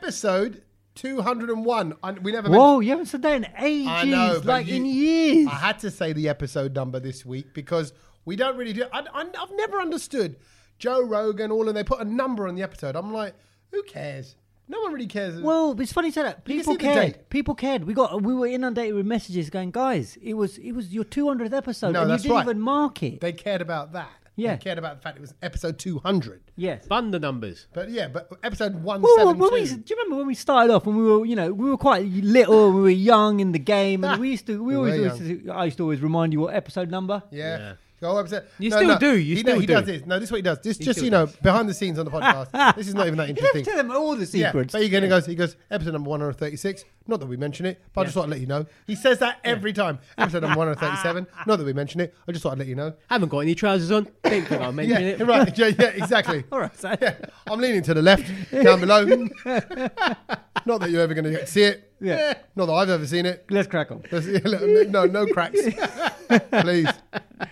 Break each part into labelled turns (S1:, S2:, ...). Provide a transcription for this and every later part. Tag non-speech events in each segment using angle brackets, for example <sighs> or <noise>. S1: episode 201. I, we never
S2: Whoa, you haven't said that in ages.
S1: I know, but
S2: like
S1: you-
S2: in years.
S1: I had to say the episode number this week because we don't really do. I, have never understood Joe Rogan, all, and they put a number on the episode. I'm like, who cares? No one really cares.
S2: Well, it's funny you say that.
S1: You can
S2: People
S1: see the date.
S2: cared. People cared. We got we were inundated with messages going, guys. It was it was your 200th episode,
S1: No,
S2: and you
S1: that's
S2: didn't
S1: right.
S2: even mark it.
S1: they cared about that.
S2: Yeah.
S1: They cared about the fact it was episode 200.
S2: yes.
S3: Fun the numbers.
S1: But yeah, but episode
S2: Well,
S1: 172.
S2: when we, do you remember when we started off? When we were, you know, we were quite little. we were young in the game, and we used to.
S1: <laughs>
S2: We
S1: We
S2: always,
S1: were
S2: used to, I used to always remind you what episode number.
S1: Yeah.
S3: Yeah.
S1: Go episode.
S3: You still do, you
S1: he,
S3: still
S1: he
S3: do.
S1: does this. No, this is what he does. This just
S3: still
S1: you know behind the scenes on the
S2: <laughs>
S1: podcast. this is not even that
S2: You have to
S1: interesting.
S2: tell them all the
S1: Yeah,
S2: secrets.
S1: but he kind of goes. He goes episode number one hundred thirty-six. Not that we mention it, but I just thought I'd let you know. He says that every time. Episode number one hundred thirty-seven. Not that we mention it. I just thought I'd let you know.
S3: Haven't got any trousers on. Think
S1: <laughs>
S3: that I'll mention
S1: Yeah,
S3: it.
S1: right. Yeah, yeah exactly.
S2: All right, so
S1: Yeah, I'm leaning to the left down below. <laughs> not that you're ever going to see it.
S2: Yeah.
S1: <laughs> Not that I've ever seen it.
S2: let's crack on.
S1: That's- no, no cracks. <laughs> Please.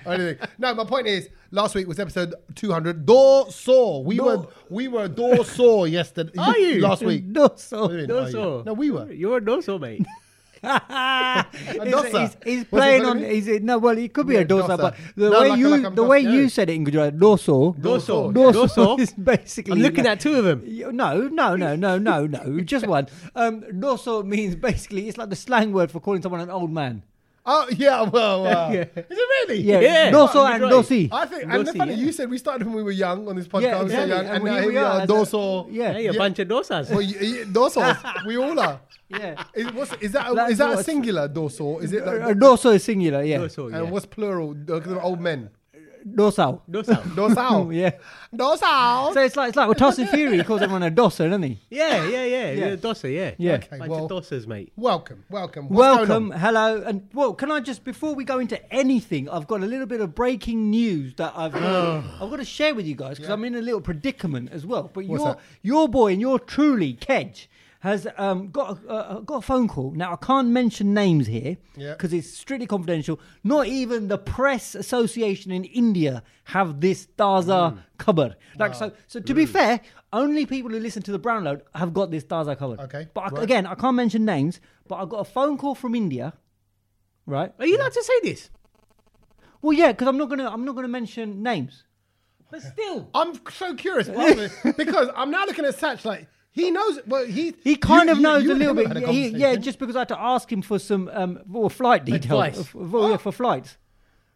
S1: Or anything. No, my point is, last week was episode 200. Door saw. We were we were door saw yesterday.
S3: Are
S2: <laughs>
S3: you?
S1: Last week. <laughs>
S2: No, so
S1: What do you mean,
S3: No,
S1: are you?
S3: so.
S1: No, we were.
S3: You're a
S2: <laughs>
S3: doso, mate.
S2: he's,
S1: dosa.
S2: he's, he's
S1: Was it
S2: playing
S1: gonna
S2: on.
S1: be?
S2: He's, no, well, it could be
S1: Yeah,
S2: a dosa,
S1: dosa.
S2: but the
S1: No,
S2: way
S1: like a-
S2: you
S1: like a
S2: the
S1: dosa,
S2: way
S1: yeah.
S2: you said it in Gujarat, doso,
S3: Doso, yeah.
S2: <laughs> doso,
S3: Doso.
S2: is basically.
S3: I'm looking
S2: like-
S3: at two of them.
S2: You- No, no, no, no, no, no. <laughs> Just one. Um, doso means basically it's like the slang word for calling someone an old man.
S1: Oh, yeah. Well, wow.
S2: <laughs> Yeah.
S1: <laughs> Is it really?
S2: Yeah,
S3: Yeah.
S2: doso
S3: Right,
S2: and
S3: right.
S2: dosi.
S1: I think,
S3: Door
S1: and the
S3: saw,
S1: funny,
S3: yeah.
S1: you said we started when we were young on this podcast.
S2: Yeah,
S1: we were so
S2: exactly.
S1: young, and,
S2: And
S1: now
S2: here
S1: here
S2: we
S1: we
S2: are
S1: are,
S2: as a-
S1: door saw.
S2: yeah.
S3: Hey, a
S1: Yeah.
S3: bunch of dosas. <laughs>
S1: Well, you, you, door
S2: <laughs>
S1: saws. we all are.
S2: Yeah.
S1: Is, what's, is that a,
S2: That's
S1: is that a
S2: what-
S1: singular door saw? Is it like,
S2: Uh, doso is singular. Yeah.
S3: doso,
S1: and
S3: yeah.
S1: what's plural? Uh, Old
S2: <laughs>
S1: men.
S2: Doso.
S1: <laughs>
S3: Doso.
S1: Door sow.
S2: Oh, <laughs> yeah.
S1: Door sow.
S2: So it's like it's like well, Tyson Fury calls everyone a doser, doesn't he?
S3: Yeah, yeah, yeah.
S2: Yeah.
S3: You're a doso, yeah.
S2: Yeah.
S1: Okay,
S3: Bunch
S1: well-
S3: of dosas, mate.
S1: Welcome, welcome, What's going
S2: Welcome,
S1: on?
S2: hello, and well, can I just before we go into anything, I've got a little bit of breaking news that I've
S1: <sighs>
S2: I've got to share with you guys because I'm in a little predicament as well. But
S1: What's
S2: your
S1: that?
S2: your boy and your truly Kedge has um, got a, uh, got a phone call. Now I can't mention names here
S1: Yeah.
S2: because it's strictly confidential. Not even the press association in India have this Daza
S1: Mm.
S2: covered.
S1: Ah,
S2: Like so, so to be fair, only people who listen to the Brown Load have got this Daza covered.
S1: Okay,
S2: but I-
S1: right.
S2: again, I can't mention names. But I got a phone call from India, right?
S3: Are you allowed to say this?
S2: Well, yeah, because I'm not gonna I'm not gonna mention names. But still,
S1: I'm so curious why
S2: <laughs>
S1: we- because I'm now looking at Satch like he knows. Well, he
S2: He kind
S1: you-
S2: of
S1: you-
S2: knows
S1: you
S2: a
S1: and
S2: little
S1: him
S2: bit.
S1: had a
S2: Yeah, he- yeah,
S1: conversation.
S2: just because I had to ask him for some um, well, flight details.
S3: Advice.
S2: F- well, yeah, for flights. <laughs>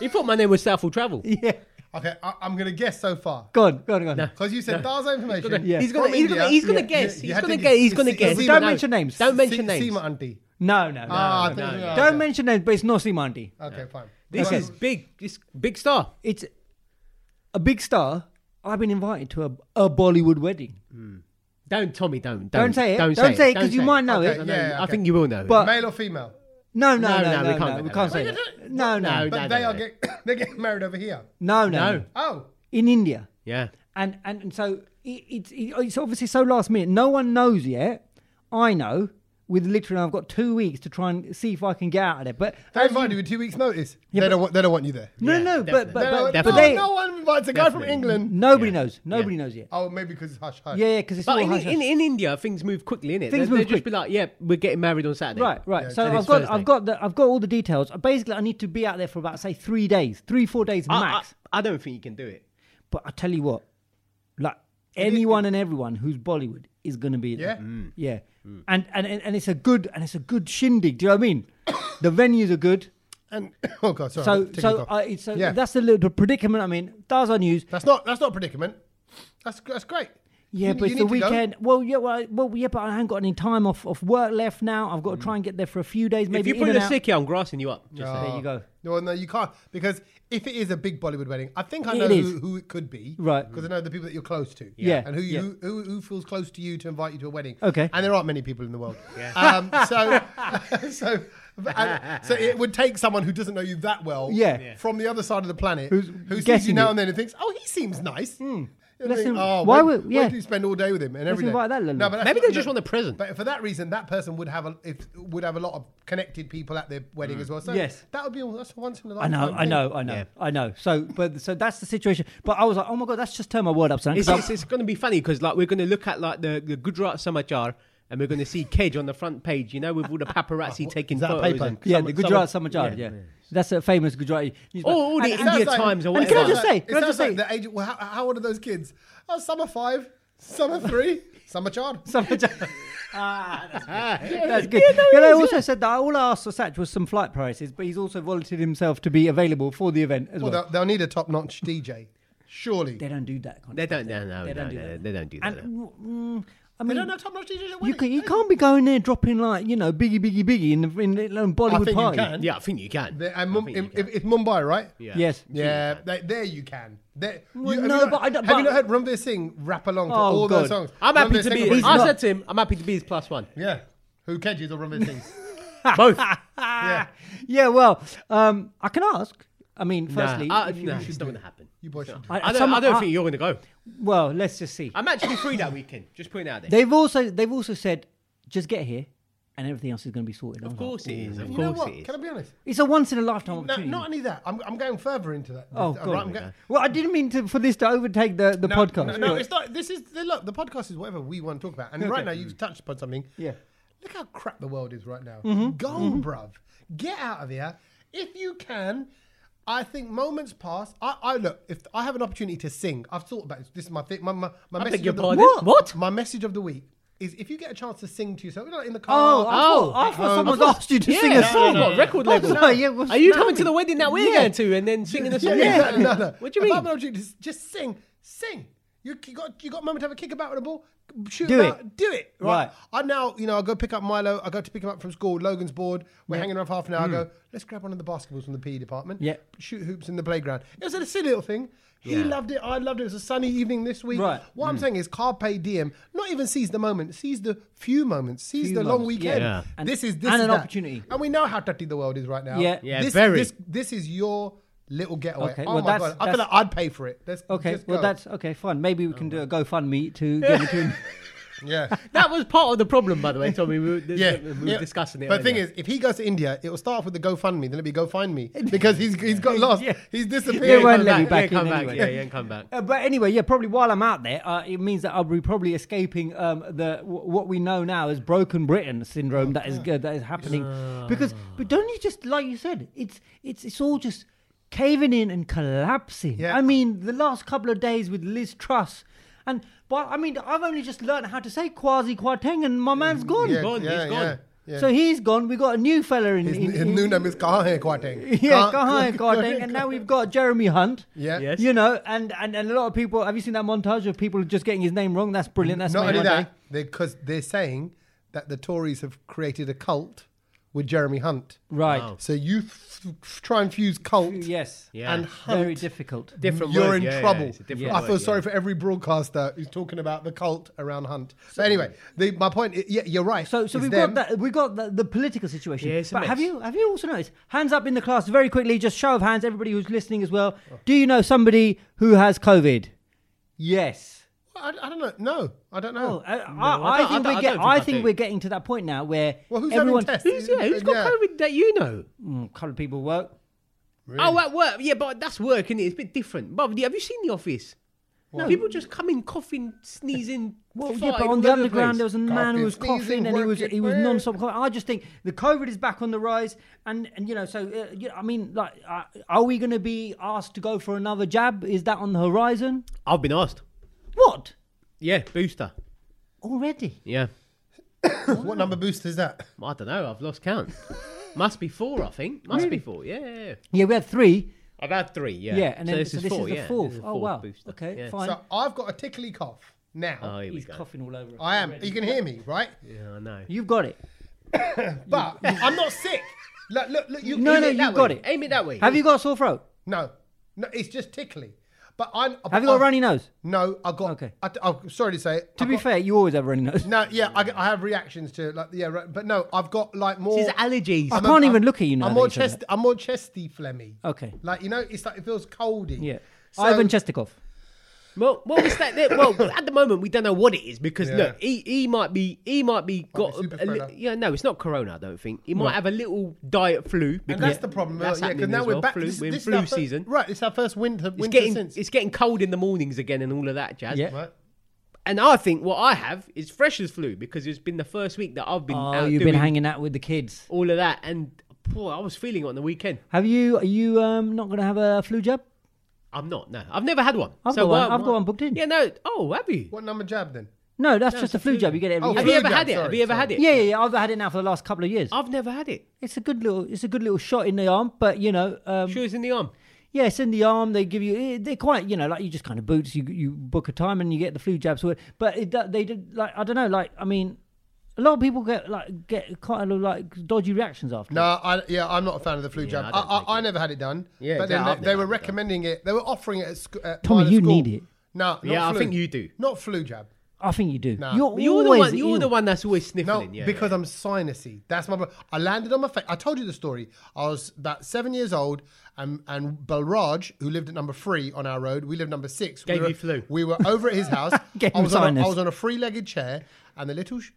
S3: You thought my name was Southall Travel.
S2: Yeah.
S1: Okay, I, I'm gonna guess so far
S2: Go on, go on, go on.
S1: because you said Darza information.
S2: Yeah.
S3: He's gonna,
S1: From
S3: he's gonna,
S1: India.
S3: he's gonna
S2: Yeah.
S3: guess.
S1: You
S3: He's
S1: had to
S3: gonna
S1: do-
S3: guess. He's
S1: see-
S3: gonna
S1: see-
S3: guess.
S1: see-
S2: Don't
S1: no.
S2: mention names.
S3: Don't
S1: See-
S3: mention names.
S1: see my auntie.
S2: No, no, no.
S1: Ah,
S2: no,
S1: I
S2: no.
S1: think- yeah,
S2: Don't
S1: okay.
S2: mention names, but it's not Simandi.
S1: Okay, fine.
S3: This
S1: Right.
S3: is big. This big star.
S2: It's a big star. I've been invited to a, a Bollywood wedding.
S3: Don't, Tommy. Don't. Don't,
S2: Don't say it. Don't say it, 'cause you might know
S1: Okay,
S2: it.
S1: yeah, yeah,
S3: I
S1: okay.
S3: think you will know.
S2: But-
S1: male or female.
S2: No, no,
S3: No,
S2: no, no,
S3: no, we can't
S2: no,
S3: do
S2: we
S3: that.
S2: can't say
S1: But
S2: that.
S1: you don't-
S2: No, no,
S3: No,
S1: But
S3: no,
S1: they
S3: no,
S1: are
S3: no.
S1: get, <laughs> they're getting married over here.
S2: no, no,
S3: No.
S2: no.
S1: Oh,
S2: In India.
S3: yeah.
S2: and and, and so it, it's it, it's obviously so last minute. No one knows yet. I know. With literally, I've got two weeks to try and see if I can get out of there. But
S1: they invited you with two weeks' notice. they don't want. They don't want you there.
S2: no,
S3: Yeah,
S2: no, but
S3: definitely.
S1: They don't want-
S2: but, but,
S1: no,
S2: but they,
S1: no one invites a guy from
S3: Definitely.
S1: England.
S2: nobody
S3: Yeah.
S2: knows. Nobody knows yet.
S1: Oh, maybe because it's hush hush.
S2: Yeah, yeah, because it's
S3: But
S2: all
S3: in,
S2: hush-hush.
S3: in, in India, things move quickly, innit?
S2: Things
S3: they
S2: move
S3: they'll just be like, yeah, we're getting married on Saturday.
S2: Right, right.
S1: Yeah,
S2: so
S1: and
S2: I've
S3: it's
S2: got,
S3: Thursday.
S2: I've got, the, I've got all the details. Basically, I need to be out there for about say three days, three, four days
S3: I,
S2: max.
S3: I, I don't think you can do it.
S2: But I tell you what, like anyone and everyone who's Bollywood is going to be there.
S1: Yeah.
S3: Mm.
S2: Yeah, and and and and it's a good and it's a good shindig. Do you know what
S1: <coughs>
S2: I mean? the venues are good.
S1: And <coughs> oh god, sorry.
S2: So
S1: I'll take
S2: so
S1: it off.
S2: I, so
S1: Yeah.
S2: that's the little predicament I'm in. Daza News.
S1: That's not that's not a predicament. That's that's great.
S2: Yeah,
S1: You-
S2: but
S1: you
S2: it's the
S1: need to go.
S2: weekend. Well, yeah, well, I- well, yeah, but I haven't got any time off, off work left now. I've
S1: Mm.
S2: got to try and get there for a few days, maybe
S3: if you
S2: in
S3: put
S2: and
S3: a
S2: out.
S3: sickie, I'm grassing you up. Just
S1: Ah.
S2: There you go.
S1: No, no, you can't because if it is a big Bollywood wedding, I think I
S2: It
S1: know
S2: is.
S1: who, who it could be.
S2: Right.
S1: Because I know the people that you're close to.
S2: Yeah.
S1: And who you
S2: Yeah.
S1: who, who feels close to you to invite you to a wedding.
S2: Okay.
S1: And there aren't many people in the world. Yeah. <laughs> Um, so so and- so it would take someone who doesn't know you that well.
S2: Yeah. Yeah.
S1: From the other side of the planet,
S2: Who's
S1: who sees you
S2: guessing
S1: now
S2: it.
S1: and then and thinks, oh, he seems nice. I
S2: Let's
S1: mean,
S2: in-
S1: oh,
S2: why
S1: why
S2: would- yeah.
S1: do you spend all day with him and every day?
S2: invite that little-
S1: but that's
S3: Maybe
S1: not-
S3: they just want a present.
S1: But for that reason, that person would have a if, would have a lot of connected people at their wedding as well. So
S2: Mm. Yes.
S1: that would be all. That's once in a
S2: I
S1: lifetime.
S2: know, I
S1: thing.
S2: know, I know,
S3: Yeah.
S2: I know. So, but so that's the situation. But I was like, oh my god, that's just turned my world upside down.
S3: It's,
S2: 'Cause I-
S3: it's, it's going to be funny because like we're going to look at like the, the Gujarat Samachar and we're going to see Cage on the front page, you know, with all
S1: <laughs>
S3: the paparazzi taking
S1: that a
S3: photos.
S1: paper?
S3: And
S2: yeah,
S3: some-
S2: the
S3: some-
S2: Gujarat Samajad, yeah. That's a famous Gujarati. newspaper.
S3: Oh, all the
S2: And-
S1: It
S2: and-
S1: sounds
S3: India Times or
S2: and can I
S3: whatever.
S2: just say?
S1: it
S2: Can I just
S1: sounds like
S2: say?
S1: the age. Well, how, how old are those kids? Oh, some are five, some are three, some are child.
S2: <laughs> Samajad.
S3: Ah,
S2: That's good. and I also said that all I asked for Satch was some flight prices, but he's also volunteered himself to be available for the event as
S1: Well,
S2: well.
S1: they'll, they'll need a top-notch DJ, surely.
S2: they don't do that. Kind
S3: they
S2: of stuff,
S3: don't. No, no,
S2: They
S3: no,
S2: don't do
S3: no,
S2: that.
S3: they don't do that.
S2: And mm, I mean,
S1: They don't have top-notch DJs. at
S2: you,
S1: weddings.
S2: can, you can't be going there dropping like you know biggie biggie biggie in the in, the- in Bollywood
S1: I think
S2: party.
S1: you can.
S3: yeah, I think you can.
S1: They- and
S3: I
S1: Mum-
S3: think you
S1: if-
S3: can.
S1: if- it's Mumbai, right?
S2: Yes. <laughs>
S1: Yeah, they, there you can. There,
S2: Well,
S1: you- have
S2: no,
S1: you not,
S2: but I don't-
S1: have you
S2: but-
S1: not heard Ranveer Singh rap along to
S2: Oh,
S1: all those
S2: God.
S1: songs?
S3: I'm happy
S1: Ranveer
S3: to
S1: Singh
S3: be.
S1: will
S2: He's
S3: I
S2: not-
S3: said to him, I'm happy to be his plus one.
S1: Yeah. Who Kedges or
S2: <laughs>
S1: Ranveer Singh?
S3: Both.
S1: yeah.
S2: Yeah, well, um, I can ask. I mean, firstly,
S3: nah, Uh, I-
S2: if you-
S3: nah, it's not going to happen.
S1: You boys should do
S2: I-
S1: it.
S3: I don't,
S2: some-
S3: I don't
S2: I-
S3: think you're going to go.
S2: well, let's just see.
S3: I'm actually free that weekend. Just putting it out there.
S2: They've also they've also said just get here, and everything else is going to be sorted.
S3: of course it is. Of
S1: You
S3: course
S1: know what?
S3: it is.
S1: Can I be honest?
S2: it's a once in a lifetime
S1: No,
S2: opportunity.
S1: not only that. I'm, I'm going further into that.
S2: oh
S1: Right,
S2: god!
S1: I'm go-
S2: well, I didn't mean to, for this to overtake the, the
S1: No,
S2: podcast.
S1: No, no,
S2: but-
S1: it's not. This is the, look. The podcast is whatever we want to talk about. And right now, you've touched upon something.
S2: Yeah.
S1: Look how crap the world is right now.
S3: Mm-hmm.
S1: Go on, bruv. Get out of here if you can. I think moments pass. I, I look. If I have an opportunity to sing, I've thought about this. This is my thing. My, my, my
S3: I
S1: message.
S3: beg your
S1: of the,
S3: pardon.
S2: What?
S3: What?
S1: My message of the week is if you get a chance to sing to yourself, you know, like in the
S2: Oh,
S1: car.
S2: I thought, I thought someone asked you to
S3: Yeah,
S2: sing a
S3: no,
S2: song.
S3: no, no, Record
S2: I was
S3: label.
S2: like, yeah, well,
S3: Are you
S2: no.
S3: coming to the wedding that we're
S2: Yeah.
S3: going to and then singing a song?
S1: Yeah,
S2: <laughs>
S1: exactly. No, no.
S3: What do
S1: If
S3: you
S1: I have
S3: mean?
S1: an opportunity to s- just sing, sing. You, you got you got a moment to have a kick about with the ball. Shoot
S2: Do
S1: about,
S2: it.
S1: Do it.
S2: Right.
S1: I now you know I go pick up Milo. I go to pick him up from school. Logan's bored. We're hanging around for half an hour. I go. Let's grab one of the basketballs from the PE department.
S2: Mm. Yeah.
S1: Shoot hoops in the playground. It was a silly little thing. He
S3: Yeah.
S1: loved it. I loved it. It was a sunny evening this week.
S2: Right. Mm.
S1: What I'm saying is carpe diem. Not even seize the moment. Seize the few moments. Seize
S2: Few
S1: the long
S2: moments.
S1: weekend.
S3: Yeah.
S2: Yeah.
S1: This is this
S2: And
S1: is
S2: an
S1: that.
S2: opportunity.
S1: And we know how dirty the world is right now.
S2: Yeah.
S3: Yeah,
S1: This,
S3: very.
S1: This, this is your little getaway.
S2: Okay,
S1: oh
S2: well,
S1: my
S2: that's-
S1: god, I feel like
S2: that's-
S1: I'd pay for it. Let's
S2: Okay,
S1: just
S2: well,
S1: go.
S2: that's okay, fine. Maybe we can do a GoFundMe to get me to. <laughs>
S1: yeah,
S3: That was part of the problem, by the way, Tommy. We were,
S1: yeah.
S3: we were
S1: Yeah.
S3: discussing it.
S1: But the thing
S3: earlier.
S1: is, if he goes to India, it will start off with the GoFundMe, then it'll be Go Find Me
S2: <laughs>
S1: because he's he's got lost.
S2: Yeah.
S1: He's disappeared.
S2: They won't
S3: Come
S2: let me
S3: back,
S2: back
S3: yeah,
S2: in
S3: come back.
S2: anyway.
S3: Yeah, yeah, come back.
S2: Uh, but anyway, yeah, probably while I'm out there, uh, it means that I'll be probably escaping um, the w- what we know now as broken Britain syndrome that is uh, that is happening. Because, but don't you just like you said, it's it's it's all just caving in and collapsing.
S1: Yeah.
S2: I mean, the last couple of days with Liz Truss, and but I mean, I've only just learned how to say quasi Kwarteng, and my man's gone.
S1: Mm, Yeah,
S3: gone, he's
S1: yeah,
S3: gone.
S1: yeah, yeah.
S2: So he's gone. We got a new fella in.
S1: his,
S2: in,
S1: his
S2: in-
S1: new name is Kahan hai Kwarteng.
S2: <laughs> yeah,
S1: Kahan- <laughs>
S2: Kahan Kwarteng, and now we've got Jeremy Hunt.
S1: Yeah.
S3: Yes.
S2: You know, and, and, and a lot of people. Have you seen that montage of people just getting his name wrong? That's brilliant. That's
S1: Not
S2: made
S1: only
S2: my day.
S1: that, because they're saying that the Tories have created a cult with Jeremy Hunt.
S2: Right.
S3: Wow.
S1: So you f- f- try and fuse cult
S2: Yes.
S3: Yeah.
S1: and
S2: Very
S1: Hunt
S2: difficult.
S3: different
S1: you're
S3: word.
S1: in
S3: Yeah, yeah,
S1: trouble.
S3: it's a different
S1: I
S3: word,
S1: feel sorry
S3: yeah.
S1: for every broadcaster who's talking about the cult around Hunt. So anyway, the, my point. i- Yeah, you're right.
S2: So, so
S1: It's
S2: we've
S1: them.
S2: got that. We've got the, the political situation.
S3: Yeah, it's a
S2: but have
S3: mess.
S2: you have you also noticed? Hands up in the class very quickly. Just show of hands, everybody who's listening as well. Do you know somebody who has COVID? Yes.
S1: I, I don't know. No, I don't know.
S2: Oh, I, I,
S3: I
S2: I think
S3: don't- I don't-
S2: we're
S3: I
S2: get,
S3: don't
S2: I
S3: think I
S2: think
S3: do.
S2: we're getting to that point now where
S1: well, who's
S2: everyone,
S1: having tests?
S3: Who's, yeah, who's got COVID that you know?
S2: Mm, coloured people work.
S3: Oh, at work. Yeah, but that's work, is it? It's a bit different. Bob, have you seen The Office? People just coming coughing, sneezing.
S2: Well, yeah,
S3: farting
S2: but
S3: all
S2: on the
S3: over
S2: underground
S3: place.
S2: there was a man who was
S1: Coughing,
S2: coughing
S1: sneezing,
S2: and he was
S1: working.
S2: he was non-stop coughing. I just think the COVID is back on the rise, and, and you know, so uh, you know, I mean, like, uh, are we going to be asked to go for another jab? Is that on the horizon?
S3: I've been asked.
S2: What
S3: Yeah, booster.
S2: already?
S3: Yeah.
S1: What number boost is that?
S3: I don't know. I've lost count. <laughs> Must be four, I think. Must be four. Yeah, yeah, yeah.
S2: Yeah, we had three.
S3: I've had three. Yeah.
S2: Yeah, and then so this, is, the
S3: yeah.
S2: fourth.
S3: This is the
S2: oh wow.
S3: booster.
S2: Okay,
S3: Yeah.
S2: fine.
S1: So I've got a tickly cough now.
S3: Oh, here we
S2: He's
S3: go.
S2: coughing all over. us.
S1: I am. You can hear me, right?
S3: Yeah, I know.
S2: You've got it.
S1: But I'm not sick. Look, look, look. You,
S2: No,
S1: you-
S2: no,
S3: Aim it
S2: you
S3: that
S2: got
S3: way.
S2: it.
S3: Aim it that way.
S2: Have you got a sore throat?
S1: no, no. It's just tickly. But I'm.
S2: Have you got a
S1: I've-
S2: runny nose?
S1: No, I got.
S2: Okay.
S1: I, am sorry to say. it,
S2: To
S1: I've
S2: be
S1: got-
S2: fair, you always have a runny nose.
S1: No, yeah, I, I have reactions to like, yeah, right, but no, I've got like more.
S3: It's allergies.
S2: I
S1: I'm- I'm-
S2: can't even look at you now.
S1: I'm
S2: that
S1: more
S2: you said
S1: chest. I'm more chesty phlegmy.
S2: Okay.
S1: Like you know, it's like it feels coldy.
S2: that. <laughs> Yeah.
S1: So-
S2: Ivan Chestikov.
S3: Well, well, it's that. that- Well, at the moment, we don't know what it is because
S1: Yeah.
S3: look, he, he might be he might be got.
S1: super
S3: a, li-
S1: spreader.
S3: yeah, no, it's not corona. I don't think he might have a little diet flu. Because
S1: And that's the problem. uh,
S3: That's
S1: yeah,
S3: happening
S1: because now
S3: as
S1: we're
S3: well.
S1: back.
S3: Flu,
S1: this,
S3: we're in
S1: this is
S3: flu
S1: our fir-
S3: season.
S1: right, it's our first winter. Winter
S3: It's getting
S1: since.
S3: it's getting cold in the mornings again and all of that jazz.
S2: Yeah.
S1: right?
S3: And I think what I have is freshers flu because it's been the first week that I've been
S2: Oh,
S3: out
S2: you've
S3: doing
S2: been hanging out with the kids.
S3: all of that, and boy, I was feeling it on the weekend.
S2: Have you? Are you um, not going to have a flu jab?
S3: I'm not. No, I've never had one.
S2: I've
S3: so
S2: got one-
S3: why-
S2: I've got one booked in.
S3: Yeah, no. Oh, have you?
S1: What number jab then?
S2: No, that's just a flu jab. You get it every
S1: Oh,
S2: year.
S3: Have you
S1: Flu
S3: ever
S1: jab,
S3: had it? Have
S1: sorry,
S3: you ever
S1: sorry.
S3: had it?
S2: Yeah, yeah, yeah. I've had it now for the last couple of years.
S3: I've never had it.
S2: It's a good little, it's a good little shot in the arm, but you know, um,
S3: Sure, it's in the arm.
S2: yeah, it's in the arm. They give you, eh, they're quite, you know, like you just kind of boots. You you book a time and you get the flu jabs. with- But it, do- they did like I don't know, like I mean, a lot of people get like get kind of like dodgy reactions after.
S1: No, I, yeah, I'm not a fan of the flu jab.
S3: I
S1: I,
S3: don't
S1: I,
S3: take
S1: I, never had it done.
S3: Yeah,
S1: but then
S3: exactly.
S1: they,
S3: I've
S1: they were
S3: never had it done.
S1: recommended it. They were offering it at, sc- at
S2: Tommy,
S1: my
S2: you
S1: school.
S2: need it.
S1: No, not
S3: Yeah, I
S1: flu.
S3: think you do.
S1: Not flu jab.
S2: I think you do.
S1: Nah.
S2: You're,
S3: You're the
S2: always
S3: one. You're
S2: ill.
S3: the one that's always
S1: No,
S3: sniffling. yeah,
S1: because I'm sinusy. That's my problem. I landed on my face. I told you the story. I was about seven years old, and and Balraj, who lived at number three on our road, we lived number six.
S3: Gave
S1: we were,
S3: you flu.
S1: We were over
S3: <laughs>
S1: at his house.
S2: Gave
S1: I
S2: him
S1: was on a,
S2: sinus.
S1: I was on a three-legged chair, and the little. Sh-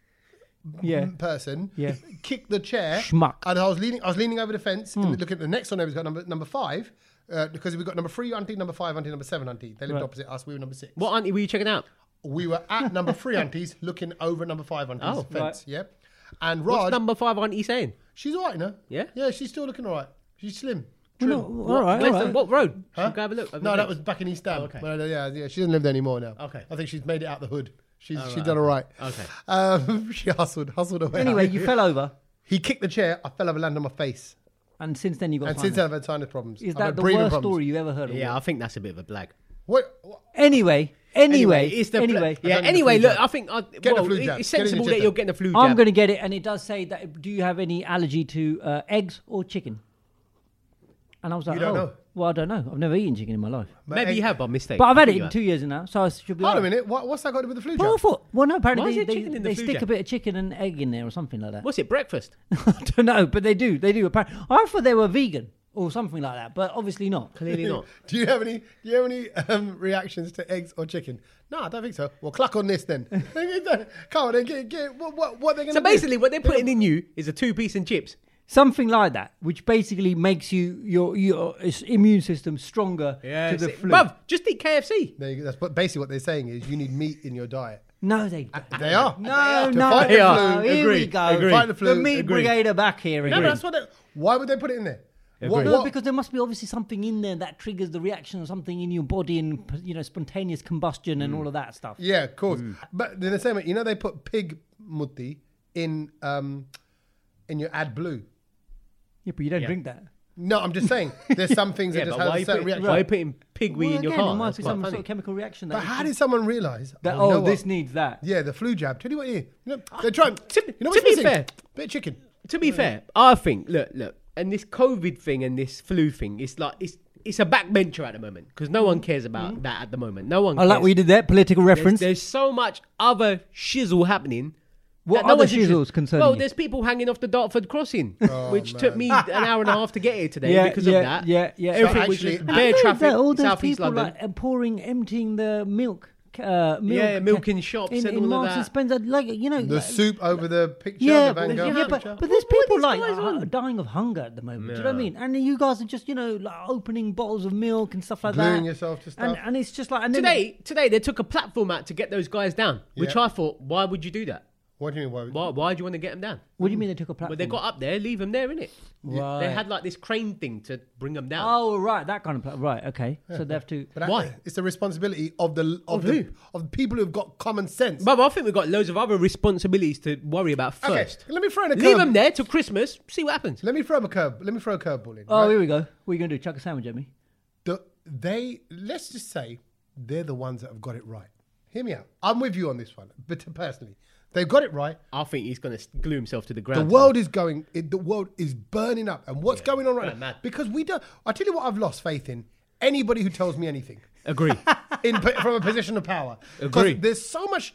S2: Yeah.
S1: person
S2: Yeah.
S1: kicked the chair
S2: Schmuck.
S1: and I was leaning I was leaning over the fence
S3: Hmm.
S1: and looking at the next door neighbour's got number number five uh, because we've got number three auntie number five auntie number seven auntie they lived opposite us we were number six
S3: What auntie were you checking out?
S1: we were at number
S3: <laughs>
S1: three aunties looking over number five auntie's
S3: Oh,
S1: fence
S2: right.
S1: yep and
S3: What's
S1: Raj
S3: number five auntie saying?
S1: she's all right now
S3: Yeah?
S1: yeah she's still looking all right she's slim trim.
S2: Well, no, all right, all
S3: Where's
S2: right.
S3: the, what road? Should we go have a look? Have a
S1: no
S3: look?
S1: that was back in East Ham
S3: okay.
S1: Well, yeah yeah she doesn't live there anymore now
S3: Okay.
S1: I think she's made it out the hood she's, she's done all right
S3: Okay.
S1: um, <laughs> she hustled hustled away
S2: Anyway,
S3: <laughs>
S2: you fell over,
S1: <laughs> he kicked the chair I fell over landed on my face
S2: and since then you got.
S1: And
S2: sinus.
S1: since then I've had sinus problems.
S2: is
S1: I've had
S2: that the
S1: breathing
S2: worst
S1: problems.
S2: story you ever heard? Of
S3: Yeah, I think that's a bit of a blag.
S1: What, what-
S2: Anyway, anyway,
S3: it's the
S2: anyway.
S1: I
S3: yeah.
S1: don't need a
S3: Anyway,
S1: flu
S3: look,
S1: jab.
S3: I think I,
S1: the
S3: well,
S1: flu
S3: it-
S1: jab.
S3: it's
S1: Get it in the
S3: sensible that
S1: system.
S3: you're getting a flu jab.
S2: I'm going to get it, and it does say that. Do you have any allergy to uh, eggs or chicken? And I was like,
S1: You don't
S2: oh,
S1: know.
S2: well, I don't know. I've never eaten chicken in my life,
S3: Maybe you have by mistake.
S2: but I've had it
S3: You
S2: in
S3: have.
S2: two years now, so I should be.
S1: Hold
S2: all
S1: a
S2: right.
S1: minute. What, what's that got to do with the flu
S2: Well, I
S3: <laughs>
S1: jab?
S2: thought, well, no,
S3: Why is
S2: apparently
S3: there
S2: they,
S3: chicken in the
S2: they
S3: food
S2: stick
S3: jam?
S2: a bit of chicken and egg in there or something like that. <laughs>
S3: What's it? Breakfast?
S2: I don't know, but they do, they do. Apparently, I thought they were vegan or something like that, but obviously not.
S3: Clearly not.
S1: <laughs> Do you have any? Do you have any um, reactions to eggs or chicken? No, I don't think so. Well, cluck on this then. <laughs> Come on, then get, get what, what, what are they going to
S3: So basically, what they're putting in you is a two piece and chips.
S2: Something like that, which basically makes you your your s- immune system stronger to the
S3: See,
S2: flu.
S3: Bruv, just eat KFC.
S1: There you go. that's what, basically what they're saying is you need meat in your
S2: <laughs>
S1: diet.
S2: No, they
S1: They are.
S2: No,
S1: To
S2: no,
S1: fight
S2: no.
S1: the
S3: are.
S1: flu.
S2: Here we
S3: Agree,
S2: go.
S3: agree.
S1: Fight the
S2: the
S1: flu,
S2: meat
S1: agree.
S2: brigade are back here
S1: No,
S2: again.
S1: but that's what. They, why would they put it in there? What,
S2: No,
S1: what-
S2: because there must be obviously something in there that triggers the reaction of something in your body and you know spontaneous combustion
S1: Mm.
S2: and all of that stuff.
S1: yeah, of course.
S2: Mm.
S1: But in the same way, you know they put pig mutti in um, in your ad blue.
S2: Yeah, but you don't drink that.
S1: No, I'm just saying. There's some things
S2: <laughs>
S3: Yeah,
S1: that
S3: but
S1: just
S3: why
S1: have a
S3: are you
S1: certain
S3: putting,
S1: reaction.
S3: why are you putting pig wee
S2: Well,
S3: in your
S2: again,
S3: car?
S2: It might
S3: That's
S2: be
S3: quite
S2: some sort
S3: funny.
S2: of chemical reaction. That
S1: But how
S2: it-
S1: did someone realise
S2: that,
S1: you
S2: oh,
S1: know what?
S2: this Ah, needs that.
S1: Yeah, the flu jab. Tell you what, here. You know, they're trying.
S3: To-
S1: you know
S3: to
S1: what's
S3: be
S1: missing?
S3: fair-
S1: bit of chicken.
S3: To be fair, I think look, look, and this COVID thing and this flu thing, it's like it's it's a backbencher at the moment because no one cares about that at the moment. No one.
S2: Mm. I like
S3: cares.
S2: what you did there. Political
S3: There's,
S2: reference.
S3: there's so much other shizzle happening.
S2: What
S3: that no
S2: other
S3: one's interested-
S2: shizzles concerning
S3: Well,
S2: you?
S3: there's people hanging off the Dartford
S1: <laughs>
S3: crossing,
S1: Oh,
S3: which
S2: <laughs>
S3: took me an hour and a half to get here today
S2: Yeah,
S3: because
S2: yeah,
S3: of that.
S2: yeah, yeah. So
S3: Everything was
S1: actually-
S3: just
S2: I
S3: bare
S2: know
S3: traffic,
S2: that all those
S3: southeast
S2: people
S3: London.
S2: like uh, pouring, emptying the milk. Uh, milk
S3: Yeah, milk in
S2: ca-
S3: shops
S2: in, in
S3: and all of
S2: Marks
S3: that.
S2: and Spencer, like you know,
S1: The
S2: like-
S1: soup over the picture.
S2: Yeah,
S1: the Van
S2: but,
S1: Gogh
S2: yeah, but,
S1: picture.
S2: but there's people like
S3: guys
S2: are
S3: on?
S2: dying of hunger at the moment. Do you know what I mean? And you guys are just you know like opening bottles of milk and stuff like
S1: Gluing
S2: that,
S1: yourself to
S2: And,
S1: stuff.
S2: and it's just like and then-
S3: Today, today they took a platform out to get those guys down, which
S1: Yeah.
S3: I thought, why would you do that?
S1: what do you mean? Why?
S3: Why, why do you want to get them down?
S2: What do you mean they took a platform?
S3: But they got up there, leave them there, innit?
S2: Right.
S3: They had like this crane thing to bring them down.
S2: oh right, that kind of pla- right. Okay, so they have to.
S1: But that-
S3: Why?
S1: It's the responsibility of the of,
S3: Of
S1: the
S3: who?
S1: of the people who've got common sense.
S3: But I think we've got loads of other responsibilities to worry about
S1: okay,
S3: first.
S1: let me throw in a
S3: Leave
S1: curve.
S3: them there till Christmas, see what happens.
S1: Let me throw a curve. Let me throw a curveball in.
S2: Oh,
S1: right?
S2: here we go. What are you gonna do? Chuck a sandwich at me?
S1: the, they let's just say they're the ones that have got it right. Hear me out. I'm with you on this one, but personally, they've got it right.
S3: I think he's going to glue himself to
S1: The
S3: the ground.
S1: world is going. It, the world is burning up, and what's going on right now?
S3: going mad.
S1: Because we don't. I tell you what, I've lost faith in anybody who tells me anything
S3: <laughs> Agree.
S1: in p- from a position of power. 'Cause
S3: Agree.
S1: There's so much.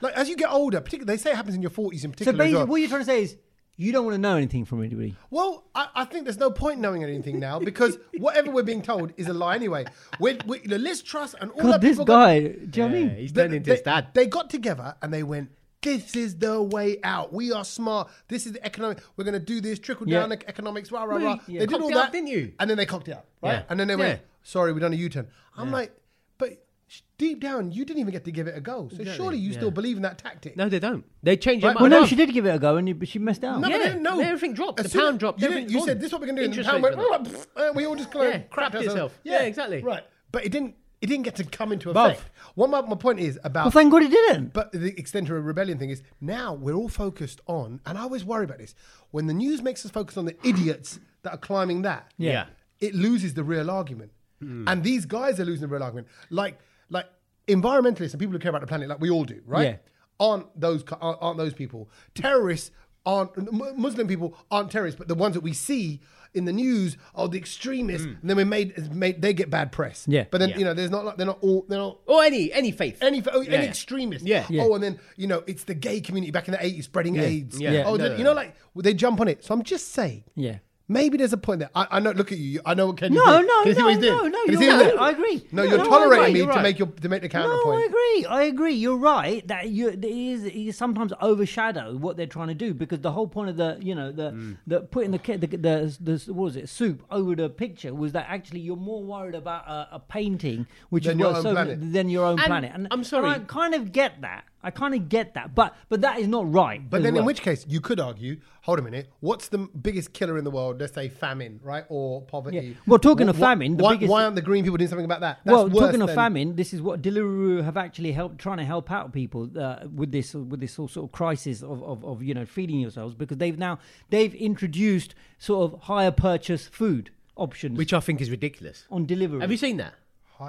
S1: Like as you get older, particularly they say it happens in your 40s in
S2: So
S1: particular. as
S2: basically,
S1: well.
S2: what you're trying to say is You don't want to know anything from anybody.
S1: Well, I, I think there's no point knowing anything
S3: <laughs>
S1: now because whatever we're being told is a lie anyway. We're, we, you know, let's trust and all
S2: God,
S1: that
S2: this
S1: people got-
S2: guy, do you know what I
S3: Yeah,
S2: mean?
S3: he's
S1: They-
S3: turned into
S1: they,
S3: his dad.
S1: They got together and they went, "This is the way out. We are smart. This is the economic. We're going to do this trickle down
S2: Yeah.
S1: ec- economics." Rah rah
S3: Well,
S1: rah.
S3: you
S1: They did
S3: cocked
S1: all
S3: it
S1: that,
S3: up, didn't you?
S1: And then they cocked it up, right?
S3: Yeah.
S1: And then they went,
S3: Yeah.
S1: "Sorry, we done a U-turn." I'm like, but sh- deep down, you didn't even get to give it a go. So surely you still believe in that tactic.
S3: No, they don't. They change their
S1: Right,
S2: Well,
S3: mind.
S2: no, she did give it a go, and you- but she messed up.
S1: No,
S3: Yeah,
S1: but they didn't know.
S3: everything dropped.
S1: As
S3: The
S1: soon
S3: pound
S1: as-
S3: dropped,
S1: You, didn't-
S3: everything's
S1: you
S3: gone.
S1: said this is what we're going to do, and the
S3: Interest
S1: pound
S3: rates
S1: went. "Oh, uh, we all just kind
S3: Yeah,
S1: of crapped
S3: crapped
S1: ourselves.
S3: itself. Yeah, exactly.
S1: Right, but it didn't. It didn't get to come into
S3: Above.
S1: effect. What my, my point is about
S2: Well, thank God he didn't.
S1: But the extent of a rebellion thing is now we're all focused on, and I always worry about this when the news makes us focus on the idiots that are climbing that.
S3: Yeah.
S1: it loses the real argument, and these guys are losing the real argument. Like, like environmentalists and people who care about the planet, like we all do, right?
S2: Yeah.
S1: Aren't those co- aren't, aren't those people terrorists? Aren't M- Muslim people aren't terrorists, but the ones that we see in the news are the extremists, and then we made, made they get bad press.
S2: Yeah.
S1: but then
S3: Yeah.
S1: you know, there's not like they're not all they're not
S3: Or any any faith.
S1: any oh, any
S3: Yeah.
S1: extremist.
S3: Yeah.
S2: Yeah.
S1: Oh, and then you know it's the gay community back in the eighties spreading AIDS.
S3: Yeah. Yeah.
S1: Oh,
S3: No,
S1: then,
S3: no,
S1: you
S3: no.
S1: know, like well, they jump on it. So I'm just saying.
S2: Yeah.
S1: Maybe there's a point there. I, I know. Look at you. I know what Kenny's
S2: No,
S1: doing.
S2: no,
S1: Can you see
S2: no,
S1: what he's doing?
S2: no, no,
S1: Can you see
S2: you're
S1: what he's
S2: right.
S1: doing?
S2: I agree.
S1: No,
S2: No,
S1: you're
S2: no, I
S1: tolerating
S2: agree,
S1: me
S2: you're
S1: to
S2: right.
S1: make your to make the
S2: No, I
S1: counterpoint.
S2: agree. I agree. You're right that you it is you sometimes overshadow what they're trying to do because the whole point of the you know the
S1: Mm.
S2: the putting the, ki- the the the what was it soup over the picture was that actually you're more worried about a, a painting which
S1: Than
S2: is
S1: your
S2: what-
S1: own
S2: so
S1: planet.
S2: than your own
S3: And-
S2: planet. And
S3: I'm sorry.
S2: and I kind of get that. I kind of get that, but but that is not right.
S1: But
S2: as
S1: then, in
S2: well.
S1: which case, you could argue, hold a minute, what's the biggest killer in the world? Let's say famine, right, or poverty.
S2: Yeah. Well, talking
S1: Wh-
S2: of
S1: wh-
S2: famine, the
S1: why,
S2: biggest-
S1: why aren't the Green people doing something about that? That's
S2: well,
S1: worse
S2: talking of
S1: than-
S2: famine, this is what Deliveroo have actually helped trying to help out people uh, with this with this all sort of crisis of, of, of you know feeding yourselves because they've now they've introduced sort of higher purchase food options
S3: Which I think is ridiculous.
S2: on delivery.
S3: Have you seen that?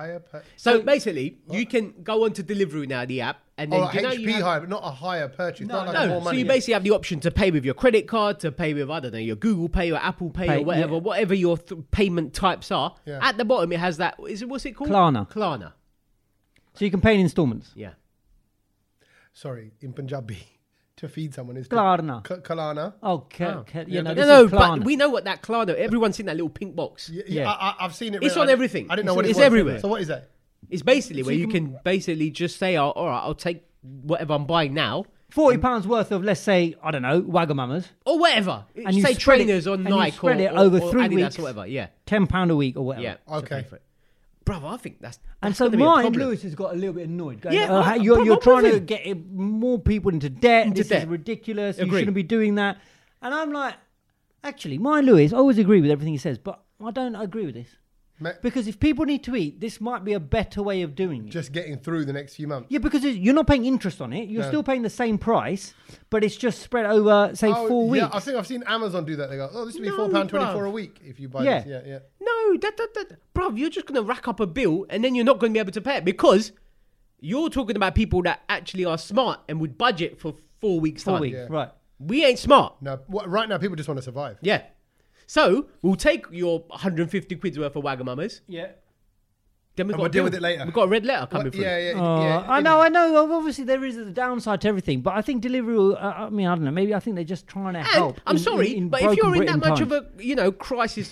S1: higher. Per-
S3: So basically, you can go onto Deliveroo now, the app, and
S1: or
S3: then
S1: like
S3: do you know
S1: HP
S3: you have-
S1: Oh, higher, but not a higher purchase.
S2: No,
S1: not like
S2: no,
S1: more
S3: No, so
S1: money.
S3: you basically have the option to pay with your credit card, to pay with I don't know your Google Pay or Apple Pay,
S2: Pay,
S3: or whatever,
S2: yeah.
S3: whatever your th- payment types are.
S1: Yeah.
S3: At the bottom, it has that. Is it what's it called?
S2: Klarna.
S3: Klarna.
S2: so you can pay in installments.
S3: Yeah.
S1: sorry, in Punjabi, <laughs> to feed someone is to-
S2: Klarna.
S1: K- Kalana.
S2: Oh, ca- ca- you know,
S3: No,
S2: this
S3: no,
S2: is Klarna.
S3: but we know what that Klarna. Everyone's seen that little pink box.
S1: Yeah,
S2: Yeah.
S1: I, I, I've seen it.
S3: It's
S1: I-
S3: on everything.
S1: I didn't know
S3: It's-
S1: what it
S3: it's
S1: was.
S3: everywhere.
S1: So what is that?
S3: It's basically where
S2: you
S3: you
S2: can-
S3: can basically just say, oh, "All right, I'll take whatever I'm buying now."
S2: forty pounds worth of let's say I don't know Wagamama's,
S3: or whatever.
S2: And you
S3: say
S2: spread
S3: trainers
S2: it-
S3: on
S2: and you
S3: Nike
S2: spread
S3: or,
S2: it
S3: or-
S2: over
S3: or
S2: three
S3: Adidas
S2: weeks.
S3: or whatever. Yeah,
S2: ten pound a week or whatever.
S3: yeah. to
S1: Okay.
S3: pay for it. brother. I think that's
S2: And
S3: that's
S2: so
S3: gonna be a
S2: Martin
S3: problem.
S2: Lewis has got a little bit annoyed. Going, uh,
S3: Yeah, I-
S2: you're,
S3: I'm
S2: you're
S3: not with
S2: trying to
S3: him.
S2: get eh, more people into debt.
S3: Into
S2: this
S3: debt.
S2: is ridiculous. You
S3: Agree.
S2: shouldn't be doing that. And I'm like, actually, Martin Lewis, I always agree with everything he says, but I don't agree with this.
S1: Ma-
S2: Because if people need to eat, this might be a better way of doing it.
S1: Just getting through the next few months.
S2: yeah, because it- you're not paying interest on it. You're
S1: No.
S2: still paying the same price, but it's just spread over, say,
S1: Oh,
S2: four
S1: yeah,
S2: weeks.
S1: I think I've seen Amazon do that. They go, "Oh, this will be
S3: No,
S1: four pound twenty-four
S3: bruv.
S1: a week if you buy
S2: Yeah.
S1: this." Yeah, yeah.
S3: No, that, that, that, bruv, you're just going to rack up a bill and then you're not going to be able to pay it because you're talking about people that actually are smart and would budget for four weeks.
S2: four
S3: time.
S2: weeks,
S1: Yeah.
S2: right.
S3: We ain't smart.
S1: No, what, right now people just want to survive.
S3: Yeah. So we'll take your 150 quid's worth of Wagamamas.
S2: Yeah.
S3: Then we've
S1: And
S3: got
S1: we'll
S3: a
S1: deal
S3: bill.
S1: with it later.
S3: We've got a red letter coming
S1: What-
S3: through.
S1: yeah,
S3: <laughs>
S1: yeah,
S2: Oh,
S1: yeah.
S2: I know, I know. Obviously, there is a downside to everything, but I think Deliveroo. Uh, I mean, I don't know. Maybe I think they're just trying to
S3: And
S2: help.
S3: I'm
S2: Oh, in-
S3: sorry,
S2: in- in
S3: but if you're
S2: broken
S3: in that
S2: Britain
S3: much
S2: times.
S3: of a you know crisis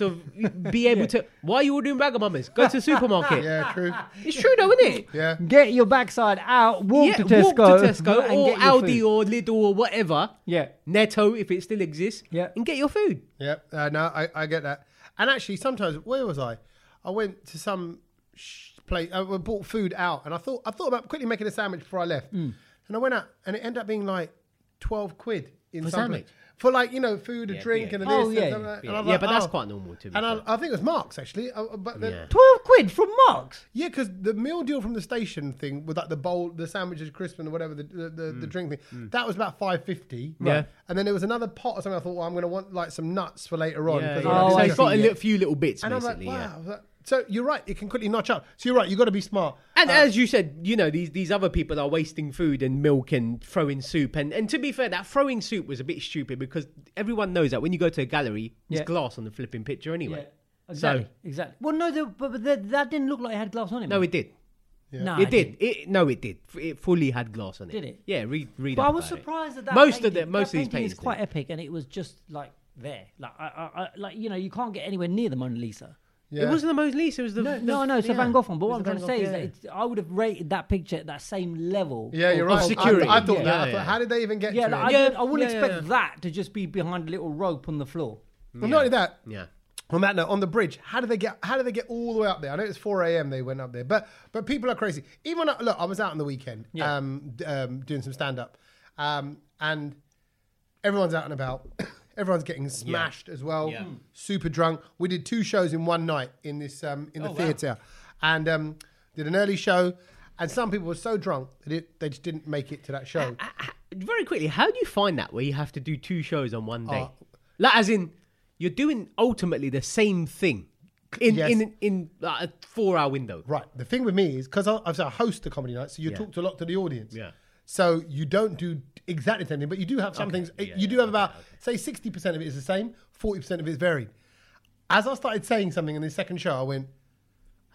S2: <laughs>
S3: of be able to, why are you all doing ragamuffins? Go to
S2: <laughs>
S3: the supermarket.
S1: Yeah, true.
S3: It's true though, isn't it?
S1: Yeah.
S2: get your backside out, walk to
S3: Yeah,
S2: Tesco,
S3: walk to
S2: <laughs>
S3: Tesco
S2: and
S3: or
S2: get your
S3: Aldi
S2: food.
S3: or Lidl or whatever.
S2: yeah,
S3: Netto if it still exists.
S2: Yeah.
S3: and get your food.
S1: Yeah, uh, no, I, I get that. And actually, sometimes where was I? I went to some sh- place. I bought food out, and I thought I thought about quickly making a sandwich before I left.
S3: Mm.
S1: And I went out, and it ended up being like twelve quid in
S3: For
S1: some
S3: sandwich?
S1: place. for like you know food, a drink,
S3: yeah.
S1: and a this.
S2: Oh,
S1: and
S2: yeah,
S1: something like that. And I was
S3: Yeah,
S1: like,
S3: but that's
S1: oh.
S3: quite normal to be
S1: And I,
S3: fair.
S1: I think it was Marks actually, uh, uh, but then,
S3: Yeah.
S2: twelve quid from Marks.
S1: yeah, because the meal deal from the station thing with like the bowl, the sandwiches, crisp, and whatever the the, the, the drink thing, that was about five fifty.
S3: Yeah.
S1: and then there was another pot or something. I thought, well, I'm going to want like some nuts for later on. 'cause
S2: yeah.
S1: I-
S2: Oh,
S3: so
S2: I
S3: it's got a
S2: see,
S3: li- few little bits
S1: and I'm like,
S3: basically.
S1: wow.
S3: yeah.
S1: that- So you're right. It can quickly notch up. So you're right. You've got to be smart.
S3: And as you said, you know these these other people are wasting food and milk and throwing soup. And and to be fair, that throwing soup was a bit stupid because everyone knows that when you go to a gallery,
S2: Yeah.
S3: it's glass on the flipping picture anyway.
S2: Exactly, exactly. Well, no, the, but, but the, that didn't look like it had glass on it.
S3: No,
S2: man.
S3: it did.
S2: No,
S3: it
S2: I
S3: did. It, no, it did. F- It fully had glass on it.
S2: Ah, Did it?
S3: Yeah, read read.
S2: But
S3: up
S2: I was
S3: about it.
S2: surprised that, that
S3: most of
S2: painting-
S3: the most
S2: that
S3: of these
S2: painting is
S3: paintings
S2: quite epic, and it was just like there, like I, I, I, like you know, you can't get anywhere near the Mona Lisa.
S1: Yeah.
S3: It wasn't the Mona Lisa. It was the
S2: No,
S3: the-
S2: no, no, it's a
S3: yeah.
S2: Van Gogh one. But what
S3: It was
S2: I'm trying
S3: the
S2: to
S3: Van
S2: say
S3: Gogh,
S2: is that
S3: yeah.
S2: it's, I would have rated that picture at that same level.
S1: Yeah, you're
S2: of-
S1: right.
S2: of-
S3: security.
S1: I, I thought
S3: Yeah,
S1: that. I
S3: yeah.
S1: thought, how did they even get
S2: yeah,
S1: to
S2: like, I,
S1: it?
S3: Yeah,
S2: don't- I wouldn't
S3: yeah,
S2: expect
S3: yeah.
S2: that to just be behind a little rope on the floor.
S1: Well, Not only that,
S3: yeah.
S1: on that note, on the bridge, how do they get? How do they get all the way up there? I know it's four a.m. They went up there, but but people are crazy. Even when I- look, I was out on the weekend,
S2: Yeah.
S1: um, d- um, doing some stand up, um, and everyone's out and about. <coughs> Everyone's getting smashed as well.
S3: Yeah. Mm.
S1: Super drunk. We did two shows in one night in this um, in the
S3: wow.
S1: theatre, and um, did an early show. And some people were so drunk that it, they just didn't make it to that show.
S3: Ah, ah, Very quickly, how do you find that where you have to do two shows on one
S2: Ah.
S3: day?
S1: Oh.
S3: like, as in, you're doing ultimately the same thing in
S1: Yes.
S3: in in like, a four hour window.
S1: Right. The thing with me is because I, I host the comedy night, so you
S3: Yeah.
S1: talk to a lot to the audience.
S3: Yeah.
S1: So you don't do exactly the same thing, but you do have some things.
S3: Yeah,
S1: you do
S3: yeah,
S1: have about say sixty percent of it is the same, forty percent of it is varied. As I started saying something in the second show, I went,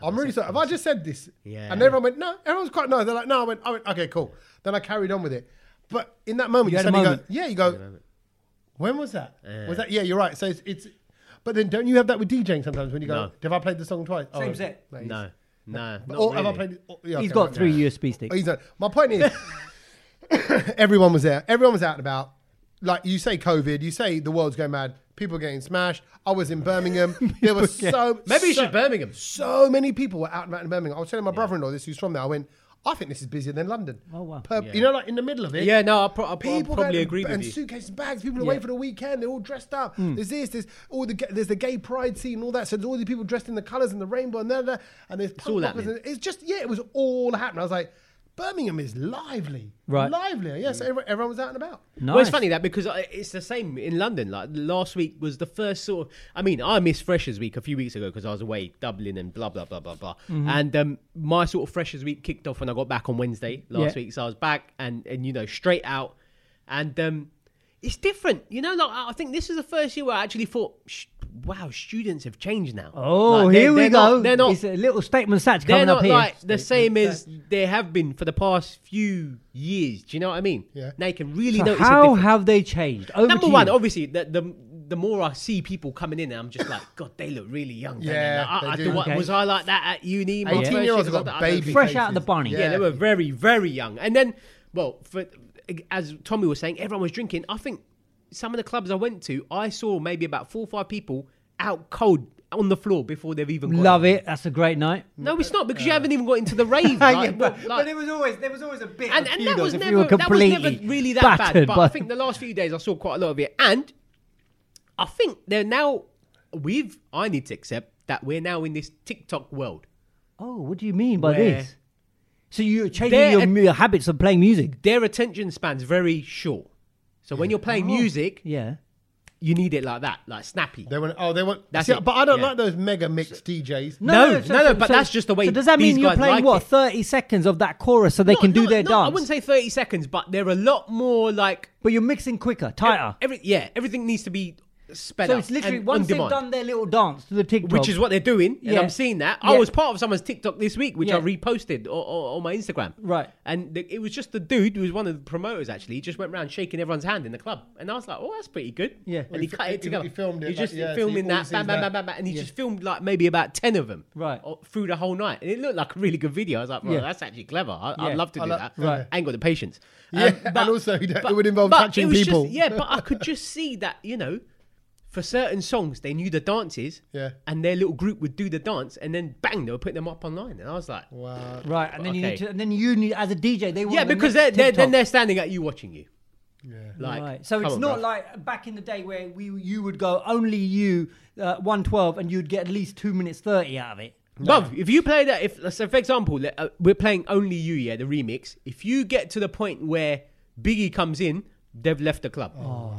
S1: "I'm really sorry. Have I just said this?"
S3: Yeah.
S1: And everyone went, "No." Everyone's quite no. They're like, "No." I went, "I went, okay, cool." Then I carried on with it. But in that moment, you,
S2: You had a
S1: suddenly
S2: moment.
S1: go, "Yeah." You go, "When was that? Was that?" Yeah, you're right. So it's, it's. But then, don't you have that with DJing sometimes when you go,
S3: No.
S1: "Have I played the song twice?" Oh,
S2: Same set.
S1: that is-
S3: No, no. not
S1: or have I
S3: really.
S1: played? Or, oh, yeah,
S2: He's
S1: okay,
S2: got
S1: right.
S2: three USB
S1: Oh,
S2: sticks.
S1: he's not. My point is, <coughs> everyone was there. Everyone was out and about. Like you say, COVID. You say the world's going mad. People are getting smashed. I was in
S3: <laughs>
S1: Birmingham. there was so
S3: Maybe you
S1: so-
S3: should Birmingham.
S1: So many people were out and about in Birmingham. I was telling my brother-in-law this, who's from there. I went. I think this is busier than London.
S2: Oh, wow.
S1: Per- You know, like in the middle of it.
S3: Yeah, no, I, pro- I, pro- I
S1: People
S3: probably
S1: going
S3: agree
S1: and
S3: with you. Hmm.
S1: suitcases, bags. People are away
S2: Yeah.
S1: for the weekend. They're all dressed up. There's this, there's all the ga- there's the gay pride scene, and all that. So there's all these people dressed in the colours and the rainbow and that, that and there's
S3: all
S1: punk rockers.
S3: happening.
S1: And it's just yeah, it was all happening. I was like, Birmingham is lively,
S2: Right.
S1: Lively. Yes, everyone, everyone was out and about.
S2: Nice.
S3: Well, it's funny that because I- it's the same in London. Like last week was the first sort of. I mean, I missed Freshers Week a few weeks ago because I was away Dublin and blah blah blah blah blah.
S2: Mm-hmm.
S3: And um, my sort of Freshers Week kicked off when I got back on Wednesday last
S2: Yeah.
S3: week, so I was back and and you know straight out, and um, it's different. You know, like I I think this is the first year where I actually thought, "Sh- wow, students have changed now.
S2: Oh,
S3: Like, they-
S2: here we
S3: they're
S2: go.
S3: Not, they're not
S2: It's a little statement satch coming
S3: they're not
S2: up here.
S3: like the same as they have been for the past few years. Do you know what I mean?
S1: Yeah.
S3: Now you can really
S2: So
S3: notice. a
S2: how
S3: difference.
S2: have they changed? Over
S3: Number
S2: to
S3: one,
S2: you.
S3: obviously, the, the the more I see people coming in, I'm just like, God, they look really young. don't they?
S1: Yeah,
S3: Like, I,
S1: they
S3: I
S1: do.
S3: do. What,
S2: Okay.
S3: Was I like that at uni? My
S1: 18
S3: first
S1: year
S3: year
S1: olds
S3: was
S1: have
S3: like
S1: got
S3: that. I don't
S1: baby
S3: think-
S2: Fresh out of the
S1: faces.
S2: bunny.
S1: Yeah.
S3: Yeah, they were very very young. And then, well, for, as Tommy was saying, everyone was drinking. I think some of the clubs I went to, I saw maybe about four or five people out cold on the floor before they've even. Got
S2: Love
S3: in.
S2: it. That's a great night.
S3: No, it's not because
S1: Uh.
S3: you haven't even got into
S1: <laughs>
S3: the rave. like, what- like-
S2: was always there was always a bit.
S3: and, and that was
S2: you
S3: never
S2: were
S3: that was
S2: completely
S3: never really that bad.
S2: battered
S3: But
S2: by-
S3: I think the last few days I saw quite a lot of it, and I think they're now we've. I need to accept that we're now in this TikTok world.
S2: oh, what do you mean by
S3: Where-
S2: this? So you're changing
S3: There-
S2: your, mu- your habits of playing music.
S3: Their attention spans very short, so when you're
S2: Oh.
S3: playing music,
S2: Yeah.
S3: you need it like that, like snappy.
S1: They went. Oh, they went.
S3: That's
S1: See,
S3: it.
S1: but I don't
S3: Yeah.
S1: like those mega mixed DJs.
S3: No, no, no, but that's just the way
S2: So does that mean
S3: these
S2: you're
S3: guys
S2: playing
S3: like
S2: what
S3: it.
S2: thirty seconds of that chorus so they can do
S3: Not-
S2: their
S3: not- I
S2: dance?
S3: wouldn't say thirty seconds, but they're a lot more like
S2: but you're mixing quicker, tighter.
S3: every yeah. Everything needs to be sped
S2: so
S3: out
S2: it's literally
S3: and on
S2: once they've
S3: demand.
S2: done their little dance to the TikTok,
S3: which is what they're doing. And
S2: Yeah.
S3: I'm seeing that. I
S2: Yeah.
S3: was part of someone's TikTok this week, which I
S2: Yeah.
S3: reposted o- o- on my Instagram.
S2: Right.
S3: And the, it was just the dude who was one of the promoters, actually. He just went around shaking everyone's hand in the club. And I was like, oh, that's pretty good.
S2: Yeah.
S3: And he
S1: Well, he
S3: cut
S1: fi-
S3: it
S1: he-
S3: together.
S1: he filmed it,
S3: He
S1: like,
S3: just
S1: yeah, so
S3: filming
S1: all you
S3: that,
S1: see
S3: bam,
S1: is that.
S3: bam, bam, bam, bam. And he just filmed like maybe about 10 of them.
S2: Right.
S3: o- Through the whole night. And it looked like a really good video. I was like, well,
S2: Yeah.
S3: that's actually clever. I,
S2: Yeah.
S3: I'd love to
S1: I
S3: do
S1: like-
S3: that.
S1: Right.
S3: I ain't got the patience. Um,
S1: <laughs> Yeah, and also <laughs> it would involve
S3: but
S1: touching
S3: it was just-
S1: people.
S3: yeah, but
S1: <laughs>
S3: I could just see that, you know, for certain songs, they knew the dances,
S1: Yeah.
S3: and their little group would do the dance, and then bang, they would put them up online, and I was like,
S1: Wow.
S2: right? And then you
S3: Okay.
S2: need to, and then you need as a DJ, they want
S3: yeah,
S2: the
S3: because they're,
S2: next
S3: they're then
S2: TikTok.
S3: they're standing at you watching you,
S1: Yeah.
S3: like,
S2: right. So
S3: come
S2: it's
S3: on,
S2: not
S3: bruv.
S2: like back in the day where we you would go only you uh, one twelve and you'd get at least two minutes thirty out of it.
S3: Bruv, if you play that, if so, for example, let- uh, we're playing only you, yeah, the remix. If you get to the point where Biggie comes in. They've left the club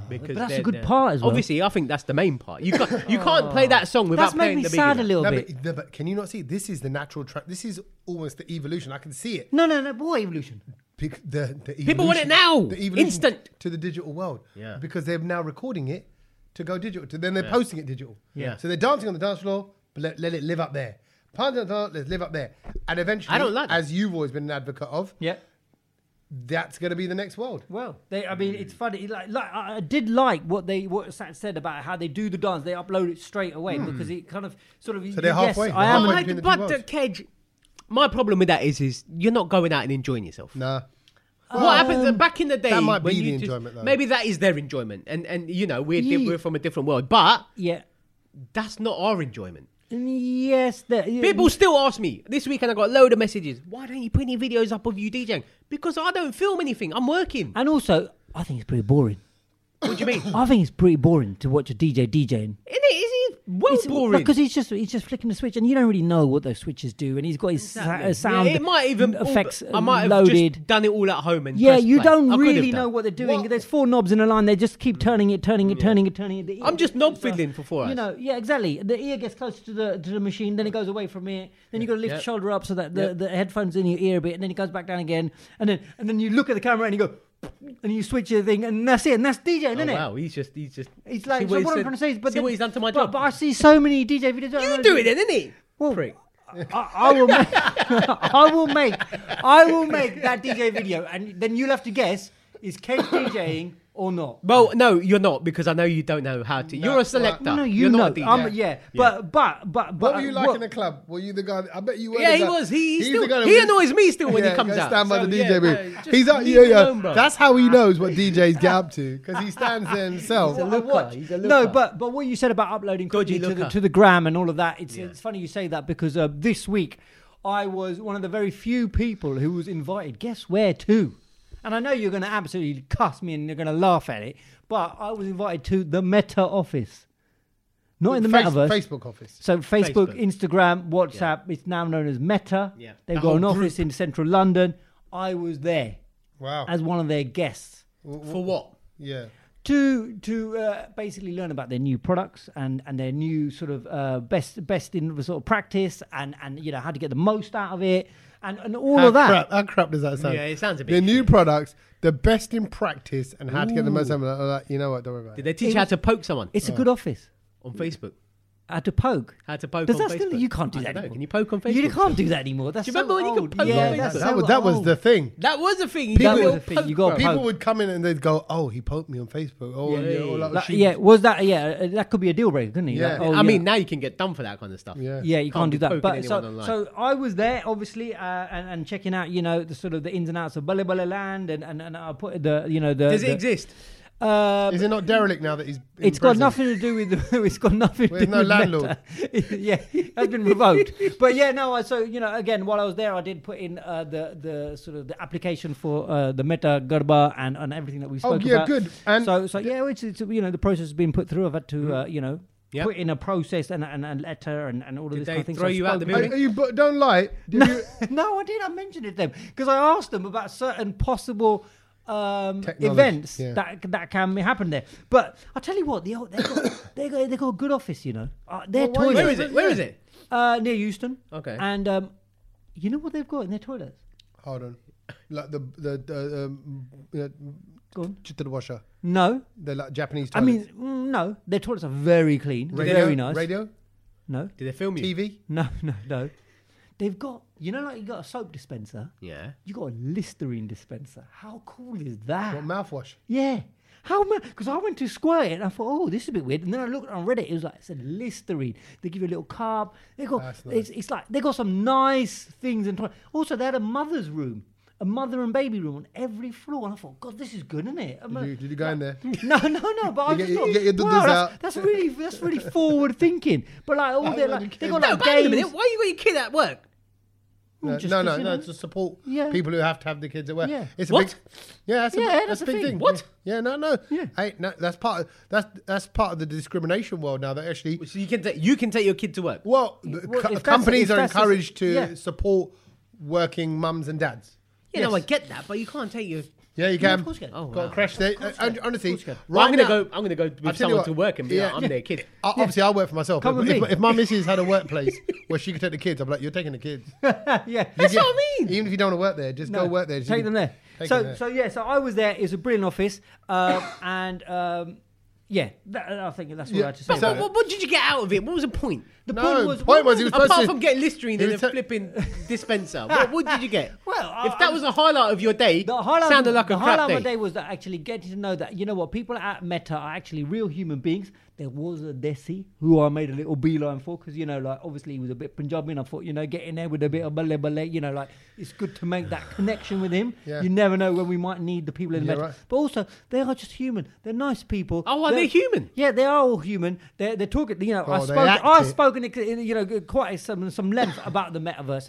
S3: because
S2: Oh, But that's a
S3: they're-
S2: good
S3: they're-
S2: part as well. Oh.
S3: Obviously, I think that's the main part. You can't you can't play that song without
S2: That's made
S3: playing
S2: me
S3: the Biggie.
S2: sad a
S3: bit.
S2: little
S1: No,
S2: bit.
S1: but, no, but can you not see? This is the natural. Tra- this is almost the evolution. I can see it.
S2: No, no, no. But what evolution?
S1: Bec- the, the
S3: People want
S1: evolution-
S3: it now.
S1: the evolution
S3: Instant.
S1: to the digital world.
S3: Yeah.
S1: Because they're now recording it to go digital. To, then they're posting it digital.
S3: Yeah.
S1: So they're dancing on the dance floor, but let, let it live up there. Punters and Punters live up there. And eventually,
S3: I don't like that.
S1: as you've always been an advocate of,
S2: Yeah.
S1: that's going to be the next world.
S2: Well, they. I mean,
S1: Hmm.
S2: it's funny. Like, like I I did like what they what Sat said about how they do the dance. They upload it straight away because it kind of sort of.
S1: Hmm. they're halfway.
S2: Yes, I am.
S1: Halfway.
S2: Like,
S1: between the
S3: But,
S1: two
S3: but
S1: worlds.
S3: uh, Kedge, my problem with that is, is you're not going out and enjoying yourself.
S1: Nah.
S2: Oh.
S3: what happens back in the day?
S1: that might
S3: when
S1: be
S3: you
S1: the
S3: just-
S1: enjoyment, though.
S3: Maybe that is their enjoyment, and and you know we're di-
S2: Ye-
S3: we're from a different world, but
S2: yeah. Mm,
S3: that's not our enjoyment.
S2: Yes. The,
S3: People still ask me this weekend. I got a load of messages. Why don't you put any videos up of you DJing? Because I don't film anything. I'm working.
S2: And also, I think it's pretty boring.
S3: What do you mean?
S2: <coughs>
S3: Isn't
S2: I think it's pretty boring to watch a DJ DJing.
S3: it? Is it well
S2: It's
S3: boring?
S2: because he's just he's just flicking the switch, and you don't really know what those switches do. And he's got his sa-
S3: Exactly.
S2: uh, sound
S3: Yeah, it might even
S2: effects
S3: I might have
S2: loaded.
S3: just done it all at home and
S2: yeah,
S3: pressed
S2: you
S3: play. I
S2: don't
S3: could have
S2: really
S3: done.
S2: know what they're doing.
S1: What-
S2: There's four knobs in a line. They just keep turning it, turning it, turning it, turning it. The
S3: I'm
S2: ear-
S3: just knob
S2: so,
S3: fiddling for four hours.
S2: You know, yeah, exactly. The ear gets closer to the to the machine, then it goes away from it. Then you got to lift
S3: Yep.
S2: the shoulder up so that the,
S3: Yep.
S2: the headphones in your ear a bit, and then it goes back down again. And then and then you look at the camera and you go, and you switch your thing, and that's it. And that's DJing,
S3: Oh,
S2: isn't it?
S3: wow, he's just he's just.
S2: It's like
S3: See
S2: so
S3: he
S2: what, I'm
S3: said-
S2: trying to say is, but
S3: see
S2: then-
S3: what he's done to my
S2: but,
S3: job.
S2: But I see so many DJ videos. I don't know-
S3: you do it, then, innit?
S2: Well,
S3: Prick.
S2: I, I will. Make, <laughs> I will make. I will make that DJ video, and then you'll have to guess: is Kate DJing or not?
S3: Well, no, you're not because I know you don't know how to. you're a selector.
S2: No, no, you
S3: you're
S2: know.
S3: Not a DJ.
S2: I'm, yeah, but but but but.
S1: What were you like
S2: what-
S1: in the club? Were you the guy? I bet you were.
S3: Yeah,
S1: the
S3: he
S1: guy-
S3: was. He, he
S1: he's the
S3: still,
S1: guy that
S3: he
S1: was-
S3: annoys me still when
S1: yeah,
S3: he comes
S1: go
S3: out.
S1: Stand by
S3: So,
S1: the
S3: yeah,
S1: DJ booth.
S3: no, just
S1: he's out.
S3: leave
S1: Yeah,
S3: me
S1: yeah.
S3: alone, bro.
S1: That's how
S3: <laughs>
S1: he knows what DJs get up to because he stands there himself.
S3: He's a looker.
S2: What?
S3: He's a
S2: No,
S3: looker.
S2: but but what you said about uploading
S3: Dodgy
S2: quickly to the,
S3: looker.
S2: to the gram and all of that, it's,
S3: Yeah.
S2: it's funny you say that because uh, this week I was one of the very few people who was invited. Guess where to? And I know you're going to absolutely cuss me and you're going to laugh at it, but I was invited to the Meta office, not in the
S1: Face-
S2: Metaverse.
S1: Facebook office.
S2: So Facebook,
S3: Facebook.
S2: Instagram, WhatsApp. It's now known as Meta.
S3: Yeah.
S2: They've
S3: The
S2: got an
S3: whole
S2: office in central London. I was there
S1: Wow.
S2: as one of their guests
S3: For what?
S1: yeah.
S2: to to uh, basically learn about their new products and, and their new sort of uh, best best in sort of practice and, and you know how to get the most out of it and, and all
S1: How
S2: of that.
S1: crap, how crap does that sound?
S3: Yeah, it sounds a bit
S1: The new
S3: shit.
S1: products, the best in practice, and how to get the most out of it. I'm like, You know what? Don't worry about
S3: Did
S1: it.
S3: they teach
S2: It
S3: you how
S2: was-
S3: to poke someone
S2: It's a good office.
S3: on Facebook?
S2: How to poke?
S3: How to Oh. poke
S2: Does
S3: on
S2: that
S3: Facebook?
S2: still you can't do
S3: I
S2: that?
S3: don't know.
S2: anymore.
S3: Can you poke on Facebook?
S2: You can't do that anymore. That's
S3: Do you
S2: so
S3: remember when you could
S2: old.
S3: poke on
S2: yeah,
S3: Facebook?
S2: that's
S1: that,
S2: so
S1: was, that was
S2: old.
S1: the thing.
S3: That was a thing.
S2: That
S3: you
S2: was
S3: got
S2: a thing.
S3: poke,
S2: You got
S3: bro.
S1: People
S2: poke.
S1: would come in and they'd go, "Oh, he poked me on Facebook." Oh,
S3: Yeah,
S1: yeah,
S3: yeah,
S1: all
S3: yeah.
S1: that
S2: Like,
S1: shit.
S2: yeah, was that yeah? uh, That could be a deal breaker, couldn't it?
S1: Yeah.
S2: Like, oh,
S3: I mean,
S2: yeah.
S3: now you can get done for that kind of stuff.
S1: yeah.
S2: Yeah, you can't,
S3: Can't
S2: do
S3: be
S2: that.
S3: poking
S2: But
S3: anyone
S2: so,
S3: online.
S2: so I was there, obviously, uh, and, and checking out, you know, the sort of the ins and outs of Bale Bale Land, and, and, and I put the, you know, the.
S3: Does it
S2: the-
S3: exist?
S2: Uh,
S1: Is it not derelict now that he's? In
S2: it's got
S1: prison?
S2: nothing to do with. <laughs> it's got nothing to
S1: Where's
S2: do
S1: no
S2: with
S1: landlord?
S2: Meta. <laughs> yeah, that's been revoked. But yeah, no. I- So you know, again, while I was there, I did put in uh, the the sort of the application for uh, the Meta Garba and, and everything that we
S1: Oh
S2: spoke
S1: yeah,
S2: about.
S1: good. And
S2: so, so yeah, it's, it's you know the process has been put through. I've had to uh, you know
S3: Yeah.
S2: put in a process and and a letter and, and all of
S3: Did
S2: this
S3: they
S2: kind of thing.
S3: throw
S2: I
S3: you out
S2: spoke
S3: the
S2: about
S1: are,
S3: building?
S1: are you? But don't lie. Did you,
S2: it. <laughs> no, I did. I mentioned it to them because I asked them about certain possible um,
S1: Technology,
S2: events
S1: yeah.
S2: that that can happen there. But I tell you what, the old, they got <coughs> they got, they got a good office, you know. Uh, their
S1: Well, why-
S2: toilet
S3: Where is it? Where is it?
S2: uh, near Euston.
S3: Okay.
S2: and um, you know what they've got in their toilets?
S1: hold on. Like the the, the um, you know,
S2: Go on.
S1: to the washer.
S2: No,
S1: They're like Japanese.
S2: I
S1: Toilets.
S2: mean mm, no. Their toilets are very clean,
S1: radio,
S2: very nice.
S1: Radio,
S2: No,
S3: Did they film you?
S1: TV.
S2: no, <laughs> no, no. They've got you know like you got a soap dispenser.
S3: Yeah.
S2: You got a Listerine dispenser. How cool is that?
S1: What mouthwash?
S2: Yeah. How much? Because I went to Square and I thought, oh, this is a bit weird. And then I looked on Reddit. It was like it said Listerine. They give you a little carb. They got
S1: That's nice.
S2: it's, it's like they got some nice things. And also they had a mother's room, a mother and baby room on every floor. And I thought, God, this is good, isn't it? I'm
S1: Did you,
S2: like-
S1: did you go in there?
S2: <laughs> no, no, no. But I
S1: You
S2: just
S1: get- you
S2: thought,
S1: get your dudders
S2: wow,
S1: out.
S2: that's, that's really that's
S1: <laughs>
S2: really forward thinking. But like all their
S1: imagine
S2: like they
S1: kids-
S2: got
S3: No,
S2: like
S3: but wait a
S2: games.
S3: minute. Why you got your kid at work?
S1: No,
S2: just
S1: no,
S2: 'cause,
S1: no,
S2: you
S1: no.
S2: know.
S1: To support
S2: Yeah.
S1: people who have to have the kids at work.
S2: Yeah.
S1: It's a
S3: What?
S1: big. Yeah, that's a,
S2: Yeah,
S1: that's a big thing.
S3: What?
S1: Yeah, no, no.
S2: Yeah.
S1: Hey, no, that's part. Of, that's that's part of the discrimination world now. That actually,
S3: So you can take you can take your kid to work.
S1: well, the
S2: Well,
S1: co-
S2: if that's- if
S1: companies are
S2: that's-
S1: encouraged to
S2: yeah.
S1: support working mums and dads.
S3: You know, I
S1: Yes.
S3: get that, but you can't take your.
S1: Yeah, you
S2: Yeah,
S1: can.
S2: of course you can.
S3: Oh,
S1: Got
S3: wow.
S1: a crash there. Uh, honestly,
S2: Of course you can.
S1: right
S3: I'm gonna
S1: now-
S3: go. I'm gonna go
S1: I'll
S3: with
S1: tell you
S3: someone
S1: what.
S3: to work and be like,
S1: Yeah.
S3: I'm their kid.
S2: <laughs>
S1: I, obviously, I work for myself.
S2: Come
S1: but
S2: with
S1: if,
S2: me.
S1: if my missus
S2: <laughs>
S1: had a workplace where she could take the kids, I'm like, you're taking the kids. You
S2: <laughs> yeah.
S1: get-
S3: what I mean.
S1: Even if you don't want to work there, just
S2: No,
S1: go work there.
S2: Take them there.
S1: Take
S2: so
S1: them there.
S2: <coughs> so yeah. So I was there. It was a brilliant office, um, and um, yeah, that, I think that's what I
S1: Yeah.
S2: had to say.
S1: But-
S3: But
S2: about it.
S1: So-
S3: what, what did you get out of it? What was the point?
S2: the
S1: No,
S2: point was,
S1: point was he was supposed
S3: Apart
S1: to-
S3: from getting Listerine
S1: he
S3: in a
S1: was te-
S3: flipping dispenser, what, what did you get?
S2: Well, I-
S3: if that was a highlight of your day,
S2: The highlight,
S3: sounded like
S2: the
S3: a
S2: highlight
S3: crap
S2: of
S3: day.
S2: my day was that actually getting to know that you know what people at Meta are actually real human beings. There was a Desi who I made a little beeline for because you know, like obviously he was a bit Punjabi, and I thought you know, getting there with a bit of bale bale, you know, like it's good to make that connection with him.
S1: Yeah.
S2: You never know when we might need the people in the
S1: Yeah,
S2: Meta,
S1: right.
S2: but also they are just human. They're nice people.
S3: Oh, well, they're human.
S2: Yeah, they are all human. They're, they're talking. You know, I
S1: Oh, they
S2: spoke.
S1: act
S2: I've
S1: it.
S2: spoken. You know, quite some some length about the metaverse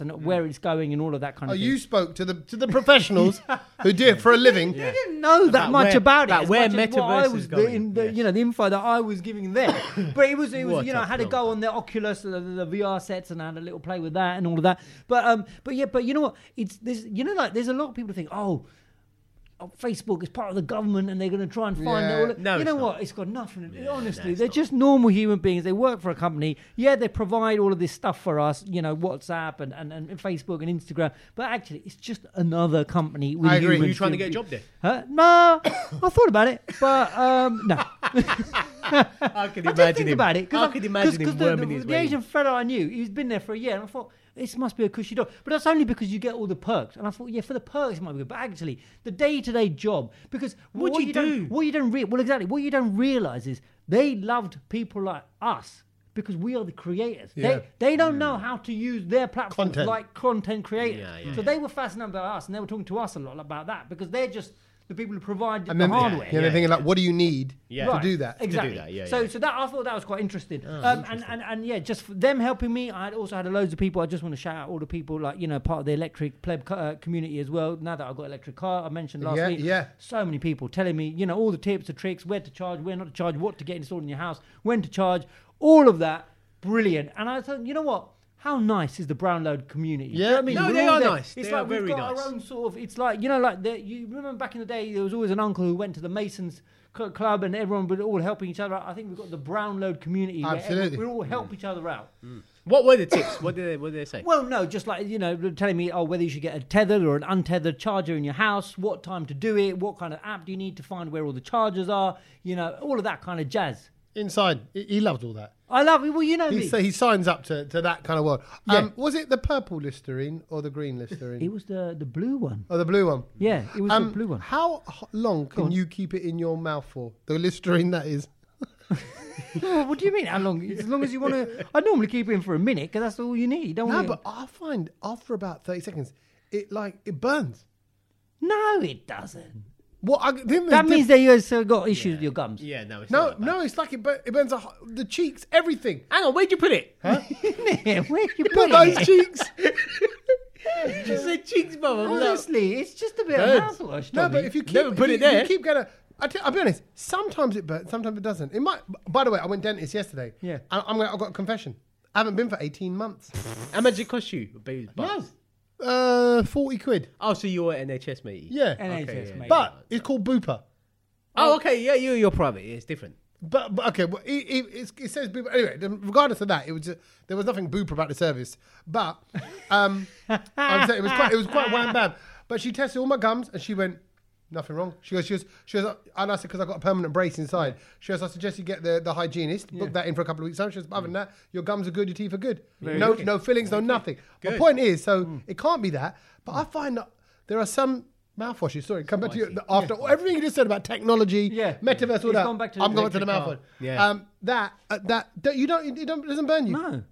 S1: <laughs>
S2: and where it's going and all of that kind
S1: Oh,
S2: of. thing.
S1: Mm. you spoke to the to the
S2: <laughs>
S1: professionals who do it for a living.
S2: You didn't know that
S3: About
S2: much
S3: where-
S2: about it.
S3: about
S2: as
S3: where
S2: much as what
S3: Metaverse
S2: I
S3: is
S2: was the-
S3: going,
S2: in the,
S3: yes.
S2: you know, the info that I was giving
S3: <laughs>
S2: them. but it was, it was,
S3: What
S2: you know,
S3: a
S2: I had to
S3: film.
S2: go on the Oculus, the, the VR sets, and I had a little play with that and all of that. But um, but yeah, but you know what? It's this. You know, like there's a lot of people who think, oh. oh, Facebook is part of the government, and they're going to try and find
S1: Yeah.
S2: all. the-"
S3: No,
S2: you
S3: it's
S2: know
S3: not.
S2: what? It's got nothing. to honestly,
S3: it's
S2: they're
S3: not.
S2: just normal human beings. They work for a company. Yeah, they provide all of this stuff for us. You know, WhatsApp and, and, and Facebook and Instagram. But actually, it's just another company with
S1: I agree.
S2: humans
S1: You
S3: trying to
S2: doing-
S3: get a job there?
S2: Huh? No, I thought about it, but um, no.
S3: <laughs> I could
S2: I
S3: imagine
S2: did think
S3: him.
S2: about it.
S3: I
S2: I'm-
S3: could imagine him
S2: the-
S3: worming
S2: the,
S3: his
S2: the
S3: way. in.
S2: Asian fella I knew, he's been there for a year, and I thought this must be a cushy job. But that's only because you get all the perks, and I thought, yeah, for the perks it might be good. But actually, the day-to-day job, because
S3: What'd
S2: what
S3: you
S2: don't-
S3: do?
S2: what you don't re- well exactly what you don't realize is they loved people like us. Because we are the creators,
S1: Yeah.
S2: they they don't know how to use their platform
S1: Content.
S2: like content creators.
S3: Yeah, yeah,
S2: so they were fascinated by us, and they were talking to us a lot about that because they're just the people who provide
S1: And
S2: the
S1: then
S2: hardware.
S1: yeah, they're
S3: yeah,
S1: thinking like, what do you need
S3: Yeah.
S1: to
S3: Right.
S1: do that?
S2: Exactly.
S3: that, yeah,
S2: so,
S3: yeah. Oh,
S2: so that I thought that was quite interesting. um, and, and and yeah, just for them helping me. I had also had loads of people. I just want to shout out all the people like you know part of the electric pleb co- uh, community as well. Now that I have got electric car, I mentioned last
S1: Yeah,
S2: week.
S1: yeah.
S2: So many people telling me you know all the tips, the tricks, where to charge, where not to charge, what to get installed in your house, when to charge, all of that. Brilliant. And I thought, you know what? How nice is the Brownload community? Do you know
S1: Yeah.
S2: what I mean?
S3: No,
S2: We're
S3: they
S2: all
S3: are
S2: there.
S3: nice.
S2: It's
S3: They
S2: like
S3: are
S2: we've
S3: very
S2: got
S3: nice.
S2: our own sort of. It's like you know, like the, you remember back in the day, there was always an uncle who went to the Masons cl- club, and everyone would all helping each other. out. I think we've got the Brownload community. where everyone-
S1: Absolutely.
S2: we all help each other out.
S3: What were the tips? What did they, what did they say?
S2: Well, no, just like you know, they're telling me oh whether you should get a tethered or an untethered charger in your house, what time to do it, what kind of app do you need to find where all the chargers are, you know, all of that kind of jazz.
S1: Inside, he he loved all that.
S2: I love it. Well, you know
S1: He,
S2: me.
S1: so he signs up to, to that kind of world.
S2: Yeah.
S1: Um, was it the purple Listerine or the green Listerine?
S2: it was the the blue one.
S1: Oh, the blue one.
S2: Yeah, it was
S1: Um,
S2: the blue one. <laughs>
S1: How h- long can you keep it in your mouth for? The Listerine that is.
S2: Well, what do you mean? How long? As long as you
S1: <laughs>
S2: want to. I normally keep it in for a minute because that's all you need. You Don't
S1: No,
S2: want
S1: but I find after about 30 seconds, it like, it burns.
S2: no, it doesn't.
S1: What? I, didn't
S2: That
S1: they
S2: means that you also got issues with your gums. <laughs>
S3: yeah, no, it's
S1: No,
S3: not like that.
S1: no, it's like it, bur- it burns the, ho- the cheeks, everything.
S3: Hang on, where'd you put it?
S2: Where you
S1: Look
S2: put
S1: at
S2: it?
S1: those cheeks.
S3: You <laughs> just said cheeks,
S2: <laughs>
S3: brother.
S2: Honestly, it's just a bit
S3: Birds.
S2: of
S1: <laughs>
S2: mouthwash.
S1: No,
S2: Tommy.
S1: but if you keep
S3: Never
S1: if
S3: put
S1: you-
S3: it there.
S1: you keep going. I t- I'll be honest. Sometimes it burns. Sometimes it doesn't. It might. By the way, I went dentist yesterday.
S2: Yeah.
S1: I, I'm. Gonna, I've got a confession. I haven't been for 18
S2: <laughs>
S1: months.
S3: How much did it cost you? Baby's
S1: no.
S3: bucks.
S1: Uh, 40 quid.
S3: Oh, so you're an NHS mate?
S1: Yeah.
S2: NHS,
S3: yeah,
S2: mate.
S1: But it's called Booper.
S3: Oh, okay. Yeah, you, you're private. Yeah, it's different.
S1: But, but okay, well, it, it, it's- it says Booper. Anyway, then regardless of that, it was uh, there was nothing Booper about the service. But um, I'm saying it was quite it was quite wham bam. But she tested all my gums and she went nothing wrong. She goes she goes she goes uh, and I said because I got a permanent brace inside. She goes I suggest you get the, the hygienist book that in for a couple of weeks. time." She goes other than
S2: Mm.
S1: that your gums are good, your teeth are good. no no fillings, no nothing. My point is so
S2: Mm.
S1: it can't be that. But I find that there are some. Mouthwashes, sorry, come
S2: Oh,
S1: back to you after everything you just said about technology,
S2: Yeah.
S1: metaverse, all
S2: It's
S1: that.
S2: gone back to
S1: I'm going to the
S2: electric car.
S1: mouthwash.
S3: Yeah.
S1: Um, that uh, that don't, you don't it don't it doesn't burn you.
S2: no,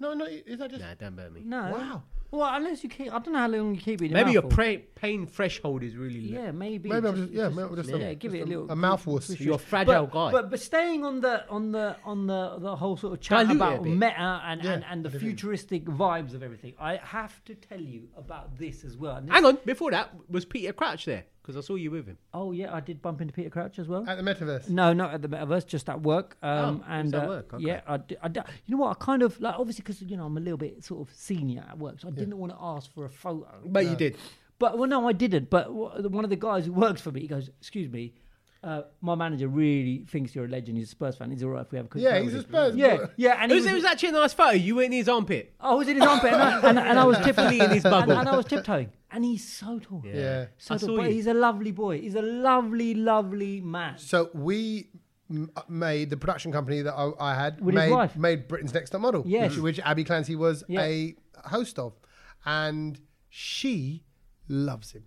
S1: no, no is that just
S3: Nah, don't burn me.
S2: no.
S1: Wow.
S2: Well, unless you keep. I don't know how long you keep it. In
S3: Maybe your
S2: your mouth for.
S3: pra- pain threshold is really low.
S2: Yeah, maybe.
S1: Maybe I'm just- yeah, maybe I'm just a-
S2: yeah, give
S1: just
S2: it a
S1: a-
S2: little
S1: a mouthwash.
S2: push.
S3: You're a fragile
S2: but,
S3: guy.
S2: But but staying on the on the on the the whole sort of chat
S3: Dilute it a
S2: about
S3: bit.
S2: meta and,
S1: Yeah,
S2: and, and the futuristic vibes of everything, I have to tell you about this as well. And this-
S3: Hang on. Before that, was Peter Crouch there? Because I saw you with him.
S2: oh yeah, I did bump into Peter Crouch as well.
S1: at the metaverse?
S2: No, not at the metaverse, just at work. Um,
S3: Oh,
S2: and
S3: just at
S2: uh,
S3: work, okay.
S2: yeah, I, di- I di- you know what? I kind of like obviously because you know I'm a little bit sort of senior at work, so I didn't want to ask for a photo.
S3: But you did.
S2: But well, no, I didn't. But w- one of the guys who works for me, he goes, "Excuse me, uh, my manager really thinks you're a legend. He's a Spurs fan. He's all right if we have a quick
S1: Yeah,
S2: photo
S1: he's a
S2: with you."
S1: Spurs
S2: Yeah,
S1: boy.
S2: yeah. And
S3: It
S2: he
S3: was, it was actually a nice photo. You were in his armpit.
S2: I was in his armpit, and I, and, and
S3: <laughs>
S2: I was
S3: Fully
S2: tiptoeing,
S3: in his
S2: and,
S3: bubble.
S2: and I was tiptoeing, and he's so tall.
S1: Yeah.
S2: So
S3: I
S2: tall,
S3: saw
S2: but
S3: you.
S2: he's a lovely boy. He's a lovely, lovely man.
S1: So we m- uh, made the production company that I, I had
S2: With his
S1: made
S2: wife.
S1: made Britain's Next Top Model,
S2: Yes.
S1: which, which Abby Clancy was
S2: Yeah.
S1: a host of, and she loves him.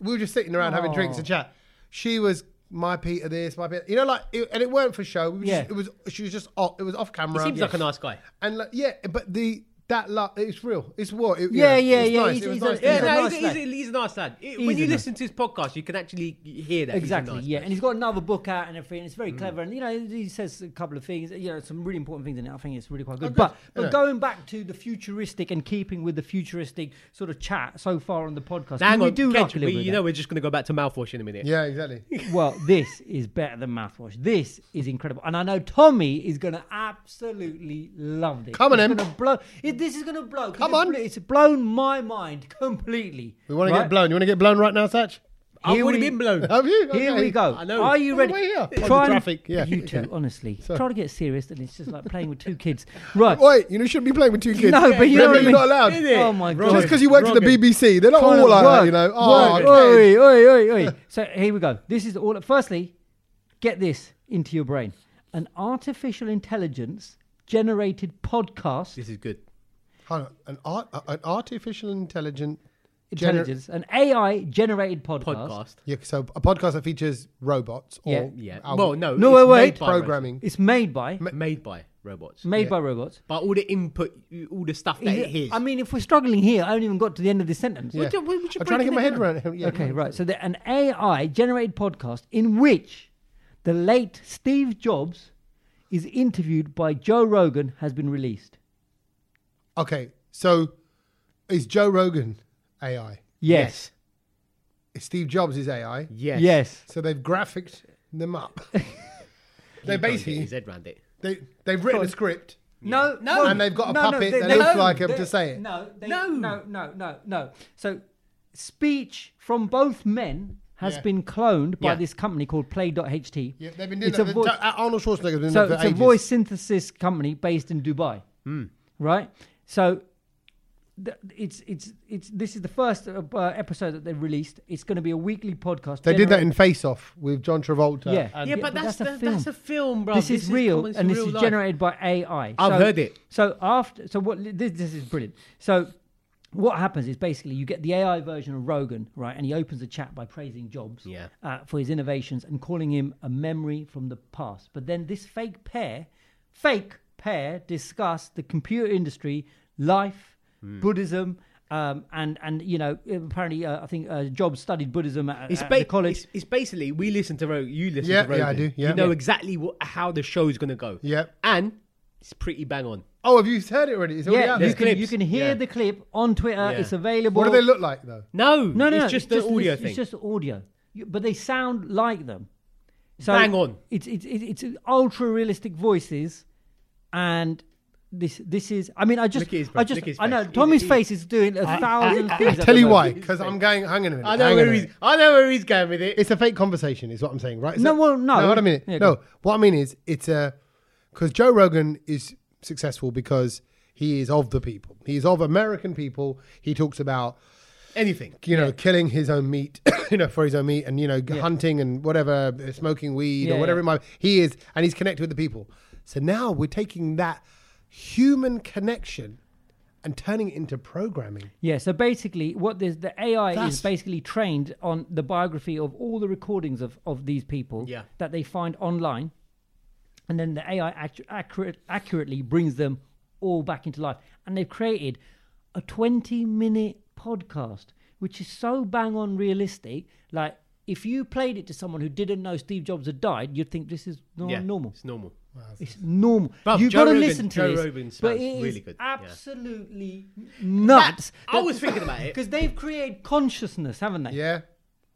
S1: We were just sitting around having
S2: Aw.
S1: drinks and chat. She was my Peter this, my Peter, you know, like, it, and it weren't for show. We were
S2: Yeah.
S1: just, it was she was just off, it was off camera.
S3: Seems like a nice guy.
S1: And like, yeah, but the that love, it's real. It's what. It, you
S2: Yeah,
S1: know,
S2: yeah,
S1: it's
S2: yeah,
S1: Nice.
S2: he's-
S1: it was
S2: he's a-
S1: nice to
S2: yeah,
S1: hear.
S3: Yeah,
S2: a
S3: no,
S2: nice
S3: he's, he's,
S2: lad.
S3: a- he's a nice lad. It-
S2: He's
S3: when you
S2: a nice
S3: listen to his podcast, you can actually hear that. he's a
S2: Exactly.
S3: nice
S2: yeah,
S3: person.
S2: and he's got another book out and everything. It's very clever, and you know he says a couple of things. You know some really important things in it. I think it's really quite good. But but
S1: Yeah.
S2: going back to the futuristic and keeping with the futuristic sort of chat so far on the podcast,
S3: Now, hang
S2: we
S3: on,
S2: do
S3: Kedge,
S2: like a
S3: we-
S2: little bit.
S3: you know, we're just going to go back to mouthwash in a minute.
S1: Yeah, exactly.
S2: well, this is better than mouthwash. This is incredible, and I know Tommy is going to absolutely love this.
S1: Come on,
S2: It's
S1: Em.
S2: gonna blow. It, this is going to blow. 'cause
S1: Come
S2: it
S1: on.
S2: blew- it's blown my mind completely.
S1: We want to
S2: right?
S1: get blown. You want to get blown right now,
S2: <laughs>
S1: Satch?
S3: I've
S2: Here
S3: already
S2: we-
S3: been blown.
S1: Have you?
S2: Here
S1: Okay.
S2: we go.
S3: I know.
S2: Are you
S1: On the
S2: ready?
S1: way here. On
S2: Try
S1: the
S2: and-
S1: traffic, yeah.
S2: You two,
S1: Yeah.
S2: honestly.
S1: Sorry.
S2: Try to get serious, and it's just like playing with two kids.
S1: <laughs>
S2: Right.
S1: Wait, you know, you shouldn't be playing with two kids.
S2: No, but you
S1: Remember,
S2: know what I
S1: you're
S2: mean.
S1: not allowed.
S3: Is it?
S2: Oh my
S3: Wrong.
S1: Just
S2: god.
S1: because you worked at the
S3: Wrong.
S1: BBC, they're not
S2: Trying
S1: all
S2: to
S1: like that,
S2: work.
S1: you know.
S2: Work.
S1: Oh, okay.
S2: Oi, oi, oi, oi. So here we go. This is all. Firstly, get this into your brain. An artificial intelligence generated podcast
S3: This is good.
S1: Hold on. An, art, an artificial intelligent gener-
S2: intelligence, an AI generated podcast.
S3: Podcast.
S1: yeah, so a podcast that features robots or
S2: Yeah.
S3: Yeah.
S1: our
S3: Well, no.
S2: No,
S3: it's
S2: wait,
S3: made
S2: wait.
S3: by robots.
S1: programming.
S2: It's made by
S3: Made by robots.
S2: made by robots.
S3: But all the input, all the stuff that it hears.
S2: I mean, if we're struggling here, I haven't even got to the end of this sentence.
S1: Yeah.
S3: do- we- we should
S1: I'm trying to
S3: break
S1: get my
S3: it
S1: head
S3: down.
S1: around it. <laughs> Yeah,
S2: Okay, right. So the, an AI generated podcast in which the late Steve Jobs is interviewed by Joe Rogan has been released.
S1: Okay, so is Joe Rogan AI?
S2: Yes.
S1: Is Steve Jobs is AI?
S3: yes.
S2: Yes.
S1: So they've graphicked them
S2: <laughs>
S1: up. <laughs> they
S3: Can't get
S1: basically
S3: his head around it.
S1: they they've written a script.
S2: No, no,
S1: And they've got a puppet that looks like him to
S2: they-
S1: say it.
S2: No, they, no,
S3: No.
S2: no, no, no, So, speech from both men has
S1: Yeah.
S2: been cloned by
S3: Yeah.
S2: this company called Play.ht.
S1: Yeah, they've been doing
S2: It's
S1: that.
S2: a
S1: The-
S2: voice-
S1: Arnold Schwarzenegger's been doing
S2: So
S1: that for
S2: it's a
S1: ages. Hmm.
S2: voice synthesis company based in Dubai, right? So th- it's it's it's this is the first uh, uh, episode that they've released. It's going to be a weekly podcast.
S1: They did that
S2: generated-
S1: in Face Off with John Travolta.
S2: Yeah.
S1: and-
S3: Yeah, but, that's, the, that's a film, bro.
S2: this, is, real,
S3: common- it's
S2: and this
S3: real
S2: is
S3: life.
S2: generated by AI.
S3: I've
S2: So-
S3: heard it.
S2: So after, so what? This, this is brilliant. So what happens is basically you get the AI version of Rogan, right? And he opens the chat by praising Jobs
S3: Yeah.
S2: uh, for his innovations and calling him a memory from the past. But then this fake pair, fake pair, discuss the computer industry, life,
S3: Hmm.
S2: Buddhism. Um, and and you know apparently uh, I think uh, Jobs studied Buddhism at,
S3: It's,
S2: at
S3: ba-
S2: the college.
S3: It's, it's basically we listen to Rogan, you listen
S1: Yeah,
S3: to Rogan.
S1: yeah, I do, yeah.
S3: You know
S1: Yeah.
S3: exactly what, how the show's going to go.
S1: Yeah.
S3: And it's pretty bang on.
S1: Oh, have you heard it already? It's already
S2: yeah,
S1: out
S2: you
S1: there.
S2: can you
S3: clips.
S2: can hear
S3: Yeah.
S2: the clip on Twitter.
S3: Yeah.
S2: It's available.
S1: What do they look like
S2: <laughs>
S1: though?
S3: No,
S2: No, no,
S3: it's
S2: no,
S3: just the audio
S2: it's,
S3: thing.
S2: It's just audio, You- but they sound like them. So
S3: Bang on.
S2: It's it's it's, it's ultra realistic voices, and this this is. I mean, I just
S3: Look at his
S2: I
S3: breath,
S2: just
S3: look at his
S2: I know
S3: face.
S2: Tommy's
S3: He- he-
S2: face is doing a thousand
S1: I,
S2: things.
S1: <laughs>
S2: at
S1: tell
S2: the
S1: you why,
S2: moment.
S1: because I'm going. Hang on a minute.
S3: I know
S1: hang on a
S3: where he's.
S1: minute.
S3: I know where he's going with it.
S1: It's a fake conversation, is what I'm saying, right?
S2: No, well, no.
S1: What I mean,
S2: Yeah, go
S1: no. What I mean is, it's a because Joe Rogan is successful because he is of the people. He is of American people. He talks about
S3: Anything.
S1: you know killing his own meat, <coughs> you know for his own meat, and you know hunting and whatever, uh, smoking weed
S2: Yeah,
S1: or whatever
S2: yeah.
S1: it might. He is, and he's connected with the people. So now we're taking that human connection and turning it into programming.
S2: Yeah, so basically, what this, the AI is
S1: That's-
S2: basically trained on the biography of all the recordings of, of these people
S3: Yeah.
S2: that they find online, and then the AI actu- accurate, accurately brings them all back into life. And they've created a twenty-minute podcast, which is so bang on realistic. Like, if you played it to someone who didn't know Steve Jobs had died, you'd think this is not
S3: yeah,
S2: normal.
S3: It's normal.
S2: It's normal.
S3: Bruv,
S2: You've
S3: Joe
S2: got to
S3: Rogan-
S2: listen to
S3: Joe
S2: this.
S3: Rogan
S2: but
S3: sounds
S2: it is
S3: really good, yeah.
S2: absolutely nuts.
S3: I was thinking about it.
S2: because they've created consciousness, haven't they?
S1: Yeah.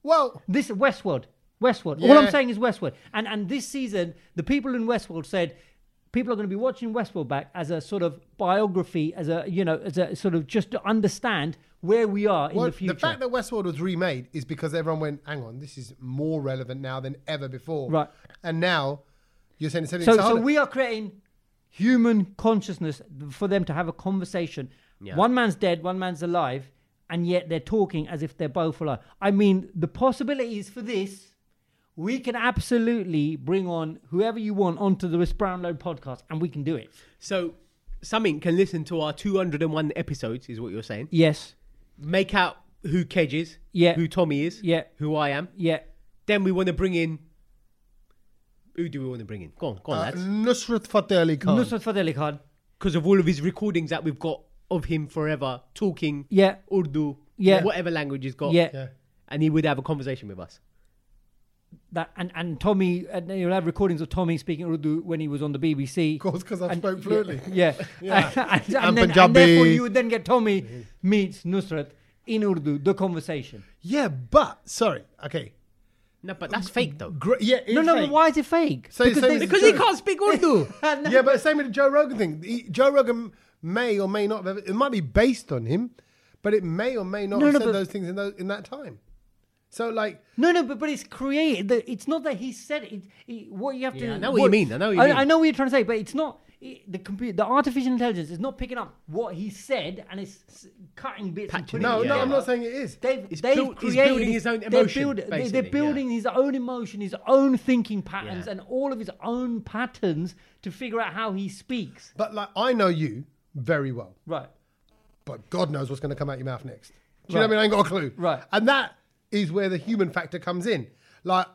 S1: Well,
S2: This Westworld, Westworld. All I'm
S1: Yeah.
S2: saying is Westworld, and and this season, the people in Westworld said people are going to be watching Westworld back as a sort of biography, as a you know, as a sort of just to understand where we are in
S1: Well,
S2: the future.
S1: fact that Westworld was remade is because everyone went, hang on, this is more relevant now than ever before.
S2: Right.
S1: And now you're saying something.
S2: so, so we are creating human consciousness for them to have a conversation. One man's dead, one man's alive, and yet they're talking as if they're both alive. I mean, the possibilities for this we can absolutely bring on whoever you want onto the West Brownlow podcast, and we can do it.
S3: So, something can listen to our 201 episodes, is what you're saying.
S2: Yes.
S3: Make out who Kedge is,
S2: Yeah.
S3: who Tommy is,
S2: Yeah.
S3: who I am.
S2: Yeah.
S3: Then we want to bring in. Who do we want to bring in? Go on, go on,
S1: Uh,
S3: lads.
S1: Nusrat Fateh Ali Khan.
S2: Nusrat Fateh Ali Khan.
S3: Because of all of his recordings that we've got of him forever talking
S2: Yeah.
S3: Urdu,
S2: Yeah.
S3: whatever language he's got.
S2: Yeah.
S1: Yeah.
S3: And he would have a conversation with us.
S2: That and and Tommy and you'll have recordings of Tommy speaking Urdu when he was on the BBC.
S1: Of course, because I
S2: And-
S1: spoke fluently.
S2: <laughs>
S1: <laughs>
S2: Yeah. yeah. and, and
S1: And
S2: then,
S1: Punjabi. Mm-hmm.
S2: and therefore you would then get Tommy meets Nusrat in Urdu, the conversation.
S1: Yeah, but sorry. Okay.
S3: No, but that's fake though.
S1: Gr- yeah.
S2: No,
S1: it's
S2: no,
S1: fake.
S2: but why is it fake?
S1: So- so
S2: they-
S1: it's-
S3: Because he can't speak Urdu.
S1: <laughs> Yeah, but same with the Joe Rogan thing. He- Joe Rogan may or may not. Have, it might be based on him, but it may or may not
S2: No,
S1: have
S2: no,
S1: said
S2: but-
S1: those things in those, in that time. So like,
S2: <laughs> No, no, but, but it's created. The- It's not that he said it. it what you have
S3: Yeah,
S2: to.
S3: I know what you mean, I know what you
S2: I,
S3: mean.
S2: I know what you're trying to say, but it's not it, the computer. The artificial intelligence is not picking up what he said, and it's s- cutting bits. and
S3: Patching
S2: putting
S3: it,
S1: no,
S2: it
S1: no,
S2: together.
S1: I'm not saying it is.
S2: They've,
S3: It's
S2: they've
S3: built- he's
S2: created,
S3: building his own
S2: they're
S3: emotion,
S2: build- they- they're
S3: basically,
S2: building his own emotion, his own thinking patterns,
S3: Yeah.
S2: and all of his own patterns to figure out how he speaks.
S1: But like, I know you very well,
S2: Right.
S1: but God knows what's going to come out your mouth next. Do you know what I
S2: Right.
S1: mean? I ain't got a clue.
S2: Right.
S1: And that is where the human factor comes in. Like,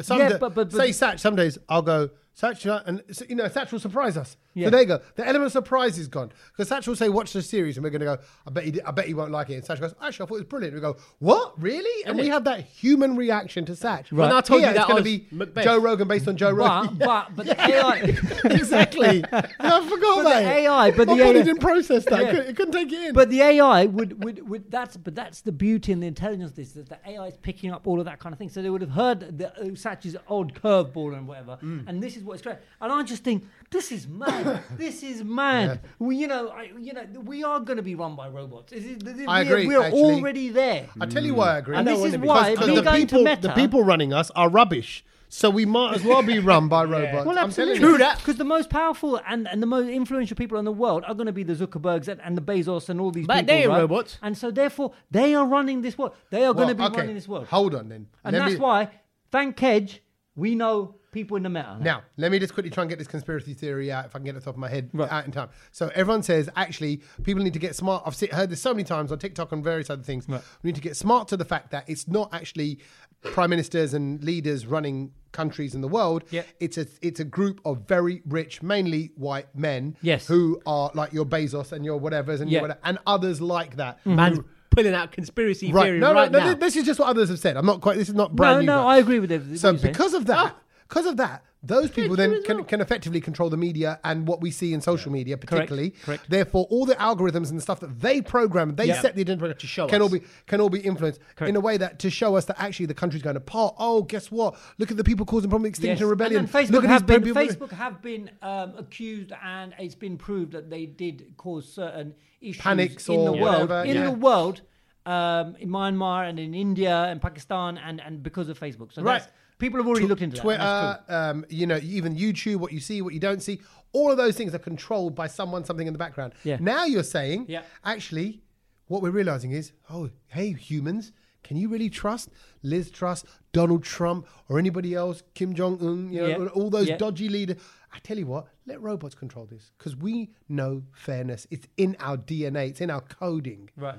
S1: some
S2: Yeah,
S1: da-
S2: but- but- but-
S1: say Satch. Some days I'll go Satch, you know, and so- you know Satch will surprise us.
S2: Yeah.
S1: So there you go. The element of surprise is gone because Satch will say, "Watch the series," and we're going to go, "I bet he, di- I bet he won't like it." And Satch goes, "Actually, I thought it was brilliant." We go, "What? Really?" And we have that human reaction to Satch.
S3: When I told
S1: Here,
S3: you that
S1: it's going to
S3: I
S1: be
S3: was Macbeth.
S1: Joe Rogan based on Joe
S2: But
S1: Rogan. <laughs>
S3: <laughs>
S2: but but the AI. <laughs>
S1: exactly. I forgot
S2: But the
S1: that.
S2: AI, but
S1: My
S2: the
S1: body
S2: AI
S1: didn't process that.
S2: Yeah.
S1: It, couldn't, it couldn't take it in.
S2: But the AI would, would, would that's but that's the beauty and the intelligence of this that the AI is picking up all of that kind of thing. So they would have heard the uh, Satch's old curveball and whatever.
S3: Mm.
S2: And this is what's great. And I just think this is
S3: <coughs>
S2: mad. this is mad. We, you know, I, you know, we are going to be run by robots. This is- this is-
S1: I
S2: we-
S1: agree,
S2: We're
S1: actually.
S2: already there.
S1: I tell you why I agree.
S2: And
S1: No
S2: this
S1: one
S2: is
S1: would be-
S2: why,
S1: because
S2: me
S1: the
S2: going to
S1: people,
S2: Meta-
S1: the people running us are rubbish. So we might as well be run <laughs> by robots.
S2: Well,
S1: I'm telling
S2: absolutely.
S1: you.
S2: Because the most powerful and, and the most influential people in the world are going to be the Zuckerbergs and, and the Bezos and all these
S3: But
S2: people.
S3: they are
S2: right?
S3: robots.
S2: And so, therefore, they are running this world. They are going to be
S1: Well, okay,
S2: running this world.
S1: Hold on then.
S2: And
S1: Let
S2: that's
S1: me-
S2: why, thank Kedge, we know people in the meta. now.
S1: Now, let me just quickly try and get this conspiracy theory out if I can get it off the top of my head
S2: Right.
S1: out in time. So everyone says actually people need to get smart. I've se- heard this so many times on TikTok and various other things. We need to get smart to the fact that it's not actually prime ministers and leaders running countries in the world.
S2: Yeah.
S1: It's a it's a group of very rich, mainly white men
S2: Yes.
S1: who are like your Bezos and your whatever's and your
S2: Yeah.
S1: whatever, and others like that.
S3: Man's pulling out conspiracy
S1: Right.
S3: theory
S1: No,
S3: right
S1: no,
S3: now.
S1: no, this is just what others have said. I'm not quite this is not brand
S2: No,
S1: new.
S2: no,
S1: but-
S2: I agree with everything.
S1: so
S2: you say.
S1: because of that, because of that, those people then can, can effectively control the media and what we see in social media, particularly.
S2: correct.
S1: Therefore, all the algorithms and the stuff that they program, they set the agenda to
S3: show
S1: can all
S3: us.
S1: be can all be influenced in a way that to show us that actually the country's going apart. Oh, guess what? Look at the people causing problem, extinction,
S2: Yes.
S1: and rebellion.
S2: And, then Facebook,
S1: Look at
S2: have
S1: these
S2: been,
S1: people-
S2: Facebook have been um, accused, and it's been proved that they did cause certain issues
S1: Panics
S2: in the
S1: or
S2: world.
S1: whatever,
S2: in
S1: yeah.
S2: the world, um, in Myanmar and in India and Pakistan, and, and because of Facebook. So
S1: Right.
S2: that's, people have already looked into that, and that's
S1: Twitter, um, you know, even YouTube, what you see, what you don't see, all of those things are controlled by someone, something in the background.
S2: Yeah.
S1: Now you're saying,
S2: Yeah.
S1: actually, what we're realizing is, oh, hey, humans, can you really trust Liz Truss, Donald Trump, or anybody else, Kim Jong Un, you know,
S2: Yeah.
S1: all those
S2: Yeah.
S1: dodgy leaders? I tell you what, let robots control this because we know fairness. It's in our DNA. It's in our coding.
S2: Right.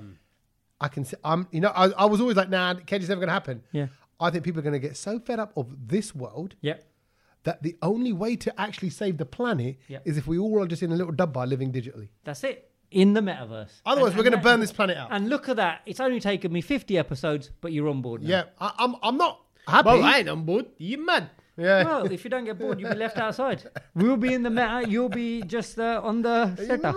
S1: I can see. I'm. You know, I, I was always like, nah, Kedge's never going to happen.
S2: Yeah.
S1: I think people are going to get so fed up of this world
S2: Yep.
S1: that the only way to actually save the planet
S2: Yeah.
S1: is if we all are just in a little dubbar living digitally.
S2: That's it. In the metaverse.
S1: Otherwise,
S2: And-
S1: we're going to
S2: and
S1: burn
S2: that-
S1: this planet
S2: <laughs>
S1: out.
S2: And look at that. It's only taken me 50 episodes, but you're on board now.
S1: yeah, I, I'm. I'm not happy.
S3: Well, I ain't on board. You mad?
S1: Yeah.
S2: Well, if you don't get bored, you'll be left outside. We'll be in the meta. You'll be just uh, on the setup.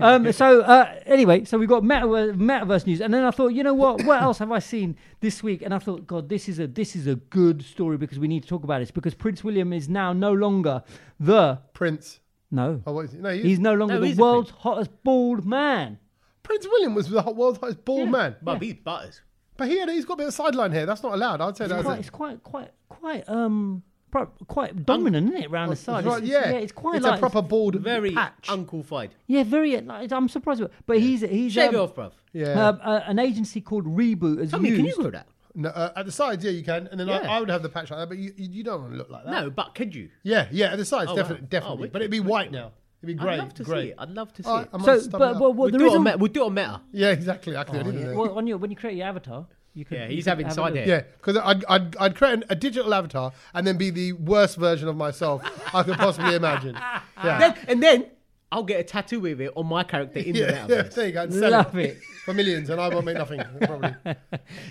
S2: Um, so uh, anyway, so we've got meta- metaverse news, and then I thought, you know what? What else have I seen this week? And I thought, God, this is a this is a good story because we need to talk about this because Prince William is now no longer the
S1: Prince.
S2: no.
S1: Oh, what is it? No, he-
S2: He's no longer
S3: No,
S2: the
S3: he's the
S2: world's hottest bald man.
S1: Prince William was the world's hottest bald man,
S3: But he's butters.
S1: but he had, he's got a bit of sideline hair. That's not allowed. I'd say
S2: It's
S1: that's
S2: quite, it's quite, quite, quite, um, pro- quite dominant, isn't it? Round the side, It's- it's-
S1: yeah.
S2: yeah, it's quite
S1: It's
S2: like
S1: a proper bald
S3: Very
S1: patch.
S3: uncle fied.
S2: yeah, very. Like, I'm surprised, about, but he's he's
S3: Shave
S2: um,
S3: it off, bruv.
S1: yeah.
S2: um, uh, an agency called Reboot has
S3: Tommy,
S2: used.
S3: can you grow that?
S1: No, uh, at the sides, yeah, you can. And then
S3: Yeah.
S1: I, I would have the patch like that, but you, you, you don't want to look like that.
S3: No, but could you?
S1: Yeah, yeah, at the sides,
S3: Oh, wow.
S1: definitely,
S3: Oh,
S1: definitely.
S3: wicked,
S1: but it'd be
S3: wicked.
S1: white now. It'd be grey.
S3: I'd love to see
S1: grey.
S3: it. I'd love to see
S1: Alright,
S3: it.
S1: I'm gonna
S2: So,
S1: stop it
S2: but,
S1: now.
S2: but what
S3: We'll
S2: the
S3: do, it on
S2: reason,
S3: meta. we'll do it on meta.
S1: yeah, exactly. I could do it, didn't I?
S2: well, on your when you create your avatar, you can.
S3: Yeah,
S2: you
S3: he's
S2: can
S3: having
S2: have a
S3: side
S2: look.
S3: hair.
S1: Yeah, because I'd, I'd, I'd create an, a digital avatar and then be the worst version of myself I could possibly imagine. Yeah.
S3: Then, and then I'll get a tattoo with it on my character in the
S1: Yeah, yeah,
S3: metaverse.
S1: there you go. I'd sell
S2: Love it.
S1: for millions, and I won't make nothing. Probably.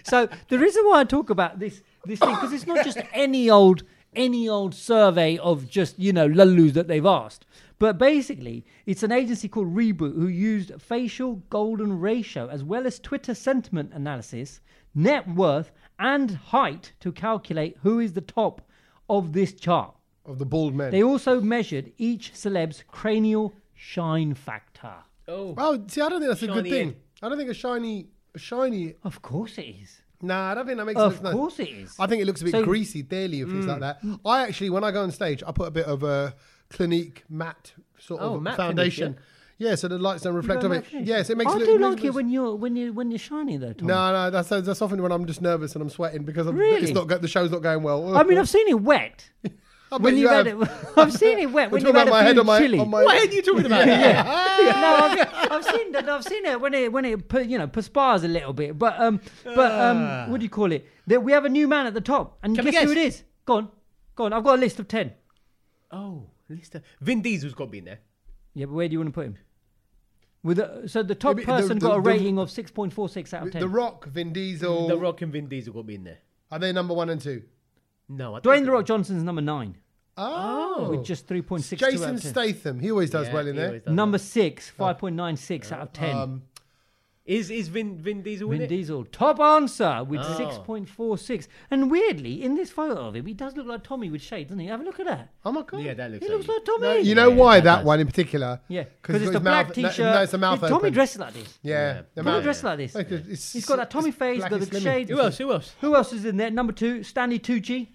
S2: So the reason why I talk about this this thing because it's not
S3: <coughs>
S2: just any old any old survey of just you know lulus that they've asked, but basically it's an agency called Reboot who used facial golden ratio as well as Twitter sentiment analysis, net worth, and height to calculate who is the top of this chart.
S1: of the bald men.
S2: They also measured each celeb's cranial shine factor.
S3: Oh,
S1: well, see, I don't think that's a good
S3: Shiny
S1: thing.
S3: head.
S1: I don't think a shiny, a shiny.
S2: Of course it is.
S1: Nah, I don't think that makes
S2: Of
S1: sense. no.
S2: course it is.
S1: I think it looks a bit
S2: So- Mm.
S1: greasy, daily, and things like that. I actually, when I go on stage, I put a bit of a Clinique matte sort
S3: Oh,
S1: of
S3: matte
S1: foundation.
S3: finish,
S1: yeah. so the lights don't reflect
S2: Go
S1: on
S2: on,
S1: it.
S2: Matthew.
S1: Yes, it makes
S2: I
S1: it look.
S2: Oh, do
S1: it
S2: like
S1: looks-
S2: it when you're when you when you're shiny though, Tom.
S1: No, no, that's that's often when I'm just nervous and I'm sweating because I'm,
S2: Really?
S1: it's not go, the show's not going well.
S2: I mean, I've seen it
S1: <laughs>
S2: wet.
S1: I bet
S2: When you had
S1: have.
S2: it, I've seen it wet.
S1: <laughs> We're
S2: When
S1: talking
S2: you
S1: about
S2: had a
S1: my head
S2: food
S1: on my,
S2: chili. <laughs>
S1: on my
S3: what head are you talking about?
S2: no,
S1: <laughs>
S2: I've, I've seen that. I've seen it when it when it put, you know perspires a little bit. But um, but
S1: Ah.
S2: um, what do you call it? That we have a new man at the top, and
S3: Can we
S2: guess, who it
S3: guess?
S2: is? Go on, go on. I've got a list of ten.
S3: <laughs> Oh, Lister. Vin Diesel's got to be in there.
S2: Yeah, but where do you want to put him? With a, so the top
S1: but the-
S2: person
S1: the-
S2: got a
S1: the-
S2: rating of six point four six out of ten.
S1: The Rock, Vin Diesel.
S2: Oh.
S3: The Rock and Vin Diesel got to be in there.
S1: Are they number one and two?
S3: No, I don't
S2: Dwayne
S3: think-
S2: the Rock Johnson's number nine
S1: Oh,
S2: with just three point six.
S1: Jason Statham. He always does
S3: Yeah,
S1: well in
S3: he
S1: there.
S3: always does
S2: Number six, 5.96 out of 10.
S1: Um,
S3: that. Is is Vin Vin Diesel in
S2: Vin
S3: it?
S2: Diesel, top answer with
S3: Oh.
S2: 6.46. And weirdly, in this photo of him, he does look like Tommy with shades, doesn't he? Have a look at that.
S1: oh my god.
S3: Yeah, that looks.
S2: He
S3: like
S2: looks
S3: you.
S2: like Tommy.
S1: No, you know
S3: Yeah,
S1: why
S3: that
S1: that
S3: does.
S1: one in particular?
S2: yeah,
S1: he's
S2: because it's
S1: got
S2: the
S1: his
S2: black
S1: mouth- no,
S2: t-shirt.
S1: No, it's the mouth
S2: Tommy
S1: open.
S2: dressed like this.
S1: Yeah, the
S2: Tommy
S1: mouth-
S2: dressed like this.
S1: Like, it's-
S2: He's got that Tommy
S1: it's
S2: face, he's got
S1: black,
S2: the
S1: it's
S2: shade.
S1: lemon.
S3: Who else? Who else?
S2: Who else is in there? Number two, Stanley Tucci,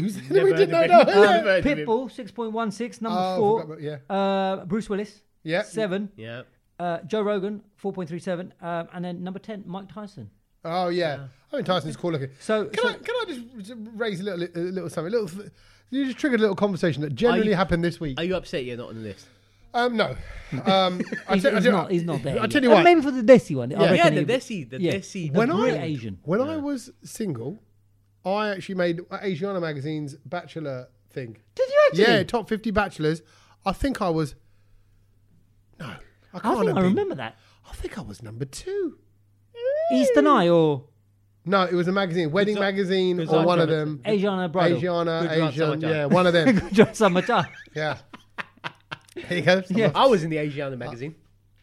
S1: <laughs> Who's-
S3: Never
S1: we
S3: heard
S1: didn't
S3: of
S1: know that.
S3: him.
S2: <laughs>
S3: Never
S1: yeah. <laughs>
S3: heard of him.
S2: Uh, Pitbull, 6.16. Number
S1: Oh, I
S2: Um, four,
S1: forgot about- yeah.
S2: uh, Bruce Willis,
S1: Yeah.
S2: 7.
S3: Yeah.
S2: Uh, Joe Rogan, 4.37. Um, and then number 10, Mike Tyson.
S1: Oh yeah. I mean Tyson's cool looking.
S2: So-
S1: can
S2: so-
S1: I can I just r- raise a little a little something? A little. th- You just triggered a little conversation that generally
S3: you-
S1: happened this week.
S3: Are you upset you're not on the list?
S1: um,
S2: <laughs>
S1: no. Um, I
S2: He's,
S1: tell- I
S2: he's
S1: tell-
S2: not, he's not there.
S1: I
S2: yet.
S1: tell you
S2: And
S1: what.
S2: Maybe for the Desi one. I
S1: Yeah.
S2: reckon
S3: Yeah, the
S2: he'd
S3: Desi- the Desi-
S2: The
S1: when
S2: great
S1: I
S2: Asian.
S1: when I was single, I actually made Asiana magazine's bachelor thing.
S2: Did you actually?
S1: Yeah, top fifty bachelors. I think I was. No, I
S2: I
S1: can't
S2: think I
S1: have been.
S2: remember that.
S1: I think I was number two.
S2: Eastern Eye or
S1: No, it was a magazine, wedding magazine,
S3: good
S1: or
S3: job,
S1: one of
S3: Jonathan.
S1: them.
S2: Asiana Bridal. <laughs>
S1: Asiana,
S3: Good job,
S1: Asian,
S3: Jonathan.
S1: yeah, one of them.
S2: Good job,
S1: <laughs>
S2: Samata.
S1: Yeah. There you go.
S2: <laughs> Yeah. Uh,
S3: I was in the Asiana magazine.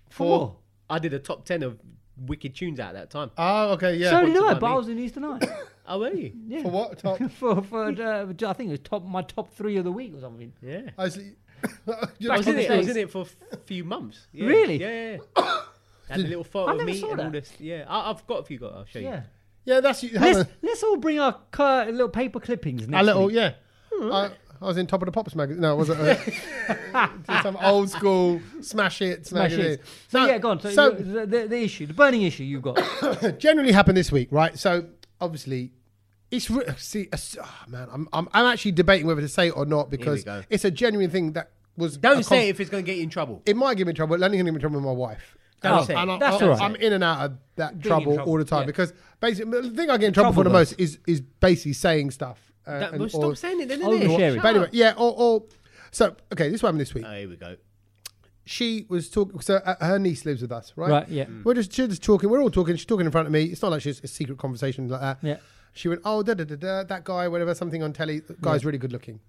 S2: Four.
S3: I did a top ten of wicked tunes at that time.
S1: Oh, okay, yeah.
S2: So did
S3: What's
S2: I,
S3: about
S2: but I
S3: me?
S2: was in Eastern Eye.
S3: Oh, were you?
S2: Yeah.
S1: For what? Top.
S2: <laughs> For, for uh, I think it was top my top three of the week or something.
S3: Yeah.
S1: I was, <laughs> you
S3: I
S1: know,
S3: was,
S2: on
S3: in
S2: the
S3: it, I was
S2: days.
S3: in it for a few months. Yeah.
S2: Really?
S3: Yeah. yeah, yeah.
S2: <coughs>
S3: and a little photo
S2: I
S3: of
S2: never
S3: me
S2: saw
S3: and all
S2: that.
S3: this. Yeah, I, I've got a few. Got, I'll show you.
S2: Yeah.
S1: yeah, that's you. have
S2: Let's, let's all bring our cur- little paper clippings
S1: A, a
S2: next
S1: little,
S2: week.
S1: yeah. I, I was in Top of the Pops magazine. No, was it? wasn't,
S2: <laughs>
S1: Uh, <laughs> just some old school smash hits
S2: Smash
S1: magazine.
S2: hits. So
S1: No,
S2: yeah, go on. So,
S1: so-
S2: the, the, the issue, the burning issue you've
S1: <coughs>
S2: got.
S1: <laughs> generally happened this week, right? So obviously, it's re- see, it's- oh, man, I'm, I'm I'm actually debating whether to say it or not because
S3: go.
S1: it's a genuine thing that was.
S3: Don't
S1: a
S3: say
S1: conf-
S3: it if it's going to get you in trouble.
S1: It might give me trouble. It's only going to give me trouble with my wife.
S3: Don't
S2: Oh,
S3: say
S1: And
S3: it.
S1: I'm,
S2: That's
S1: I'm,
S2: all right.
S1: I'm in and out of that
S2: in
S1: trouble,
S2: trouble,
S1: all the time
S2: yeah.
S1: because basically the thing I get in trouble, for the
S2: Trouble
S1: most is is basically saying stuff. Uh,
S3: That,
S1: and-
S3: well,
S1: or-
S3: stop saying it then,
S2: Oh,
S3: innit?
S2: sharing.
S3: Shut
S1: But anyway, Ah,
S3: up.
S1: yeah, or, or so okay. This is what happened this week.
S3: Oh, here we go.
S1: she was talking. So uh, her niece lives with us, right?
S2: Right, yeah.
S1: We're just, she's just talking. We're all talking. She's talking in front of me. It's not like she's a secret conversation like that.
S2: Yeah.
S1: She went, oh, da da da da, that guy, whatever, something on telly. The guy's really good looking.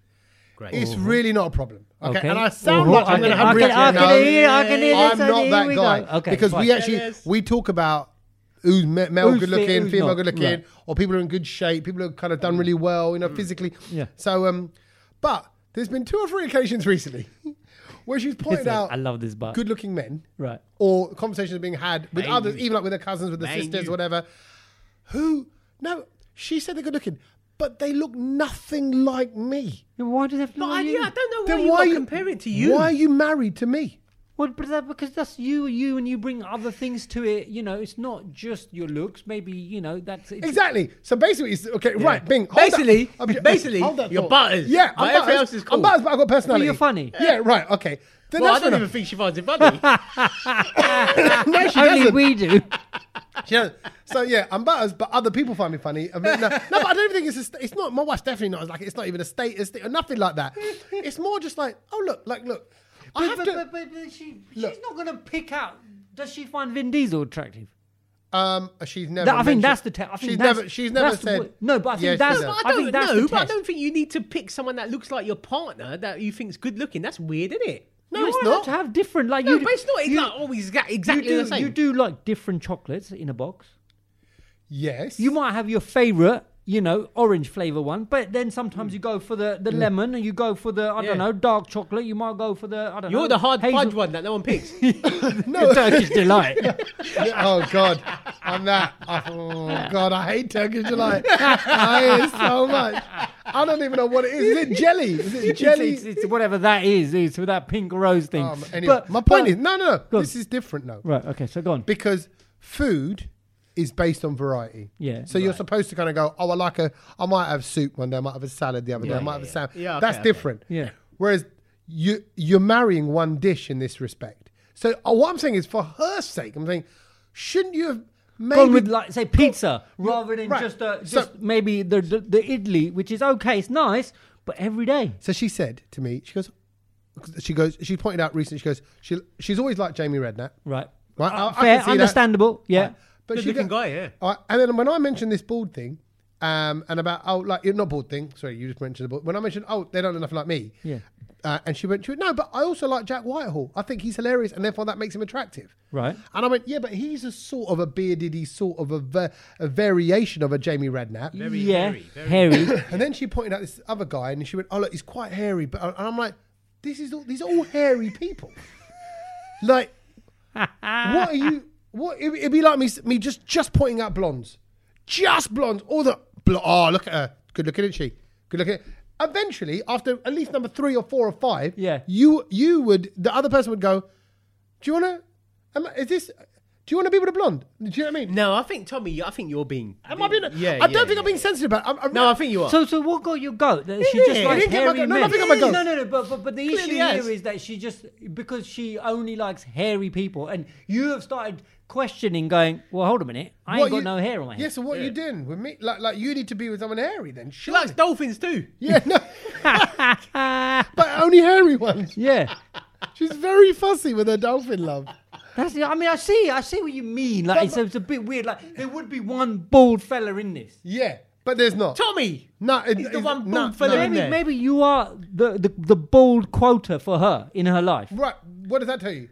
S3: Great.
S1: It's really not a problem. Okay.
S2: Okay.
S1: And I sound
S2: Oh,
S1: like
S2: I
S1: I'm going to
S2: can-
S1: have
S2: I can- I
S1: reaction.
S2: can
S1: No,
S2: hear- I can hear
S1: I'm
S2: this,
S1: not
S2: here
S1: that
S2: we
S1: guy.
S2: go. Okay,
S1: because we
S2: fine.
S1: actually
S3: Jealous.
S1: we talk about who's ma- male
S2: Who's
S1: good
S2: fit,
S1: looking,
S2: who's
S1: female
S2: not.
S1: good looking,
S2: Right. Mm.
S1: or people are in good shape, people who've kind of done really well, you know, physically.
S2: Yeah.
S1: So, um, but there's been two or three occasions recently <laughs> where she's pointed
S2: Listen,
S1: out
S2: I love this bar.
S1: good looking men
S2: Right.
S1: or conversations being had with
S3: Mind
S1: others,
S3: you.
S1: even like with her cousins, with the
S3: Mind
S1: sisters,
S3: you.
S1: whatever. Who? No, she said they're good looking, but they look nothing like me.
S2: Why does it have to
S3: But
S2: be
S3: I,
S2: you?
S3: yeah, I don't know why
S1: Then
S3: you
S1: why
S3: are
S1: you-
S3: comparing to you.
S1: Why are you married to me?
S2: Well, but that, because that's you, you, and you bring other things to it. You know, it's not just your looks. Maybe you know that's it's,
S1: Exactly. So basically, it's okay. Right, Bing. hold that- <laughs>
S3: Basically,
S1: obje-
S3: basically,
S1: hold that
S3: your
S1: thought.
S3: butters.
S1: Yeah,
S3: But
S1: I'm
S3: everything
S1: butters.
S3: else is
S1: I'm
S3: cool.
S1: butters, but I've got personality.
S2: you're funny.
S1: Yeah, right. Okay. Then
S3: Well, I
S1: that's
S3: don't
S1: fair
S3: even think she finds it
S1: <laughs>
S2: <laughs>
S3: funny.
S1: enough. No, she
S2: Only
S1: doesn't.
S2: we do.
S1: She doesn't. So yeah, I'm butters, but other people find me funny. I mean, no, no, but I don't think it's a st- it's not. My wife's definitely not like it's not even a status thing or nothing like
S2: <laughs>
S1: that. It's more just like oh look, like look. I
S2: But,
S1: have
S2: but,
S1: to.
S2: but, but, she,
S1: Look.
S2: she's not going to pick out. Does she find Vin Diesel attractive?
S1: Um, she's never.
S2: That, I think
S1: mentioned-
S2: that's the. Te- I think
S1: she's
S2: that's,
S1: never. She's never
S2: that's the
S1: said.
S2: wo- no, but I think
S1: Yeah, she
S2: that's.
S1: does.
S3: But
S2: I,
S3: I,
S2: think
S3: don't
S2: that's
S3: know,
S2: the
S3: but I
S2: test.
S3: don't think you need to pick someone that looks like your partner that you think's good looking. That's weird, isn't it?
S1: No,
S2: You
S1: it's
S2: always have
S1: not.
S2: to have different. Like
S3: No,
S2: you,
S3: but it's not. oh, It's like always exa-
S2: you
S3: exactly
S2: do,
S3: the same.
S2: you do like different chocolates in a box.
S1: Yes.
S2: You might have your favorite, you know, orange flavor one, but then sometimes you go for the, the lemon, and you go for the I
S3: Yeah.
S2: don't know dark chocolate. You might go for the I don't know.
S3: You're the hard
S2: hazel-
S3: fudge one that no one picks.
S2: <laughs> the Turkish delight.
S1: <laughs> Yeah, oh God, I'm that. Oh God, I hate Turkish delight. I hate it so much. I don't even know what it is. Is it jelly? Is it
S2: It's-
S1: jelly?
S2: it's, it's whatever that is. It's with that pink rose thing.
S1: Um, anyway, my point
S2: but-
S1: is, no, no,
S2: Go
S1: no.
S2: on.
S1: This is different now
S2: right. Okay, so go on.
S1: because food is based on variety.
S2: Yeah,
S1: So you're supposed to kind of go, oh, I like a. I might have soup one day. I might have a salad the other day. I
S2: Yeah,
S1: might
S2: yeah,
S1: have a salad.
S3: yeah. Yeah, okay,
S1: That's
S3: okay.
S1: different.
S2: Yeah.
S1: Whereas you you're marrying one dish in this respect. So uh, what I'm saying is, for her sake, I'm saying, shouldn't you have maybe
S2: Gone with like say pizza rather than
S1: right.
S2: just uh,
S1: So-
S2: just maybe the, the the idli, which is okay, it's nice, but every day.
S1: So she said to me, she goes, she goes, she pointed out recently, she goes, she she's always liked Jamie Redknapp,
S2: Right.
S1: right? I- I can
S2: Ah, Fair,
S1: see that.
S2: understandable. Yeah.
S1: But
S3: Good
S1: she
S3: looking
S1: go-
S3: guy, yeah.
S1: All right, and then when I mentioned this board thing, um, and about oh like you're not board thing, sorry, you just mentioned the board. When I mentioned oh they don't look nothing like me,
S2: Yeah.
S1: Uh, and she went, she went, no, but I also like Jack Whitehall. I think he's hilarious, and therefore that makes him attractive.
S2: Right.
S1: And I went, yeah, but he's a sort of a bearded, he's sort of a, va- a variation of a Jamie Redknapp.
S3: Very,
S2: yeah.
S3: very, very- <laughs>
S2: hairy.
S1: And then she pointed out this other guy, and she went, "Oh look, he's quite hairy." But uh, and I'm like, "This is all, these are all hairy people. <laughs> like, what are you? What it, it'd be like me me just just pointing out blondes, just blondes. All the bl- oh look at her, good looking, isn't she? Good looking." Eventually, after at least number three or four or five,
S2: Yeah.
S1: you you would the other person would go, "Do you want to? Is this? Do you want to be with a blonde? Do you know what I mean?"
S3: No, I think Tommy, I think you're being.
S1: Am I being?
S3: Yeah,
S1: I don't
S3: yeah,
S1: think I'm
S3: yeah.
S1: being sensitive about. It. I'm, I'm,
S3: No, I think you are.
S2: so so what got your goat? That she
S1: Yeah,
S2: just
S1: yeah,
S2: likes
S1: I didn't get my
S2: hairy
S1: goat. No,
S2: men.
S1: nothing got my goat.
S2: No, no, no. But but, but the issue
S3: Clearly,
S2: here
S3: yes.
S2: is that she just because she only likes hairy people, and you have started questioning, going, well, hold a minminute, I ain't
S1: What
S2: got
S1: you-
S2: no hair on my head.
S1: Yeah, so what are you doing with me? Like, like you need to be with someone hairy then.
S3: she
S1: Sure.
S3: likes dolphins too.
S1: <laughs> Yeah, no,
S2: <laughs>
S1: but only hairy ones.
S2: yeah.
S1: She's very fussy with her dolphin love.
S2: That's the, I mean, I see, I see what you mean. Like, it's, it's a bit weird. Like, there would be one bald fella in this.
S1: Yeah, but there's not.
S3: Tommy.
S1: no, it,
S3: He's the
S1: it's-
S3: one
S1: no,
S3: bald fella
S1: no.
S3: in
S2: Maybe,
S3: there.
S2: maybe you are the, the the bald quota for her in her life.
S1: Right, what does that tell you?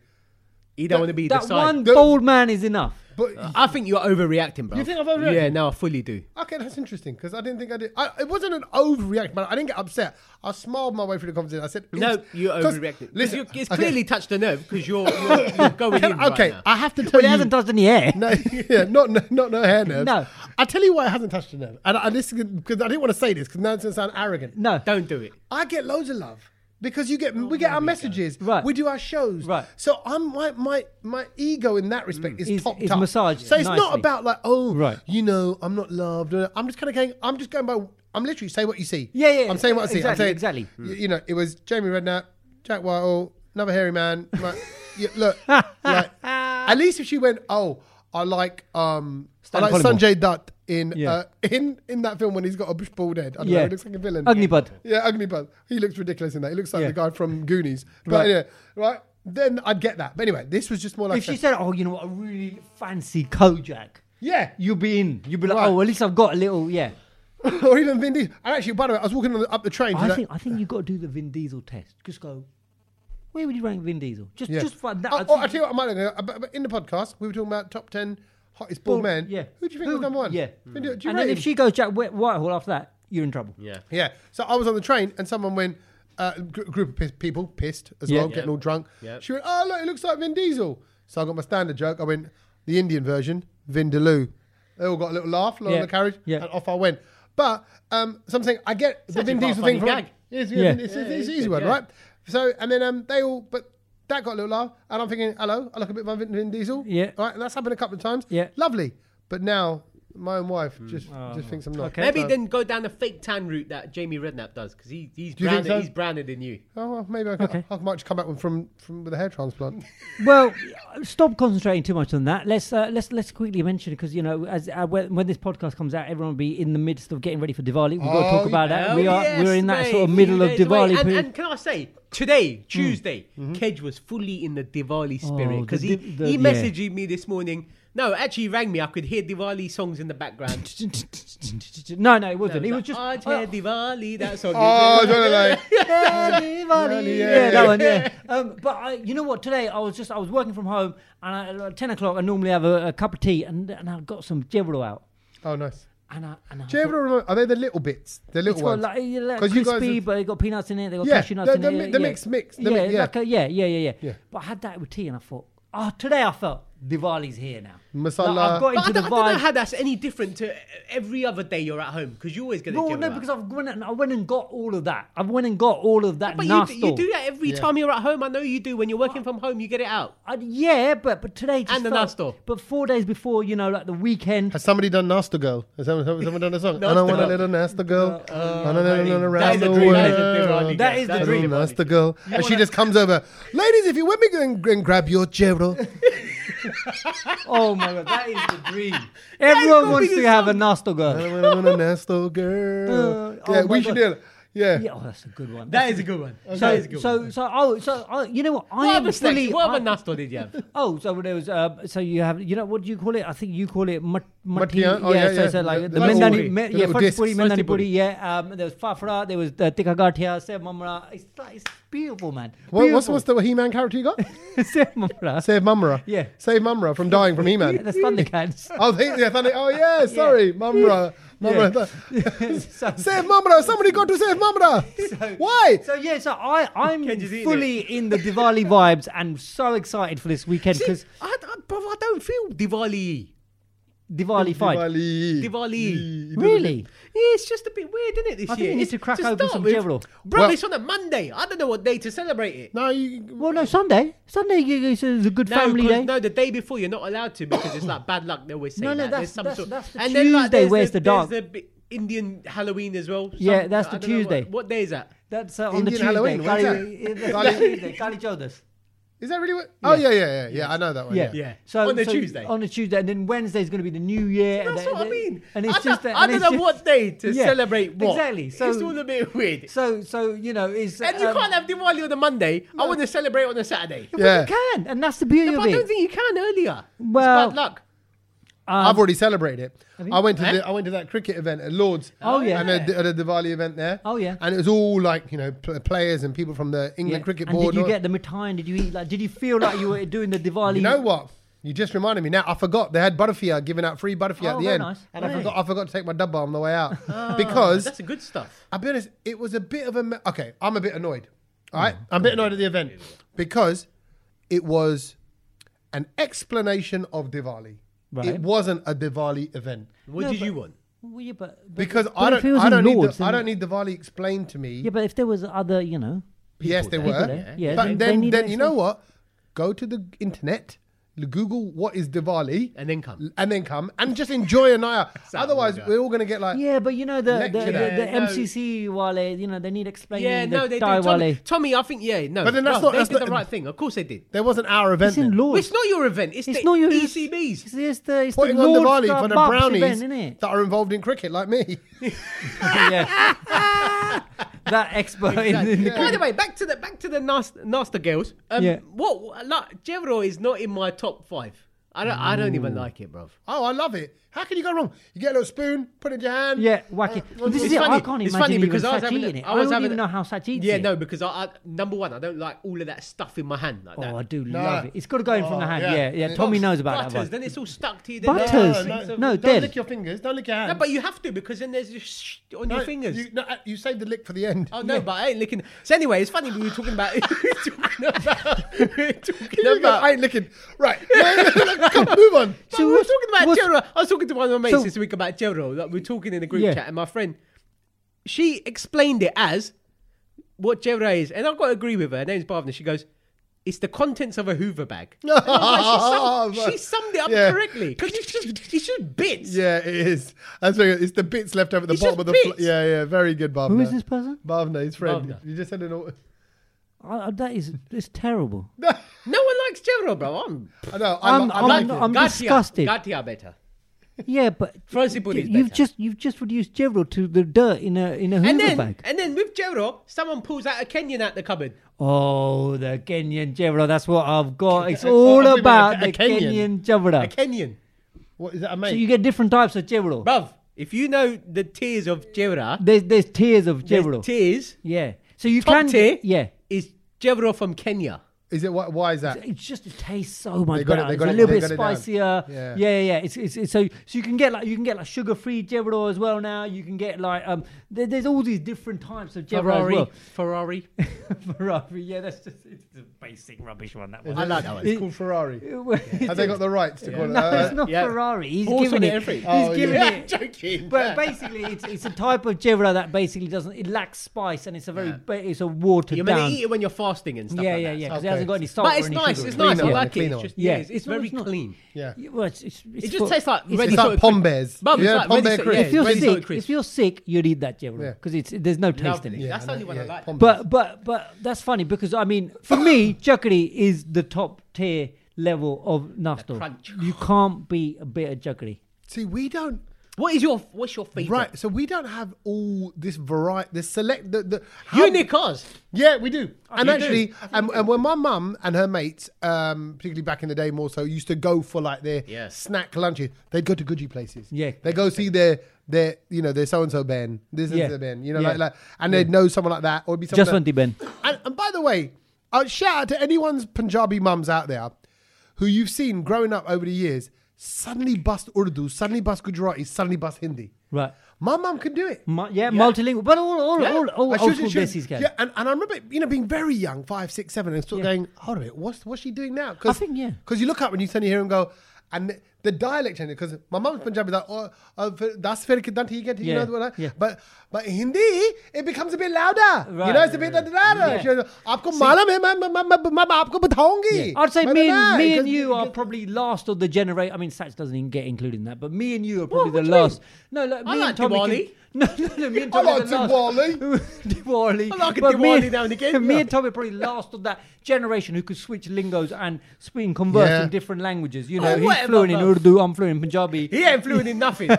S3: He don't want to be the
S2: That
S3: side.
S2: one
S1: The-
S2: bald man is enough.
S1: But
S3: I think you're overreacting, bro.
S1: You think I've overreacted?
S3: Yeah, no, I fully do.
S1: okay, that's interesting because I didn't think I did. I, it wasn't an overreact, but I didn't get upset. I smiled my way through the conversation. I said,
S3: No, you're
S1: 'Cause-
S3: overreacting. Listen,
S1: Listen,
S3: it's
S1: okay.
S3: clearly touched the nerve because
S1: <laughs>
S3: you're, you're, you're going in. Right
S1: okay,
S3: now.
S1: I have to tell
S2: But he
S1: you.
S2: hasn't touched any hair.
S1: <laughs> No, yeah, not not not no hair nerves.
S2: No.
S1: I tell you why it hasn't touched a nerve, and I, this because I didn't want to say this because now it's going to sound arrogant.
S2: No.
S3: Don't do it.
S1: I get loads of love because you get
S2: Oh,
S1: we get our messages,
S2: Right.
S1: We do our shows,
S2: Right. Mm.
S1: So I'm my my my ego in that respect is,
S2: Is-
S1: topped
S2: is
S1: up.
S2: massaged
S1: So it's not
S2: nicely.
S1: about like oh,
S2: Right.
S1: you know, I'm not loved. I'm just kind of going. I'm just going by. I'm literally say what you see.
S2: Yeah, yeah,
S1: I'm saying what I see. I'm
S2: exactly,
S1: saying-
S2: exactly. Mm.
S1: y- You, know, it was Jamie Redknapp, Jack Whitehall, another hairy man.
S2: <laughs>
S1: Like, yeah, look, like, at least if she went, oh, I like um,
S2: Stan
S1: I like
S2: Collymore.
S1: Sanjay Dutt in
S2: Yeah.
S1: uh, <laughs> in in that film when he's got a bush bald head. I don't know,
S2: Yeah.
S1: he looks like a villain.
S2: Ugly bud.
S1: Yeah, Ugly Bud. He looks ridiculous in that. He looks like
S2: Yeah.
S1: the guy from Goonies. But
S2: Right.
S1: anyway, right? Then I'd get that. But anyway, this was just more like.
S2: If she
S1: a-
S2: said, "Oh, you know what? I really fancy Kojak,"
S1: yeah, <laughs>
S2: you'll be in. You'll be like,
S1: Right.
S2: "Oh, at least I've got a little." Yeah.
S1: or even Vin Diesel. And actually, by the way, I was walking on the, up the train.
S2: I
S1: today-
S2: think I think you've got to do the Vin Diesel test. Just go. Where would you rank Vin Diesel? Just
S1: yeah.
S2: just find that.
S1: Oh, oh, I tell you what, I might go. but- but In the podcast, we were talking about top ten hottest bald
S2: Bald-
S1: men.
S2: yeah.
S1: Who do you think
S2: Who-
S1: was number one?
S2: yeah.
S1: Vin Diesel, do you
S2: and
S1: rate
S2: then if
S1: him?
S2: she goes Jack Wh- Whitehall after that, you're in trouble.
S3: Yeah.
S1: Yeah. So I was on the train and someone went, uh, gr- group of piss- people pissed as
S2: Yeah.
S1: well, getting
S3: Yeah.
S1: all drunk.
S3: Yeah.
S1: She went, oh, look, it looks like Vin Diesel. So I got my standard joke. I went, the Indian version, Vindaloo. They all got a little laugh along
S2: Yeah.
S1: the carriage
S2: Yeah.
S1: and off I went. But um, something I get the
S3: actually
S1: Vin
S3: quite a
S1: Diesel thing
S3: funny
S1: from
S3: gag.
S1: It's,
S2: Yeah.
S1: it's, it's, it's,
S3: it's
S1: an easy
S3: good,
S1: one,
S3: yeah.
S1: right? So and then um, they all, but That got a little laugh, and I'm thinking, hello, I look a bit like Vin, Vin Diesel.
S2: Yeah.
S1: All right, and that's happened a couple of times.
S2: Yeah. Hmm. Oh.
S1: Lovely. But now my own wife just just thinks I'm not.
S2: Okay.
S3: Maybe
S2: so-
S3: then go down the fake tan route that Jamie Redknapp does because he, he's
S1: you think
S3: branded
S1: so?
S3: he's branded than you.
S1: Oh, well, maybe I, can,
S2: Okay.
S1: I might just come back with- from from with a hair transplant.
S2: Well, stop concentrating too much on that. Let's uh, let's let's quickly mention because you know as uh, when, when this podcast comes out, everyone will be in the midst of getting ready for Diwali. We've got to
S1: Oh,
S2: talk about that.
S3: Oh,
S2: We are
S3: yes,
S2: we're in that
S3: mate.
S2: sort of middle of
S3: Few days away.
S2: Diwali.
S3: And,
S2: period.
S3: and can I say today,
S1: Mm.
S3: Tuesday,
S1: Mm-hmm.
S3: Kedge was fully in the Diwali spirit
S2: Oh, the
S3: because he
S2: div- the-
S3: he
S2: yeah.
S3: messaged me this morning. No, actually, he rang me. I could hear Diwali songs in the background.
S2: no, no, it wasn't.
S3: He
S2: It was just
S3: Aaj
S2: oh,
S3: hai Diwali. That song.
S1: <laughs> oh, do you know, like,
S2: Everybody.
S1: Yeah,
S2: Yeah, that
S1: yeah.
S2: one. Yeah. Um, but I, you know what? Today I was just I was working from home, and I, at ten o'clock I normally have a, a cup of tea, and and I got some Jevro out,
S1: <laughs> oh, nice.
S2: and I and I.
S1: Do you
S2: thought-
S1: ever remember, are they the little bits? The
S2: It's
S1: little
S2: got
S1: ones?
S2: like, yeah, like
S1: 'Cause you guys
S2: crispy,
S1: have-
S2: but it got peanuts in it. They got
S1: Yeah,
S2: cashew nuts
S1: the-
S2: in
S1: the
S2: it.
S1: mi-
S2: yeah,
S1: the
S2: yeah.
S1: mix- mix, the
S2: yeah,
S1: mi- yeah.
S2: Like a, yeah, yeah, yeah, yeah,
S1: Yeah.
S2: But I had that with tea, and I thought, oh, today I felt Diwali's here now.
S1: Masala.
S2: Like, I've got
S3: But I
S2: into
S3: don't, I
S2: the
S3: don't know
S2: vibe.
S3: how that's any different to every other day you're at home because you always get a
S2: No,
S3: jibber
S2: no,
S3: out.
S2: because I've went and I went and got all of that. I've went and got all of that.
S3: But you,
S2: nasty.
S3: d- you do that every
S1: Yeah.
S3: time you're at home. I know you do. When you're working from home, you get it out.
S2: I, yeah, but but today just
S3: And the
S2: felt-
S3: Nastor.
S2: But four days before, you know, like the
S1: <laughs>
S2: weekend.
S1: Has somebody done Nasta Girl? Has someone, has someone done a song? I
S3: Nasta
S1: don't want a
S3: Girl.
S1: little Nasta Girl. I don't
S3: I mean,
S1: want
S3: that
S1: around
S3: is
S1: uh, the
S3: a dream. That is a dream,
S1: world.
S3: Andy.
S2: That is the
S3: That's
S1: I
S3: a
S1: don't
S2: dream.
S3: dream,
S1: want
S3: Andy.
S1: Nasta Girl. And she just comes over. Ladies, if you want me, go and, go and grab your Jero. <laughs>
S2: oh my god, that is the dream. Everyone wants to have a Nastor
S1: I
S2: girl.
S1: don't want a Nasta Girl.
S2: Uh,
S1: yeah,
S2: oh my
S1: we should
S2: God.
S1: do it. Yeah.
S2: Yeah, oh, that's a good one.
S3: That is a good one.
S2: so,
S3: That is a good
S2: so,
S3: one.
S2: so, oh, so, oh, you know what? I
S3: What
S2: am
S3: other snacks-
S2: fully.
S3: what
S2: I-
S3: other nasto did you have?
S2: <laughs> oh, so there was. Uh, so you have. You know what do you call it? I think you call it mat, mati.
S1: Matiya, oh, yeah,
S2: so,
S1: yeah.
S2: so like
S1: The- the
S2: the,
S1: little
S2: Mendani,
S1: puri.
S2: me,
S1: The
S2: yeah,
S1: little
S2: Fati
S1: discs.
S2: puri,
S3: Fati
S2: Mendani
S3: puri.
S2: puri. Yeah, um, there was fafra, there was uh, the tikka gathia, se mamra. It's like it's beautiful, man.
S1: What, what's,
S2: Beautiful. <laughs>
S1: what's the He-Man character you got?
S2: se mamra?
S1: Save Mumra.
S2: Yeah.
S1: Save Mumra from dying from He-Man.
S2: That's Thundercats. <laughs>
S1: oh, they, yeah, Thunder- oh, yeah, sorry, Mumra. Mumra.
S2: so,
S1: <laughs> Save Mumra! Somebody got to save Mumra! Why?
S2: <laughs> So yeah, so I I'm
S3: Kenji's eating
S2: fully in the
S3: <laughs>
S2: Diwali vibes and so excited for this weekend because
S3: I, I, brother, I don't feel Diwali.
S2: Diwali fight.
S1: Diwali.
S3: Diwali.
S2: Really?
S3: Yeah, it's just a bit weird, isn't it? This
S2: I think
S3: year,
S2: you need
S3: It's-
S2: to crack
S3: start
S2: open some
S3: with-
S2: Jevro.
S3: Bro,
S1: Well-
S3: it's on a Monday. I don't know what day to celebrate it.
S1: No, you,
S2: Well, no, Sunday. Sunday is a is a good
S3: No,
S2: family
S3: 'cause-
S2: day.
S3: no, the day before you're not allowed to because it's like bad luck. They always say
S2: No, no,
S3: that.
S2: that's-
S3: There's some
S2: that's-
S3: sort.
S2: that's the
S3: like,
S2: Tuesday,
S3: there's
S2: where's
S3: the,
S2: the dark?
S3: There's the b- Indian Halloween as well.
S2: Yeah,
S3: Some-
S2: that's
S3: I
S2: the
S3: don't know what-
S2: Tuesday.
S3: What, day is that?
S2: That's uh, on the
S1: Indian
S2: Tuesday.
S1: Halloween, what is
S2: Kali-
S1: that?
S2: that's
S1: Kali-
S2: on Tuesday. Kali Chodas.
S1: is that really what? Oh, yeah, yeah, yeah, yeah. I know that one. Yeah.
S2: Yeah.
S3: Yeah.
S2: So
S3: On the
S2: so
S3: Tuesday.
S2: On the Tuesday, and then Wednesday is going to be the New Year. and
S3: That's
S2: the-
S3: what I
S2: the-
S3: mean.
S2: And it's
S3: I
S2: just.
S3: don't,
S2: that-
S3: I
S2: and
S3: don't
S2: it's
S3: know
S2: just-
S3: what day to
S2: Yeah.
S3: celebrate what.
S2: Exactly. So
S3: it's all a bit weird.
S2: So so you know um, is.
S3: And you can't have Diwali on a Monday. I want to celebrate on a Saturday.
S1: Yeah.
S2: Can and that's the beauty
S3: But
S2: of
S3: I don't
S2: it.
S3: think you can earlier.
S2: Well-
S3: it's bad luck.
S1: I've already celebrated it. I went to
S3: Eh?
S1: the, I went to that cricket event at Lords.
S2: Oh, yeah.
S1: and a, at a Diwali event there.
S2: Oh, yeah.
S1: and it was all like you know pl- players and people from the England
S2: Yeah.
S1: cricket
S2: and
S1: board.
S2: Did you
S1: all-
S2: get the mitai? and Did you eat like? Did you feel like you were doing the Diwali?
S1: You know what? You just reminded me. Now I forgot they had butterfia giving out free butterfia
S2: Oh,
S1: at the
S2: very
S1: end,
S2: nice. Oh.
S1: and I
S2: Right.
S1: forgot I forgot to take my dubba on the way out because
S3: That's the good stuff.
S1: I'll be honest. It was a bit of a me- okay. I'm a bit annoyed. All
S2: Mm.
S1: right, I'm a bit annoyed at the event because it was an explanation of Diwali. It
S2: Right.
S1: wasn't a Diwali event
S3: What
S2: No,
S3: did
S2: but-
S3: you want?
S2: Well, yeah, but, but
S1: because
S2: but
S1: I
S2: if it
S1: don't.
S2: was
S1: I
S2: in
S1: don't need.
S2: Lords,
S1: the, I
S2: then-
S1: don't need Diwali explained to me.
S2: Yeah, but if there was other, you know,
S1: yes, there
S2: people
S1: were.
S2: there, yeah,
S1: but
S2: they- they
S1: then,
S2: need
S1: then
S2: an
S1: you know what? Go to the internet, Google what is Diwali,
S3: And then come.
S1: and then come and just enjoy a night
S2: <laughs>
S1: out.
S3: how
S1: Otherwise,
S3: we go.
S1: we're all gonna get like.
S2: yeah, but you know the the,
S1: Lecture
S2: the,
S1: day.
S2: the
S3: Yeah, no.
S2: MCC wale, you know, they need explaining.
S3: Yeah,
S2: the
S3: no, they did.
S2: Thai
S3: Tommy,
S2: wale.
S3: Tommy, I think yeah, no.
S1: But then that's
S3: no,
S1: not-
S3: they
S1: that's
S3: did
S1: not-
S3: the right thing. Of course they did.
S1: There wasn't our event.
S2: It's in
S1: then.
S2: Lords.
S3: It's not your event. It's,
S2: It's
S3: the E
S2: not your it's-
S3: ECBs.
S2: It's, it's the it's
S1: putting
S2: the
S1: on
S2: Lord's
S1: Diwali for the
S2: Bucks
S1: brownies
S2: event, isn't it?
S3: <laughs>
S1: that are involved in cricket, like me.
S2: yeah. that expert in, in the
S3: By the way, back to the back to the Nasta, Nasta girls. Um,
S2: Yeah.
S3: What like Jevro is not in my top five. I don't. I don't
S2: Mm.
S3: even like it, bruv.
S1: oh, I love it. How can you go wrong? You get a little spoon, put it in your hand.
S2: yeah, wacky. Well, this
S3: Uh, It's
S2: is it. I
S3: funny.
S2: can't
S3: It's
S2: imagine
S3: funny
S2: even
S3: because I was
S2: Sach
S3: having a-
S2: eating it.
S3: I
S2: I,
S3: was
S2: don't
S3: having
S2: even
S3: a-
S2: know how Sach eats
S3: Yeah,
S2: it.
S3: no, because I, I number one, I don't like all of that stuff in my hand like that.
S2: Oh, I do
S1: No.
S2: love it. It's got to go in from the
S1: Oh,
S2: hand.
S1: yeah.
S2: Yeah, yeah.
S1: It
S2: Tommy
S1: does.
S2: knows about
S3: Butters,
S2: that.
S3: then it's all stuck to you. then-
S2: Butters.
S1: Oh, No,
S2: Butters.
S1: no,
S2: No,
S1: don't
S2: Dev.
S1: lick your fingers. Don't lick your hand.
S3: No, but you have to because then there's just sh- on your fingers.
S1: You, no, uh, you saved the lick for the end. <laughs>
S3: Oh no, but I ain't looking. So anyway, it's funny we were talking about. <laughs> we were talking about. <laughs> we were talking
S1: Here we go.
S3: about.
S1: I ain't licking. Right. <laughs> Come, move
S3: <laughs>
S1: on.
S3: So we were
S2: what's-
S3: talking about
S2: what's-
S3: Jero. I was talking to one of my mates
S2: So-
S3: this week about Jero. Like we were talking in the group
S2: Yeah.
S3: chat, and my friend, she explained it as what Jero is, and I've got to agree with her. Her name's Bhavna. She goes, It's the contents of a Hoover
S2: <laughs>
S3: bag. And I was like, she, summed, she summed it up
S1: Yeah.
S3: correctly because it's just it's just bits.
S1: Yeah, it is. That's very good. It's the bits left over at the
S3: It's
S1: bottom
S3: just
S1: of the. Fl-
S3: bits.
S1: yeah, yeah. Very good, Bhavna.
S2: Who is this person?
S1: Bhavna, his friend.
S3: Bhavna.
S1: You just said an. <laughs> au-
S2: I, I- that is it's
S3: <laughs>
S2: terrible.
S3: No one likes General, bro. I'm
S1: I know. I,
S2: I'm-
S1: li- I
S2: I'm
S1: like
S2: not-
S1: it.
S2: I'm- disgusted.
S3: Gatia better.
S2: Yeah, but
S3: Frozen pudding is
S2: you've
S3: better.
S2: just you've just reduced Gerald to the dirt in a in a Hoover
S3: And then,
S2: bag.
S3: and then with Jero, someone pulls out a Kenyan out the cupboard.
S2: Oh, the Kenyan Jevra. That's what I've got. It's
S3: uh,
S1: Oh,
S2: all
S1: I've been
S2: about
S1: a- a
S2: the Kenyan
S1: Kenyan.
S3: A
S2: Jevra.
S3: Kenyan.
S1: What is that, a
S2: So
S1: mate?
S2: you get different types of Jevra.
S3: Bruv, if you know the tiers of Jero,
S2: There's there's tiers of
S3: there's
S2: Jevra.
S3: tiers
S2: yeah. So you
S3: Top
S2: can
S3: tier?
S2: yeah.
S3: is Jero from Kenya.
S1: is it why, why is that?
S2: It's just it tastes so much
S1: They got it-
S2: better.
S1: they got
S2: it's
S1: it-
S2: a little
S1: they got
S2: bit
S1: it down.
S2: spicier. Yeah,
S1: Yeah.
S2: yeah, yeah. It's, it's, it's so so you can get like you can get like sugar free Jevro as well now. You can get like um there, there's all these different types of Jevro as
S3: Ferrari.
S2: well. <laughs>
S3: Ferrari. <laughs>
S2: Ferrari, yeah, that's just it's a basic rubbish one. That
S3: I
S2: one.
S3: like that one.
S1: It's called Ferrari. Have
S2: Have
S1: they got the rights to call it?
S2: No,
S1: uh,
S2: it's not
S3: yeah.
S2: Ferrari. He's
S3: Also
S2: giving
S3: the
S2: it.
S3: every-
S2: He's
S1: Oh,
S2: giving
S1: yeah.
S2: it.
S3: joking.
S2: But basically, it's, it's a type of Jevra that basically doesn't. It lacks spice and it's a very ba it's a watered
S3: You're meant
S2: down.
S3: to eat it when you're fasting and stuff.
S2: yeah,
S3: like
S2: yeah,
S3: that.
S2: yeah. Because it
S1: Okay.
S2: hasn't got any salt.
S3: But
S2: or
S3: it's
S2: any
S3: nice.
S2: sugar
S3: It's
S2: in it.
S3: nice. I
S1: Cleaner,
S3: like it.
S1: cleaner.
S3: It's just
S2: Yeah.
S3: yeah, it's, it's
S2: No,
S3: very
S2: it's not.
S3: clean.
S1: Yeah.
S2: Yeah, Well, it's, it's, it's
S3: It just
S2: for-
S3: tastes like
S2: it's
S3: ready
S1: It's
S3: sort
S1: like
S3: of-
S1: pom bears.
S3: Bub, it's
S1: yeah,
S3: like
S1: pom
S3: ready
S1: bear
S3: so-
S1: crisps.
S3: yeah,
S2: If you're
S3: Ready
S1: Ready-
S3: sort of
S2: sick,
S3: crisp.
S2: if you're sick, you'd eat that Jevro
S1: Yeah.
S2: because it's there's no taste in it.
S3: Lovely. That's the only one I like.
S1: pom bears.
S2: But but but that's funny because I mean
S1: <coughs>
S2: for me Juckery is the top tier level of Naftal.
S3: crunch.
S2: You can't beat a bit of Juckery.
S1: see, we don't.
S3: What is your what's your favorite?
S1: Right, so we don't have all this variety. The select the, the how-
S2: <laughs>
S3: Unique cars.
S1: Yeah, we do.
S2: Oh,
S1: and
S3: you
S1: actually, And, and when my mum and her mates, um, particularly back in the day, more so, used to go for like their
S3: Yes.
S1: snack lunches, they'd go to goodie places.
S2: Yeah.
S1: they go see their their you know their so and so Ben, this
S2: Yeah.
S1: is the Ben, you know,
S2: Yeah.
S1: like like, and they'd know someone like that, or it'd be someone
S2: Just
S1: that-
S2: Vanti Ben.
S1: And, and by the way, a shout out to anyone's Punjabi mums out there who you've seen growing up over the years suddenly bust Urdu, suddenly bust Gujarati, suddenly bust Hindi.
S2: Right.
S1: My mum can do it.
S2: Mu- yeah, multilingual, but all all
S1: Yeah.
S2: all, all
S1: I
S2: old
S1: should-
S2: school
S1: should-
S2: Desi's can.
S1: Yeah, and, and I remember you know being very young, five, six, seven, and sort of
S2: Yeah.
S1: going, "Hold a minute, what's what's she doing now?" Cause,
S2: I think, yeah.
S1: because you look up and you suddenly hear him go, and the, the dialect changes. Because my mum's Punjabi, like, oh, uh, f- that's fair, kiddan theek hai, you
S2: Yeah,
S1: know what?
S2: yeah.
S1: But but Hindi, it becomes a bit louder.
S2: Right,
S1: You know, it's a bit
S2: right,
S1: louder.
S2: right.
S1: She goes, आपको मालूम है मैं मैं मैं मैं- मैं आपको बताऊंगी.
S2: I'd say
S1: मैं-
S2: me
S1: मैं-
S2: and me and
S1: because-
S2: you are
S1: because-
S2: probably last of the generation. I mean, Sats doesn't even get included in that, but me and you are probably
S3: what
S2: the
S3: do you
S2: last. No, look, me
S3: I
S2: and
S3: like
S2: Tommy.
S3: Diwali.
S2: Can, <laughs> no, no, no, me and
S1: I
S2: Tommy.
S1: like
S2: are the last. <laughs> Diwali.
S3: I like a
S2: But me-
S3: Diwali now and
S2: <laughs>
S3: again,
S2: Me
S3: yeah.
S2: and Tommy are probably last of that generation who could switch lingos and speak and converse
S1: Yeah.
S2: in different languages. You know, he's
S3: Oh, whatever,
S2: fluent in
S3: bruv.
S2: Urdu, I'm fluent in Punjabi.
S3: He ain't fluent in nothing.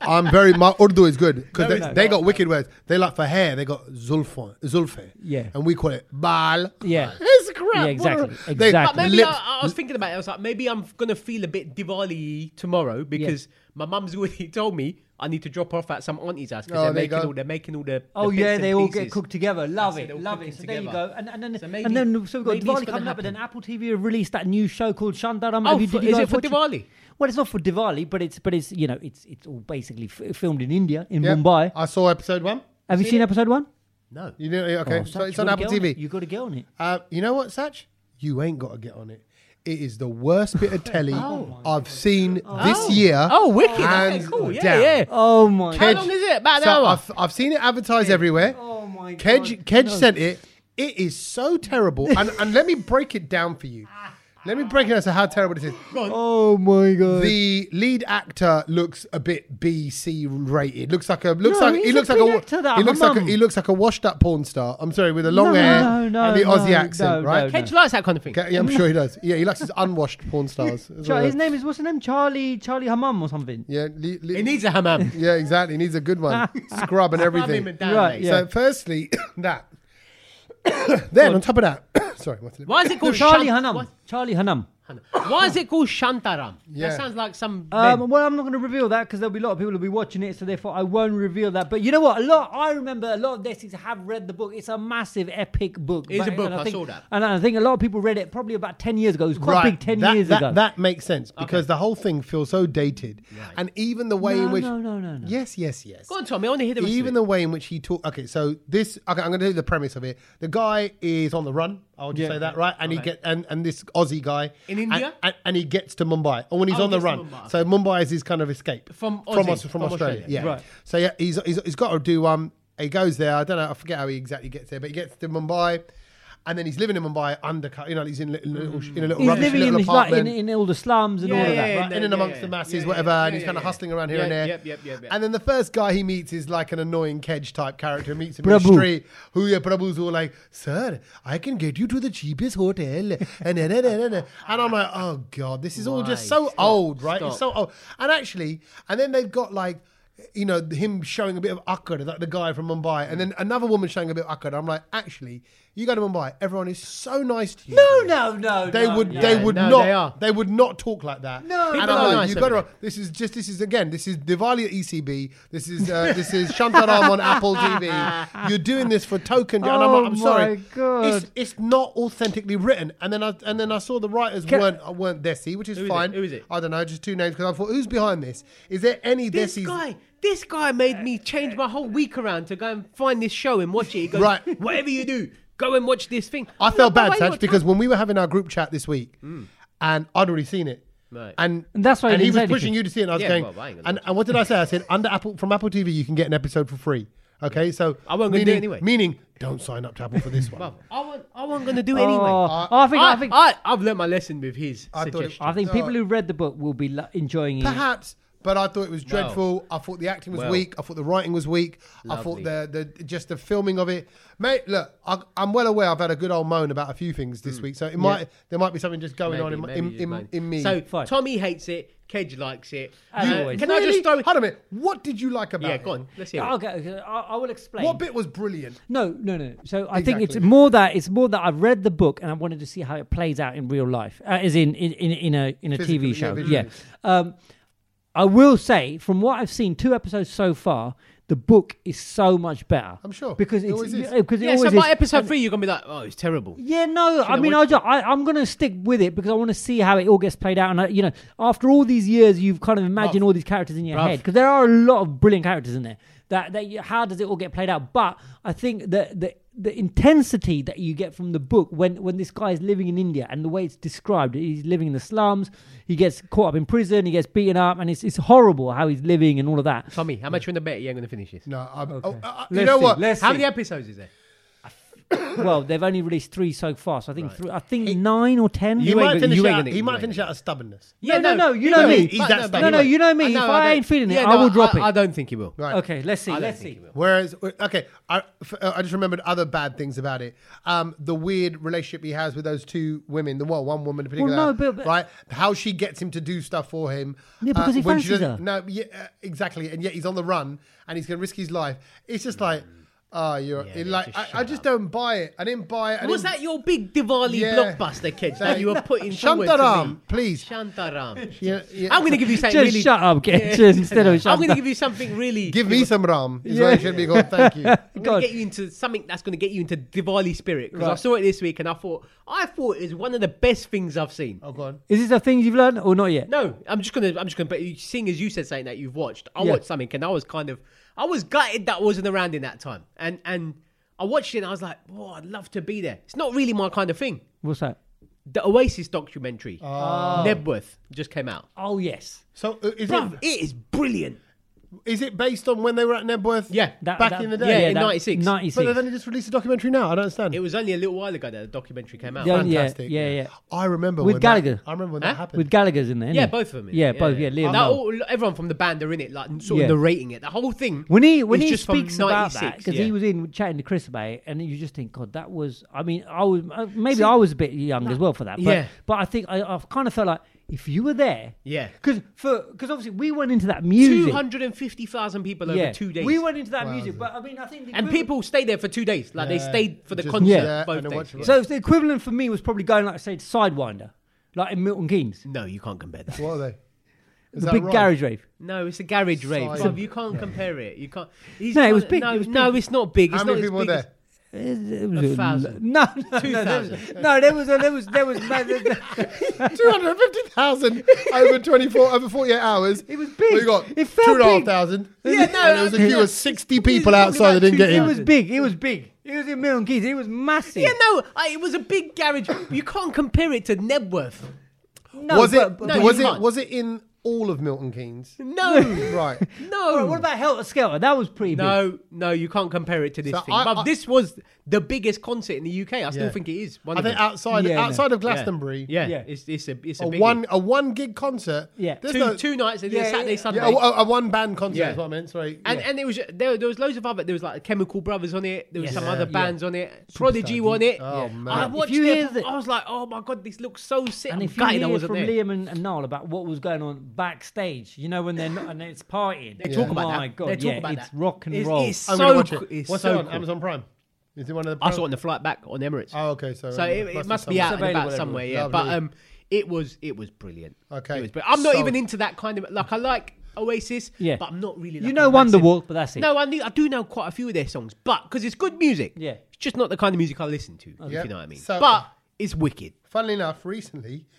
S1: I'm very my Urdu is good because
S3: No,
S1: they,
S3: it's
S1: they got wicked words. They like for hair, they got zulfan, zulfe,
S2: Yeah.
S1: and we call it bal.
S2: Yeah.
S1: it's crap.
S2: Yeah, exactly,
S1: What a-
S2: exactly.
S3: But Uh, maybe
S1: lips-
S3: I, I was thinking about it. I was like, maybe I'm gonna feel a bit Diwali tomorrow because my mum's <laughs> already told me I need to drop her off at some auntie's house because
S1: Oh,
S3: they're
S1: there you
S3: making
S1: go.
S3: all they're making all the.
S2: Oh
S3: the
S2: yeah,
S3: bits
S2: they
S3: and
S2: all
S3: pieces.
S2: get cooked together. Love
S3: That's
S2: it,
S3: it, all
S2: love it.
S3: cooking
S2: So there you
S3: together.
S2: go. And and then,
S3: So
S2: and
S3: maybe-
S2: then so we've
S3: maybe
S2: got
S3: it's
S2: Diwali
S3: gonna
S2: coming up, and then
S3: happen.
S2: Apple TV have released that new show called Shandaram.
S3: Oh,
S2: Have you-
S3: for-
S2: did you
S3: is
S2: guys
S3: it for
S2: watch
S3: Diwali?
S2: Well, it's not for Diwali, but it's but it's you know it's it's all basically f- filmed in India in
S1: Yeah.
S2: Mumbai.
S1: I saw episode one.
S2: Have you seen, episode one?
S3: No.
S1: You know, okay,
S2: Oh,
S1: so
S2: Sach,
S1: it's
S2: you
S1: on
S2: gotta
S1: Apple
S2: get it.
S1: TV.
S2: You got to get on it.
S1: Uh, you know what, Satch? You ain't got to get on it. It is the worst bit
S2: <laughs>
S1: of telly
S2: Oh
S1: I've seen this year.
S3: Oh, wicked.
S1: Hands
S3: Okay, cool. Yeah,
S1: down.
S3: yeah.
S2: Oh my!
S3: How
S1: Kedge-
S3: long is it? About an
S1: So
S3: hour?
S1: I've, I've seen it advertised everywhere.
S2: Oh my
S1: Kedge,
S2: God.
S1: Kedge
S2: No.
S1: sent it. It is so terrible. and, and let me break it down for you. Let me break it down so how terrible this is.
S2: Oh my god!
S1: The lead actor looks a bit B C rated. Looks like a looks
S2: No,
S1: like he
S2: he's
S1: looks
S2: a
S1: like
S2: big
S1: a
S2: actor, that
S1: he
S2: I'm a
S1: looks like a,
S2: mum.
S1: he looks like a washed up porn star. I'm sorry, with the long
S2: No,
S1: hair
S2: no, no,
S1: and the
S2: no,
S1: Aussie
S2: no,
S1: accent,
S2: no,
S1: right?
S2: no.
S3: Kedge likes that kind of thing.
S1: Okay, yeah, I'm sure he does. Yeah, he likes his unwashed porn stars.
S2: <laughs>
S1: That's
S2: Char-
S1: what
S2: his
S1: I-
S2: name is what's his name? Charlie Charlie Hammam or something.
S1: Yeah, li- li-
S3: It needs
S2: <laughs>
S3: a hammam.
S1: yeah, exactly. He needs a good one. Scrub and
S3: Rub
S1: everything.
S3: him down,
S2: Right,
S3: mate.
S2: yeah.
S1: So, firstly, <coughs> that. then on top of that, <coughs> sorry, what's it?
S3: Why is it called
S2: Charlie
S3: Shant-
S2: Hanam.
S3: what-
S2: Charlie Hanam.
S3: Why is it called Shantaram?
S1: Yeah.
S3: That sounds like some.
S2: Um,
S3: men.
S2: well, I'm not going to reveal that because there'll be a lot of people who'll be watching it, so therefore I won't reveal that. But you know what? A lot I remember a lot of Desi's have read the book. It's a massive, epic book.
S3: It is a
S2: But-
S3: book,
S2: and
S3: I
S2: think-
S3: saw that.
S2: and I think a lot of people read it probably about ten years ago. It was quite big ten
S1: that,
S2: years
S1: that,
S2: ago.
S1: That makes sense because the whole thing feels so dated, and even the way
S2: no,
S1: in which
S2: no, no, no, no.
S1: yes, yes, yes.
S3: Go on, Tommy. I want to hear the rest
S1: even
S3: of
S1: the way in which he talk. Okay, so this. Okay, I'm going to do the premise of it. The guy is on the run. I'll just
S2: Yeah.
S1: say that, right? And he get and, and this Aussie guy
S3: In
S1: and-
S3: India?
S1: and, and he gets to Mumbai. And when he's
S3: Oh,
S1: on
S3: he
S1: the
S3: gets to
S1: run,
S3: Mumbai.
S1: so Mumbai is his kind of escape
S3: From
S1: from,
S3: Aussie,
S1: Aus- from,
S3: from
S1: Australia.
S3: Australia.
S1: Yeah.
S2: Right.
S1: So yeah, he's, he's he's got to do um. He goes there. I don't know. I forget how he exactly gets there, but he gets to Mumbai, and then he's living in Mumbai undercut. You know, he's in, li- little, sh in a little
S2: He's
S1: rubbish
S2: living in,
S1: little
S2: his, like,
S1: apartment.
S2: in, in all the slums and
S3: Yeah,
S2: all of
S3: yeah,
S2: that,
S3: yeah.
S2: right?
S1: in and amongst the masses,
S3: yeah,
S1: whatever,
S3: yeah,
S1: and he's
S3: yeah,
S1: kind of
S3: yeah.
S1: hustling around here
S3: Yeah,
S1: and there.
S3: yep, yep, yep, yep.
S1: And then the first guy he meets is like an annoying Kedge type character. Meets him in
S2: Prabhu.
S1: the street. Who yeah, Prabhu's all like, "Sir, I can get you to the cheapest hotel," and da, da, da, da, da. and I'm like, "Oh God, this is all just
S3: Why?
S1: so
S3: Stop,
S1: old, right? It's so
S3: stop.
S1: old." And actually, and then they've got like. You know him showing a bit of akkad, like the guy from Mumbai, and then another woman showing a bit of akkad. I'm like, actually, you go to Mumbai, everyone is so nice to you.
S2: No, no, no.
S1: They
S2: no,
S1: would,
S2: no.
S1: they would
S3: no,
S1: not.
S3: they
S1: They,
S3: are.
S1: would not talk like that.
S2: No,
S1: and
S2: People
S1: I'm
S3: are
S1: like,
S3: nice
S1: you got
S3: over
S1: to. This is just. This is again. This is Diwali at ECB. This is. Uh, this is Shantaram on Apple TV. You're doing this for token. and I'm,
S2: Oh
S1: like, I'm sorry.
S2: my God.
S1: It's, it's not authentically written. And then I and then I saw the writers
S2: Can-
S1: weren't uh, weren't Desi, which is
S3: Who is it?
S1: fine.
S3: Who is it?
S1: I don't know. Just two names because I thought, who's behind this? Is there any
S3: This
S1: Desi's?
S3: guy, this guy made me change my whole week around to go and find this show and watch it. He goes,
S1: Right.
S3: whatever you do, go and watch this thing.
S1: I
S3: I'm
S1: felt
S3: like,
S1: bad,
S3: "Why you
S1: Saj,
S3: got
S1: because
S3: time?"
S1: when we were having our group chat this week, and I'd already seen it,
S3: Right.
S1: and
S2: And that's why you
S1: and he
S2: didn't
S1: was
S2: say
S1: pushing
S2: anything.
S1: you to see it. And I was
S3: Yeah,
S1: going,
S3: well, I ain't gonna
S1: and,
S3: watch
S1: and what did I say? I said under Apple from Apple TV, you can get an episode for free. Okay, so
S3: I wasn't gonna do it
S1: meaning,
S3: anyway.
S1: Meaning, don't sign up to Apple for
S3: <laughs>
S1: this one.
S3: Well, I wasn't, I wasn't going to do it
S2: Oh,
S3: anyway.
S2: I think- I think-
S3: I, have learned my lesson with his
S1: I thought it-
S3: suggestion.
S2: I think
S1: No.
S2: people who read the book will be lo- enjoying it.
S1: Perhaps, but I thought it was dreadful. I thought the acting was
S3: Well.
S1: weak. I thought the writing was weak. I thought the, the just the filming of it. Mate, look, I, I'm well aware I've had a good old moan about a few things this week, so it might there might be something just going
S3: Hmm. Maybe,
S1: on in, my-
S3: maybe
S1: in,
S3: just
S1: in,
S3: maybe.
S1: in me.
S3: So
S2: Fine.
S3: Tommy hates it. Kedge likes it.
S2: As
S3: Uh,
S2: always.
S3: can I
S1: Really?
S3: just throw?
S1: Hold on a minute. What did you like about
S3: Yeah,
S1: it?
S3: go on. Let's hear.
S2: Yeah,
S3: it.
S2: okay, okay, I, I will explain.
S1: What bit was brilliant?
S2: No, no, no. So I think it's
S1: Exactly.
S2: more that it's more that I've read the book and I wanted to see how it plays out in real life, uh, as in in, in in a in a
S1: Physically, yeah,
S2: TV show.
S1: visually.
S2: Yeah. Um, I will say, from what I've seen, two episodes so far, the book is so much better.
S1: I'm sure.
S2: because
S1: It
S2: it's
S1: always is.
S2: because it
S3: Yeah, so
S2: always
S3: by
S2: is.
S3: episode three, you're gonna be like, oh, it's terrible.
S2: Yeah, no. I
S3: I
S2: mean, I,
S3: watch
S2: ju- I, I'm going to stick with it because I want to see how it all gets played out. And I, you know, after all these years, you've kind of imagined all these characters in your
S3: Bruv.
S2: head because there are a lot of brilliant characters in there. That that you, how does it all get played out? But I think that the the intensity that you get from the book when when this guy is living in India and the way it's described, he's living in the slums, he gets caught up in prison, he gets beaten up, and it's it's horrible how he's living and all of that.
S3: Tommy, how much you want to bet? Yeah, I'm gonna finish this.
S1: No, I'm, oh, uh, uh, you
S2: Let's
S1: know
S2: see,
S1: what?
S2: let's
S3: How
S2: see. <laughs>
S3: many episodes is there?
S2: well, they've only released three so far, so I think three, I think nine or ten.
S1: He
S3: You ain't
S1: might
S3: gonna-
S1: finish
S3: you ain't
S1: out.
S3: gonna-
S1: He
S3: you
S1: might
S3: ain't
S1: finish out of stubbornness.
S2: No, no, no, you know
S1: no,
S2: me.
S1: he's that
S3: but-
S1: stubborn.
S2: No, no, you know
S3: I
S2: me.
S3: know,
S2: if
S3: I
S2: I,
S3: don't-
S2: ain't feeling it,
S3: Yeah,
S2: I
S3: no,
S2: will drop
S3: I
S2: it.
S3: don't think he will.
S1: Right.
S2: Okay, let's see.
S3: I don't
S2: Let's
S3: think
S2: see.
S3: he will.
S1: Whereas, okay, I, f- uh, I just remembered other bad things about it. Um, the weird relationship he has with those two women, the well, one woman in particular,
S2: no, but- but-
S1: right? How she gets him to do stuff for him. uh,
S2: Yeah, because he
S1: when she
S2: fancies
S1: doesn't- No,
S2: her.
S1: yeah, uh, exactly. And yet he's on the run and he's going to risk his life. It's just like, oh, you're
S3: Mm. Yeah,
S1: it,
S3: yeah,
S1: like,
S3: just
S1: I, I
S3: shut
S1: just
S3: up.
S1: don't buy it. I didn't buy it. I
S3: Was
S1: didn't-
S3: that your big Diwali
S1: Yeah.
S3: blockbuster, Kedge, that you were putting forward to me?
S1: Shantaram, please.
S3: Shantaram.
S1: Yeah, yeah.
S3: I'm going to give you something
S2: Just
S3: really.
S2: shut
S3: <laughs>
S2: up, Kedge, instead of
S3: I'm
S2: shut
S3: going to
S2: up.
S3: give you something really.
S1: Give me some ram. Is what it should be called. Thank <laughs> you.
S3: I'm
S2: God.
S3: going to get you into something that's going to get you into Diwali spirit because I
S2: Right.
S3: saw it this week and I thought I thought it was one of the best things I've seen.
S1: Oh, go on.
S2: Is this a thing you've learned or not yet?
S3: No, I'm just gonna I'm just gonna. But you- seeing as you said something that you've watched, I
S2: Yeah.
S3: watched something and I was kind of I was gutted that I wasn't around in that time and and I watched it and I was like, oh, I'd love to be there. It's not really my kind of thing.
S2: What's that?
S3: The Oasis documentary,
S2: Ah.
S3: Nebworth, just came out.
S2: Oh yes.
S1: So uh, is
S3: Bruv,
S1: it
S3: it is brilliant.
S1: is it based on when they were at Nebworth?
S3: Yeah,
S2: That-
S1: back
S2: that-
S1: in the
S3: yeah,
S1: day.
S3: in
S2: that-
S3: 96.
S1: But
S2: 96.
S1: they've only just released a documentary now. I don't understand.
S3: It was only a little while ago that the documentary came out.
S2: Yeah,
S3: Yeah,
S1: Fantastic.
S2: Yeah, yeah, yeah.
S1: I remember
S2: With
S1: when
S2: Gallagher.
S1: That, I remember when
S3: Huh?
S1: that happened.
S2: With Gallagher's in there. isn't it?
S3: both of them. in
S2: Yeah,
S3: it.
S2: both. Yeah, Liam.
S3: That
S2: Neeson.
S3: all- everyone from the band are in it, like sort
S2: Yeah.
S3: of narrating it. The whole thing.
S2: When he when
S3: is
S2: he
S3: just from
S2: speaks about
S3: 96,
S2: that, because
S3: yeah.
S2: he was in chatting to Chris about it, and you just think, God, that was. I mean, I was uh, maybe I was a bit young as well for that. But,
S3: Yeah.
S2: But I think I, I've kind of felt like if you were there,
S3: Yeah.
S2: because for because obviously we went into that music.
S3: 250,000 people
S2: yeah.
S3: over two days.
S2: We went into that
S1: Wow.
S2: music, but I mean, I think the
S3: and
S2: equivalent-
S3: people stayed there for two days. Like they
S1: Yeah.
S3: stayed for the
S1: Just-
S3: concert
S2: Yeah.
S1: Yeah,
S3: both
S1: and
S3: days.
S1: watch it.
S2: So the equivalent for me was probably going, like I said, Sidewinder, like in Milton Keynes,
S3: no, you can't compare
S1: <laughs>
S3: that.
S1: what are they? Is
S2: the
S1: that
S2: big
S1: right?
S2: garage rave.
S3: No, it's a garage rave.
S1: Side-
S3: Bruv, you can't compare it. You can't. he's
S2: No, it
S3: not-
S2: was big,
S3: No,
S2: it was
S3: no,
S2: big.
S3: it's not big. It's
S1: How
S3: not
S1: many
S3: as
S1: people were
S3: big as-
S1: there?
S2: It was
S3: A
S2: l- <laughs>
S3: thousand.
S2: No, no, no, there was,
S3: 2,000.
S2: no, there was, a, there was, there was, no, there, there-
S1: <laughs> Two hundred fifty thousand over twenty four over forty eight hours.
S2: It was big.
S1: We got
S2: It felt
S1: two and a half
S2: big.
S1: thousand.
S3: Yeah, no,
S1: and there was a
S3: I-
S1: queue of sixty people
S3: probably
S1: outside that
S3: about
S1: didn't get
S2: it
S1: in.
S2: was big. It was big. It was in Milton Keynes. It was massive.
S3: Yeah, no, I, it was a big garage. You can't compare it to Nebworth.
S2: no,
S1: was it
S2: but-
S3: no,
S1: was
S3: you
S1: it
S3: can't.
S1: was it in all of Milton Keynes? <laughs>
S3: No,
S1: Right.
S2: All right,
S3: no,
S2: what about Helter Skelter? That was pretty big.
S3: no, no. You can't compare it to this
S1: So
S3: thing.
S1: I-
S3: but
S1: I-
S3: this was the biggest concert in the UK. I still
S1: Yeah.
S3: think it is. One
S1: I
S3: of
S1: think
S3: them.
S1: outside
S2: Yeah, no.
S1: outside of
S3: Yeah.
S1: Glastonbury,
S3: Yeah,
S2: Yeah.
S3: It's, it's a it's a,
S1: a
S3: biggie.
S1: one a one gig concert.
S2: Yeah.
S1: there's
S3: two,
S1: no-
S3: two nights and
S2: Yeah,
S3: then
S2: yeah,
S3: Saturday
S2: yeah.
S3: Sunday.
S1: yeah, a, a- a one band concert
S3: Yeah.
S1: is what I meant. Sorry,
S3: And
S1: Yeah.
S3: and there was there, there was loads of other there was like Chemical Brothers on it. There was
S2: Yes.
S3: some
S2: Yeah.
S3: other
S1: Yeah.
S3: bands on it.
S1: Superstar
S3: Prodigy were on
S1: Deep.
S3: it.
S1: Oh, man.
S3: I
S1: If
S3: watched
S2: you
S3: it.
S2: hear the-
S3: I was like, oh my god, this looks so sick.
S2: And
S3: I'm
S2: if you
S3: gutted I
S2: hear
S3: wasn't
S2: from
S3: there.
S2: Liam and, and Niall about what was going on backstage, you know when they're not and it's partying. They
S3: talk about
S2: My
S3: that.
S2: God,
S3: They talk
S2: yeah,
S3: about
S2: it's
S3: that.
S2: rock and
S3: It's-
S2: roll.
S3: it's
S1: I'm gonna
S3: so
S1: watch it.
S3: cool. It's
S1: What's
S3: so
S1: it on
S3: cool.
S1: Amazon Prime? Is it one of the?
S3: I saw it on the flight back on Emirates.
S1: Oh, okay. So,
S3: So
S1: um,
S3: it, it must
S1: be
S3: be out and
S1: somewhere.
S2: available
S3: about somewhere, yeah.
S1: everywhere.
S3: But um, it was it was brilliant.
S1: Okay.
S3: It was brilliant. I'm not
S1: So-
S3: even into that kind of like I like Oasis,
S2: Yeah.
S3: but I'm not really. Like
S2: you
S3: a
S2: know
S3: massive-
S2: Wonderwall, but that's it.
S3: No, I knew, I do know quite a few of their songs, but because it's good music,
S2: Yeah.
S3: it's just not the kind of music I listen to. If
S1: Yeah.
S3: you know what I mean.
S1: So-
S3: but it's wicked.
S1: Funnily enough, recently <coughs>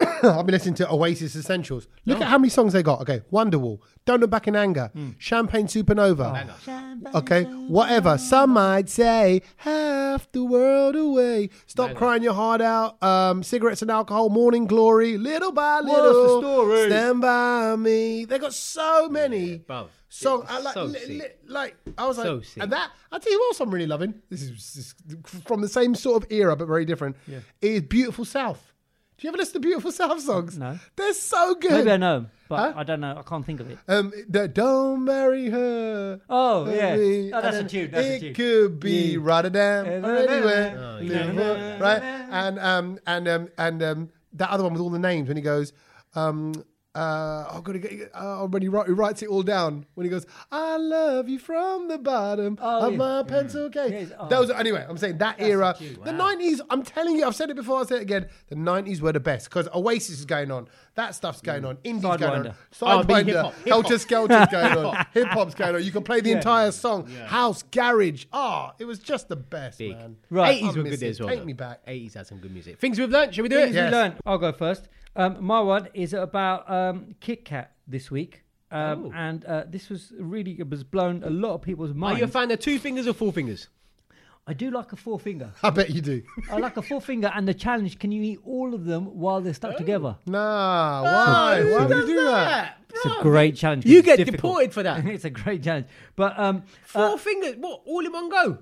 S1: I've been listening to Oasis Essentials. Look at how many songs they got. Okay, Wonderwall, Don't Look Back in Anger,
S3: Hmm.
S1: Champagne
S3: Oh.
S1: Supernova. Okay, whatever. Some might say half the world away. Stop crying your heart out. Um, cigarettes and alcohol. Morning glory. Little by little.
S2: the story?
S1: Stand by me. They got so many.
S3: bruv.
S1: So
S3: It's
S1: I like,
S3: so
S1: li-
S3: sick.
S1: li- like I was
S3: So
S1: like,
S3: sick.
S1: and that I tell you what, else I'm really loving. This is, this is from the same sort of era, but very different. Is beautiful South. Do you ever listen to Beautiful South songs?
S2: No.
S1: they're so good.
S2: Maybe I know, 'em, but
S1: Huh?
S2: I don't know. I can't think of it.
S1: <laughs> Um, the Don't marry her.
S2: Oh, yeah.
S1: Hurry.
S2: Oh, that's
S1: And
S2: a tune, that's a
S1: it
S2: tune. Eh,
S1: could be
S2: Yeah.
S1: Rotterdam
S2: Yeah.
S1: or anywhere,
S2: Oh,
S1: Liverpool,
S2: yeah.
S1: right? And um and um and um that other one with all the names when he goes, um, uh, oh god, he go- uh, when he, write, he writes it all down when he goes, I love you from the bottom
S2: Oh,
S1: of
S2: yeah.
S1: my pencil case.
S2: Yes, oh.
S1: Those are- anyway, I'm saying that era,
S2: cute.
S1: the nineties. I'm telling you, I've said it before, I'll say it again. The nineties were the best because Oasis is going on, that stuff's going
S2: Mm.
S1: on, Indie's going on,
S2: Sidewinder.
S3: Oh, I mean,
S1: Sidewinder,
S3: hip-hop, hip-hop.
S1: Helter Skelter's going on. Hip hop's going on. You can play the entire song. House, garage. Ah, it was just the best,
S3: Big.
S1: man.
S2: Right.
S3: Eighties
S1: I
S3: were
S1: miss
S3: good
S1: it.
S3: as well.
S1: Take
S3: though.
S1: me back.
S3: Eighties had some good music. Things we've learned. Should we do it?
S2: Things
S1: Yes.
S2: we learned. I'll go first. Um, my one is about um, Kit Kat this week, um,
S3: Oh.
S2: and uh, this was really it was blown a lot of people's
S3: Are
S2: minds.
S3: you a fan of two fingers or four fingers?
S2: I do like a four finger.
S1: I bet you do.
S2: I like a four finger, and the challenge: can you eat all of them while they're
S3: Oh.
S2: stuck together?
S1: Nah, why? Why would you do that?
S2: It's a great challenge. 'cause
S3: Oh, You
S2: it's
S3: get
S2: difficult.
S3: deported for <laughs>
S2: <laughs>
S3: that.
S2: it's a great challenge, but um,
S3: Four fingers. What? All in one go.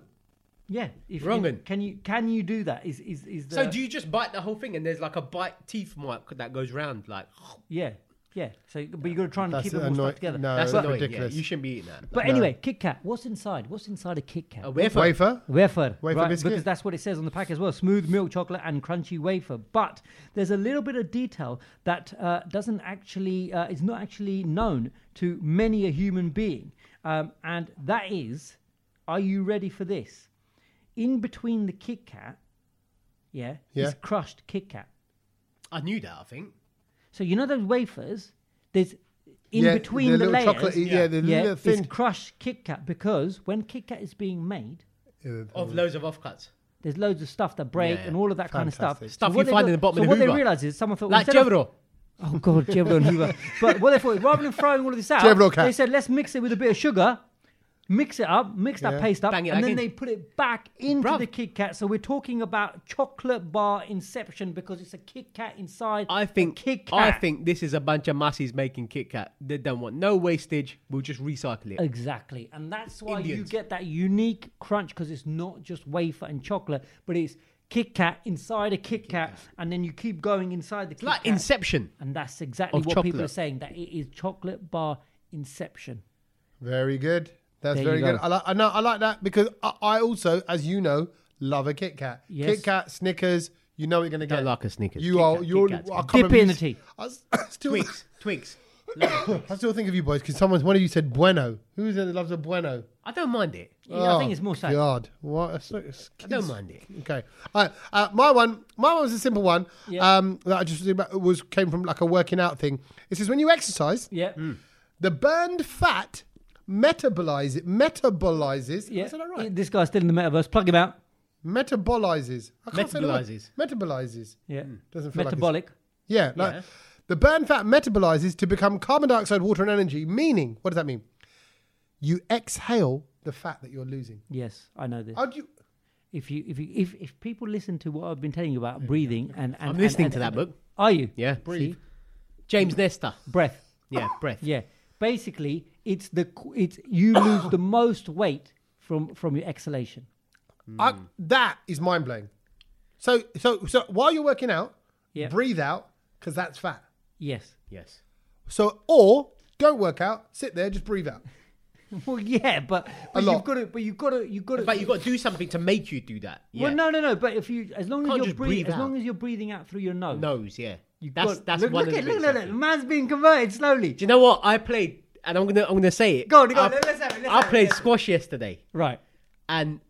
S2: yeah, if
S3: Wrong
S2: you,
S3: un.
S2: can you can you do that? Is is is the
S3: So do you just bite the whole thing and there's like a bite teeth mark that goes round like <sighs>
S2: yeah yeah? So but you got to try and
S1: That's
S2: keep them all
S1: annoy-
S2: stuck together.
S1: no,
S3: that's
S1: that's
S3: annoying.
S1: ridiculous.
S3: Yeah, you shouldn't be eating that.
S2: But anyway, Kit Kat. What's inside? What's inside a Kit Kat?
S3: A wafer.
S1: Wafer?
S2: Wafer,
S1: Wafer
S2: right,
S1: biscuit?
S2: because that's what it says on the pack as well: smooth milk chocolate and crunchy wafer. But there's a little bit of detail that uh, doesn't actually uh, is not actually known to many a human being, um, and that is, are you ready for this? In between the Kit Kat, yeah,
S1: Yeah.
S2: is crushed Kit Kat.
S3: I knew that. I think.
S2: So you know those wafers. There's in
S1: Yeah,
S2: between
S1: the
S2: the,
S1: little
S2: layers.
S1: chocolate- yeah, the little
S2: it's
S1: thin-
S2: crushed Kit Kat because when Kit Kat is being made,
S3: Of
S2: Mm.
S3: loads of offcuts.
S2: There's loads of stuff that break
S3: Yeah.
S2: and all of that kind of
S1: Fantastic.
S2: stuff.
S3: Stuff
S2: what
S3: you
S2: they
S3: find
S2: do-
S3: in the bottom
S2: so
S3: of the
S2: what they
S3: Hoover.
S2: realised is someone thought, well,
S3: Like
S2: instead of-
S3: Jevro.
S2: <laughs> oh god, Jevro and
S3: <laughs>
S2: Hoover. But what they thought, rather than throwing all of this out,
S1: Jevro cat.
S2: they said, let's mix it with a bit of sugar, mix it up, mix that
S1: Yeah.
S2: paste up,
S3: Bang it
S2: and
S3: back
S2: then
S3: in.
S2: they put it back into
S3: Bruv.
S2: the Kit Kat. So we're talking about chocolate bar inception because it's a Kit Kat inside.
S3: I
S2: a
S3: think
S2: Kit Kat.
S3: I think this is a bunch of masses making Kit Kat. They don't want no wastage. We'll just recycle
S2: Uh,
S3: it.
S2: Exactly, and that's why you
S3: Indians.
S2: get that unique crunch because it's not just wafer and chocolate, but it's Kit Kat inside a Kit Kat, and then you keep going inside the Kit
S3: like
S2: Kat.
S3: Inception.
S2: and that's exactly
S3: Of
S2: what people are
S3: chocolate.
S2: saying that it is chocolate bar inception.
S1: Very good. That's
S2: There
S1: very
S2: you
S1: good.
S2: go.
S1: I like. I know. I like that because I, I also, as you know, love a Kit Kat.
S2: Yes.
S1: Kit Kat, Snickers. You know what you're gonna get.
S3: Don't like a Snickers.
S1: You
S3: Kit
S1: are.
S3: Kat, Kit
S1: you're.
S3: Kats,
S1: I
S3: Kit
S1: can't
S2: Dip it
S1: remember
S2: in
S1: you-
S2: the tea.
S1: I s- <laughs> still.
S3: Twinks. Twinks.
S1: I still think of you boys because someone, one of you said bueno. Who's it that loves a bueno?
S3: I don't mind it.
S2: Yeah, I think
S1: Oh,
S2: it's more sad.
S1: God, what? It's like- it's
S3: I don't
S1: kids-
S3: mind it.
S1: Okay, All right. uh, my one, my one was a simple one.
S2: Yeah.
S1: Um, that I just thought about- was came from like a working out thing. It says when you exercise,
S2: Yeah,
S1: the burned fat metabolize it metabolizes.
S2: yeah.
S1: Is that right?
S2: This guy's still in the metaverse. Plug him out.
S1: Metabolizes. I can't say the word.
S3: Metabolizes.
S1: Metabolizes.
S2: Yeah,
S1: Doesn't feel like it's-
S2: metabolic.
S1: Yeah, like,
S3: Yeah.
S1: the burn fat metabolizes to become carbon dioxide, water, and energy. Meaning, what does that mean? You exhale the fat that you're losing.
S2: yes, I know this.
S1: How do you?
S2: if you if you if, if people listen to what I've been telling you about breathing and, and
S3: I'm
S2: and-
S3: listening
S2: and-
S3: to that
S2: and-
S3: book.
S2: Are you?
S3: Yeah.
S2: Breathe.
S3: James Nestor.
S2: breath. <laughs>
S3: Yeah, breath.
S2: Yeah. Basically, it's the qu- it's you lose
S3: <coughs>
S2: the most weight from from your exhalation.
S3: Hmm.
S1: I, that is mind blowing. So, so, so while you're working out,
S2: Yeah.
S1: breathe out because that's fat.
S2: Yes. <laughs>
S3: Yes.
S1: So, or don't work out, sit there, just breathe out.
S2: Well, yeah, but, but
S1: lot.
S2: you've got to, but you've got to, you've got to.
S3: But you've got to do something to make you do that. Yeah.
S2: Well, no, no, no. But if you, as long
S3: Can't
S2: as you're
S3: just
S2: breathing,
S3: breathe
S2: as
S3: out.
S2: long as you're breathing out through your nose.
S3: Nose, yeah.
S2: you've
S3: that's
S2: got-
S3: that's
S2: look,
S3: one
S2: look
S3: of
S2: at,
S3: the
S2: look,
S3: big
S2: look,
S3: stuff.
S2: look, the man's being converted slowly.
S3: Do you know what I played? And I'm gonna I'm gonna say it.
S2: Go on, go on,
S3: I,
S2: let's have it, let's
S3: I
S2: have it,
S3: played
S2: let's-
S3: squash yesterday,
S2: Right.
S3: and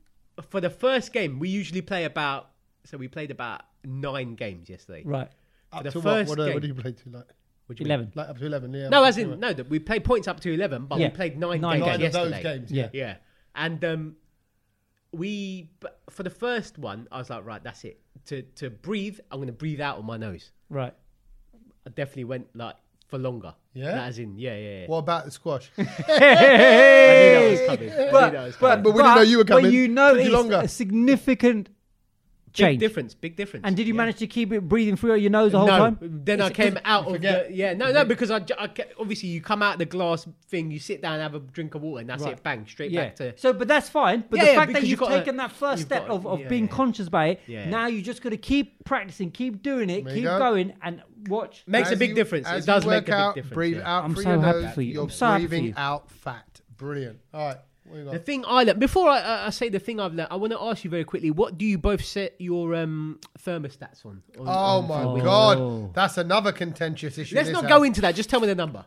S3: for the first game, we usually play about. So we played about nine games yesterday.
S2: Right.
S1: Up
S3: the
S1: to what?
S3: first
S1: What, uh,
S3: game.
S1: what do you play to? Like,
S3: What do you mean?
S2: Eleven.
S1: like up to 11, yeah.
S3: No, as in no, that we played points up to eleven, but
S2: Yeah.
S3: we played nine,
S2: Nine
S3: games
S1: nine of
S3: yesterday.
S1: those games.
S2: Yeah.
S1: Yeah.
S3: Yeah, and um, we b- for the first one, I was like, right, that's it. To to breathe, I'm gonna breathe out on my nose.
S2: Right.
S3: I definitely went like for longer.
S1: Yeah?
S3: Like, as in yeah, yeah. yeah.
S1: What about the
S3: <laughs>
S1: squash?
S3: I knew that was coming. I knew that was coming.
S1: But we didn't know you were
S2: But
S1: coming.
S2: you
S1: Took you
S2: noticed
S1: longer.
S2: a significant
S3: big
S2: change.
S3: difference, big difference.
S2: And did you
S3: Yeah.
S2: manage to keep it breathing through your nose the whole
S3: no,
S2: time?
S3: then I
S2: It's-
S3: came out of the,
S1: forget.
S3: yeah no no because I, ju- I ca- obviously you come out of the glass thing you sit down have a drink of water and that's
S2: Right.
S3: it bang straight
S2: Yeah.
S3: back to
S2: So, but that's fine. But
S3: Yeah,
S2: the
S3: yeah,
S2: fact that
S3: because
S2: you've
S3: you've got to-
S2: taken that first
S3: you've
S2: step
S3: got-
S2: of, of
S3: yeah,
S2: being
S3: yeah.
S2: conscious about it,
S3: Yeah.
S2: now you just got to keep practicing, keep doing it,
S1: There you
S2: keep
S1: go.
S2: going, and watch.
S3: makes a
S1: As
S3: big
S1: you-
S3: difference
S1: as
S3: it
S1: you
S3: does make a
S1: work
S3: big
S1: out,
S3: difference
S1: Breathe
S3: yeah.
S1: out
S2: I'm
S1: through
S2: so
S1: your
S2: happy
S1: nose.
S2: for you.
S1: You're
S2: I'm so happy for
S1: breathing
S2: you.
S1: out fat. Brilliant. All right. What you got?
S3: the thing I learned before I- I, I say the thing I've learned I want to ask you very quickly what do you both set your um thermostats on, on-
S1: Oh
S3: on-
S1: my
S2: Oh.
S1: god, that's another contentious issue.
S3: let's
S1: this
S3: not
S1: house.
S3: go into that just tell me the number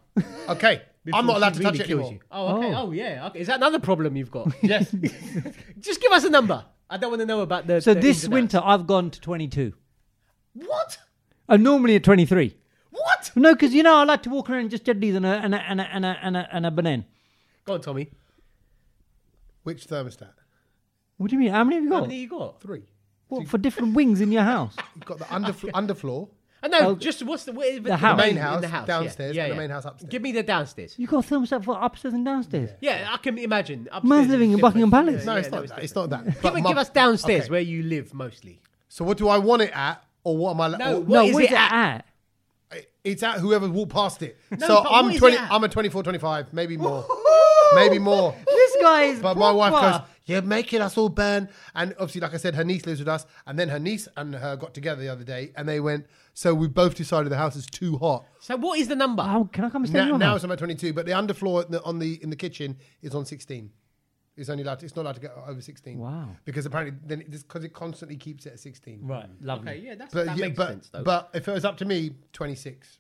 S1: Okay, I'm not allowed to
S3: Really
S1: touch it
S3: kills
S1: anymore.
S3: you. oh okay
S2: Oh.
S3: oh, yeah okay. is that another problem
S1: <laughs>
S3: you've got yes <laughs> just give us a number I don't want to know about the
S2: So
S3: the ins
S2: this
S3: and outs.
S2: winter, I've gone to 22.
S3: what
S2: I'm normally at 23.
S3: what
S2: No, because you know I like to walk around just jeddies and a and a and a and a and a, and a banana.
S3: go on Tommy
S1: Which thermostat?
S2: What do you mean? How many have you
S1: Oh.
S3: how
S2: got?
S3: many you got
S1: Three.
S2: What, for
S3: <laughs>
S2: different wings in your house?
S1: You've got the under underfloor.
S3: Uh, no, just what's the, what, the
S2: house.
S1: main
S3: in
S1: house,
S3: yeah.
S1: downstairs, and the main house upstairs.
S3: Give me the downstairs.
S2: You got a thermostat for upstairs and downstairs.
S3: Yeah, I can imagine. Upstairs
S2: Man's
S3: is
S2: living in
S3: different.
S2: Buckingham Palace.
S1: No,
S3: Yeah,
S1: it's
S3: that
S1: not
S3: was
S1: that. It's not that.
S3: Give,
S1: But
S3: me-
S1: my-
S3: give us downstairs
S1: okay.
S3: where you live mostly.
S1: So what do I want it at, or what am I?
S3: No,
S1: or-
S3: What
S2: no,
S3: is
S2: where's
S3: it
S2: it at?
S1: It's at whoever's walked past it. so
S3: but what
S1: I'm
S3: is it
S1: 20.
S3: at?
S1: I'm a 24, 25, maybe
S3: <laughs>
S1: more, maybe more.
S2: This guy is.
S1: <laughs> But my wife
S2: proper.
S1: goes, "You're making us all burn." And obviously, like I said, her niece lives with us, and then her niece and her got together the other day, and they went. So we both decided the house is too hot.
S3: So what is the number?
S2: "Oh, can I come and stay in
S1: Now,
S2: your
S1: now
S2: house?"
S1: it's on at 22, but the underfloor in the, on the in the kitchen is on 16. It's only allowed. To, it's not allowed to get over 16.
S2: Wow.
S1: Because apparently, then because it constantly keeps it at 16.
S2: Right, lovely.
S3: Okay, yeah, that's,
S1: But
S3: that
S1: yeah,
S3: makes
S1: but
S3: sense though.
S1: but if it was up to me, 26.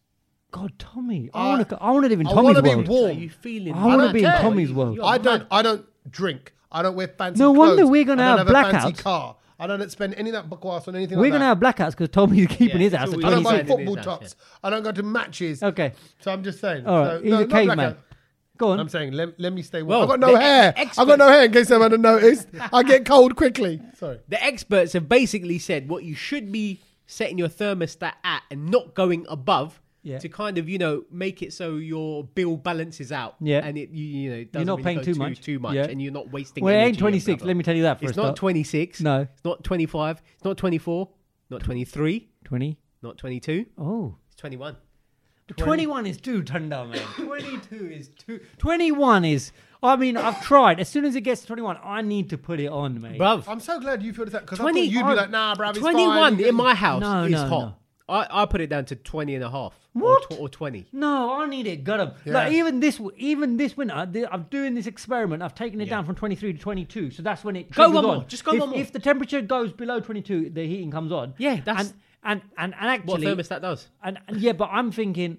S2: God, Tommy, I
S1: I-
S2: want to. I want to live in
S1: I
S2: Tommy's
S1: wanna be
S2: world.
S1: warm.
S3: Are you feeling?
S2: I wanna
S3: don't
S2: be in
S3: care.
S2: Tommy's
S3: You-
S2: world.
S3: you're
S1: I
S3: mad.
S1: don't. I don't drink. I don't wear fancy.
S2: No
S1: clothes.
S2: wonder we're gonna
S1: I don't
S2: have
S1: a fancy
S2: blackouts.
S1: car. I don't spend any of that buckwas on anything.
S2: We're
S1: like
S2: gonna have blackouts because Tommy's <laughs> keeping
S3: Yeah,
S2: his
S3: so
S2: house at
S3: we-
S1: that. I don't buy
S2: 26.
S3: Twenty-seven
S1: football
S3: in his house,
S1: tops. I don't go to matches.
S2: Okay,
S1: So I'm just saying.
S2: Oh. all right.
S1: So,
S2: He's
S1: no,
S2: a
S1: not
S2: caveman.
S1: blackout.
S2: Go
S1: I'm
S2: on.
S1: saying let, let me stay warm.
S3: Well,
S1: I've got no
S3: the
S1: hair.
S3: experts-
S1: I've got no hair in case anyone noticed. I get cold quickly. Sorry.
S3: The experts have basically said what you should be setting your thermostat at and not going above
S2: Yeah.
S3: to kind of you know make it so your bill balances out
S2: Yeah.
S3: and it you, you know it doesn't
S2: not
S3: really
S2: paying
S3: go
S2: too much.
S3: too much
S2: Yeah.
S3: and you're not wasting
S2: Well, it
S3: energy
S2: ain't
S3: and
S2: 26.
S3: blah, blah.
S2: Let me tell you that for
S3: it's
S2: a
S3: not
S2: start.
S3: 26
S2: No.
S3: it's not 25 it's not 24 not 23
S2: 20.
S3: not 22
S2: Oh.
S3: it's 21
S2: 21 is too turned down, man. 22 is too. 21 is. I mean, I've tried. As soon as it gets to 21, I need to put it on, mate.
S3: bruv
S1: I'm so glad you feel that because I thought
S3: 20
S1: you'd be like, nah, bruv, it's
S3: 21
S1: fine.
S3: in my house
S2: No,
S3: is
S2: no,
S3: hot I, I put it down to 20 and a half
S2: What?
S3: Or, tw- or 20
S2: No, I need it. Got him.
S1: Yeah.
S2: Like even this, w- even this winter, I did- I'm doing this experiment. I've taken it down from 23 to 22, so that's when it
S3: Go
S2: triggers
S3: one more.
S2: on.
S3: Just go
S2: if,
S3: one more.
S2: If the temperature goes below 22, the heating comes on.
S3: Yeah, that's-
S2: and and and, and
S3: what
S2: actually,
S3: thermostat does
S2: and, and yeah, but I'm thinking,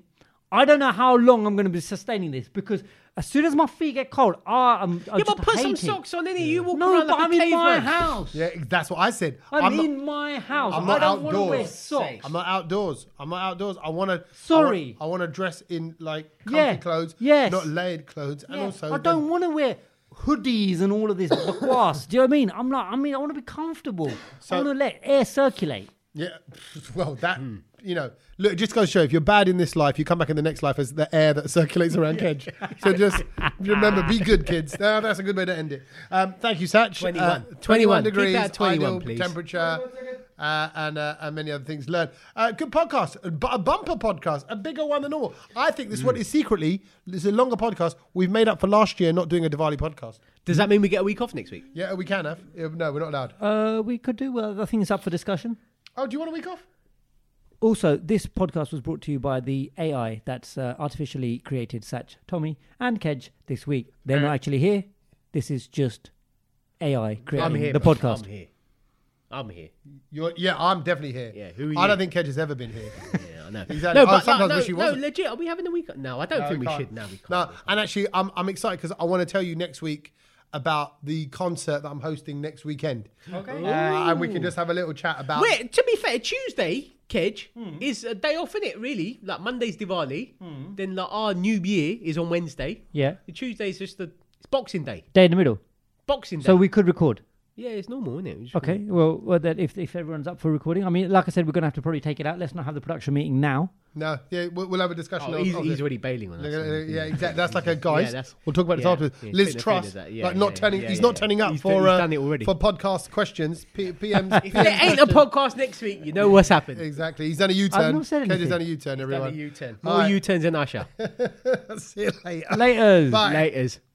S2: I don't know how long I'm going to be sustaining this because as soon as my feet get cold, I am. I
S3: yeah but
S2: just
S3: put
S2: hate
S3: some
S2: it.
S3: socks on innit you walk
S2: No,
S3: around
S2: but
S3: like
S2: I'm
S3: a
S2: in my
S3: caveman.
S2: house.
S1: Yeah, that's what I said.
S2: I'm,
S1: not-
S2: in my house.
S1: I'm
S2: I
S1: not
S2: don't want to wear
S1: outdoors.
S2: socks.
S1: I'm not outdoors. I'm not outdoors. I want to.
S2: Sorry.
S1: I want to dress in like comfy
S2: Yeah.
S1: clothes,
S2: Yes.
S1: not layered clothes, and
S2: Yeah,
S1: also
S2: I don't want to wear hoodies and all of this backlash. Do you know what I mean? I'm like, I mean, I want to be comfortable. I want to let air circulate.
S1: Yeah. <laughs> Well, that you know, look, it just goes to show if you're bad in this life, you come back in the next life as the air that circulates around Kedge. So just remember, be good, kids.
S3: <laughs>
S1: No, that's a good way to end it. Um, thank you, Satch.
S3: 21.
S1: 21
S3: Keep that
S1: degrees,
S3: 21,
S1: ideal
S3: please.
S1: temperature. uh, and uh, and many other things learned. Uh, good podcast, a bu- a bumper podcast, a bigger one than all. I think this one
S3: Mm.
S1: is secretly it's a longer podcast. We've made up for last year not doing a Diwali podcast.
S3: Does that mean we get a week off next week?
S1: Yeah, we can have. Yeah, No, we're not allowed.
S2: Uh, we could do well. I think it's up for discussion.
S1: Oh, do you want a week off?
S2: Also, this podcast was brought to you by the AI that's uh, artificially created Satch, Tommy, and Kedge this week. They're
S3: Uh,
S2: not actually here. This is just AI creating
S3: I'm here.
S2: the
S3: bro.
S2: podcast.
S3: I'm here. I'm here.
S1: You're, yeah, I'm definitely here.
S3: Yeah, who are
S1: I
S3: you?
S1: don't think Kedge has ever been
S3: <laughs>
S1: here.
S3: Yeah, I know.
S1: Exactly.
S3: No,
S1: I
S3: but
S1: sometimes
S3: no,
S1: wish he
S3: no,
S1: wasn't.
S3: legit. Are we having a week? No, I don't think we, should. No, we can't.
S1: No, and actually, I'm, I'm excited because I want to tell you next week about the concert that I'm hosting next weekend. Okay. and we can just have a little chat about.
S3: Wait, to be fair, Tuesday, Kedge,
S1: Hmm.
S3: is a day off, in it, really? Like, Monday's Diwali. Then, like, our new year is on Wednesday.
S2: Yeah.
S3: The Tuesday's just the. It's Boxing Day.
S2: Day in the middle.
S3: Boxing Day.
S2: So we could record.
S3: yeah, it's normal, isn't it?
S2: Okay. Well, well that if, if everyone's up for recording, I mean, like I said, we're going to have to probably take it out. Let's not have the production meeting now.
S1: No, yeah, we'll, we'll have a discussion.
S3: Oh,
S1: on,
S3: he's,
S1: on
S3: he's
S1: this.
S3: already bailing on us.
S1: Yeah, yeah, exactly. That's like a guys.
S3: that's-
S1: we'll talk about this
S3: yeah,
S1: afterwards.
S3: yeah,
S1: Liz
S3: it's been
S1: Truss,
S3: offended that, yeah,
S1: like not
S3: yeah,
S1: turning,
S3: yeah,
S1: he's
S3: yeah.
S1: not turning up
S3: He's
S1: for
S3: done- he's
S1: uh,
S3: done it already.
S1: for podcast questions. P-
S3: <laughs>
S1: PM,
S3: There ain't a podcast next week. You know what's happened.
S1: exactly. He's done a U-turn.
S2: not said
S1: Kedge has
S2: anything.
S1: done a U-turn. Everyone.
S3: U-turn.
S1: All
S3: More
S1: <laughs> right.
S3: U-turns than Usher.
S1: See you later.
S2: Laters.
S1: Bye.
S3: Laters.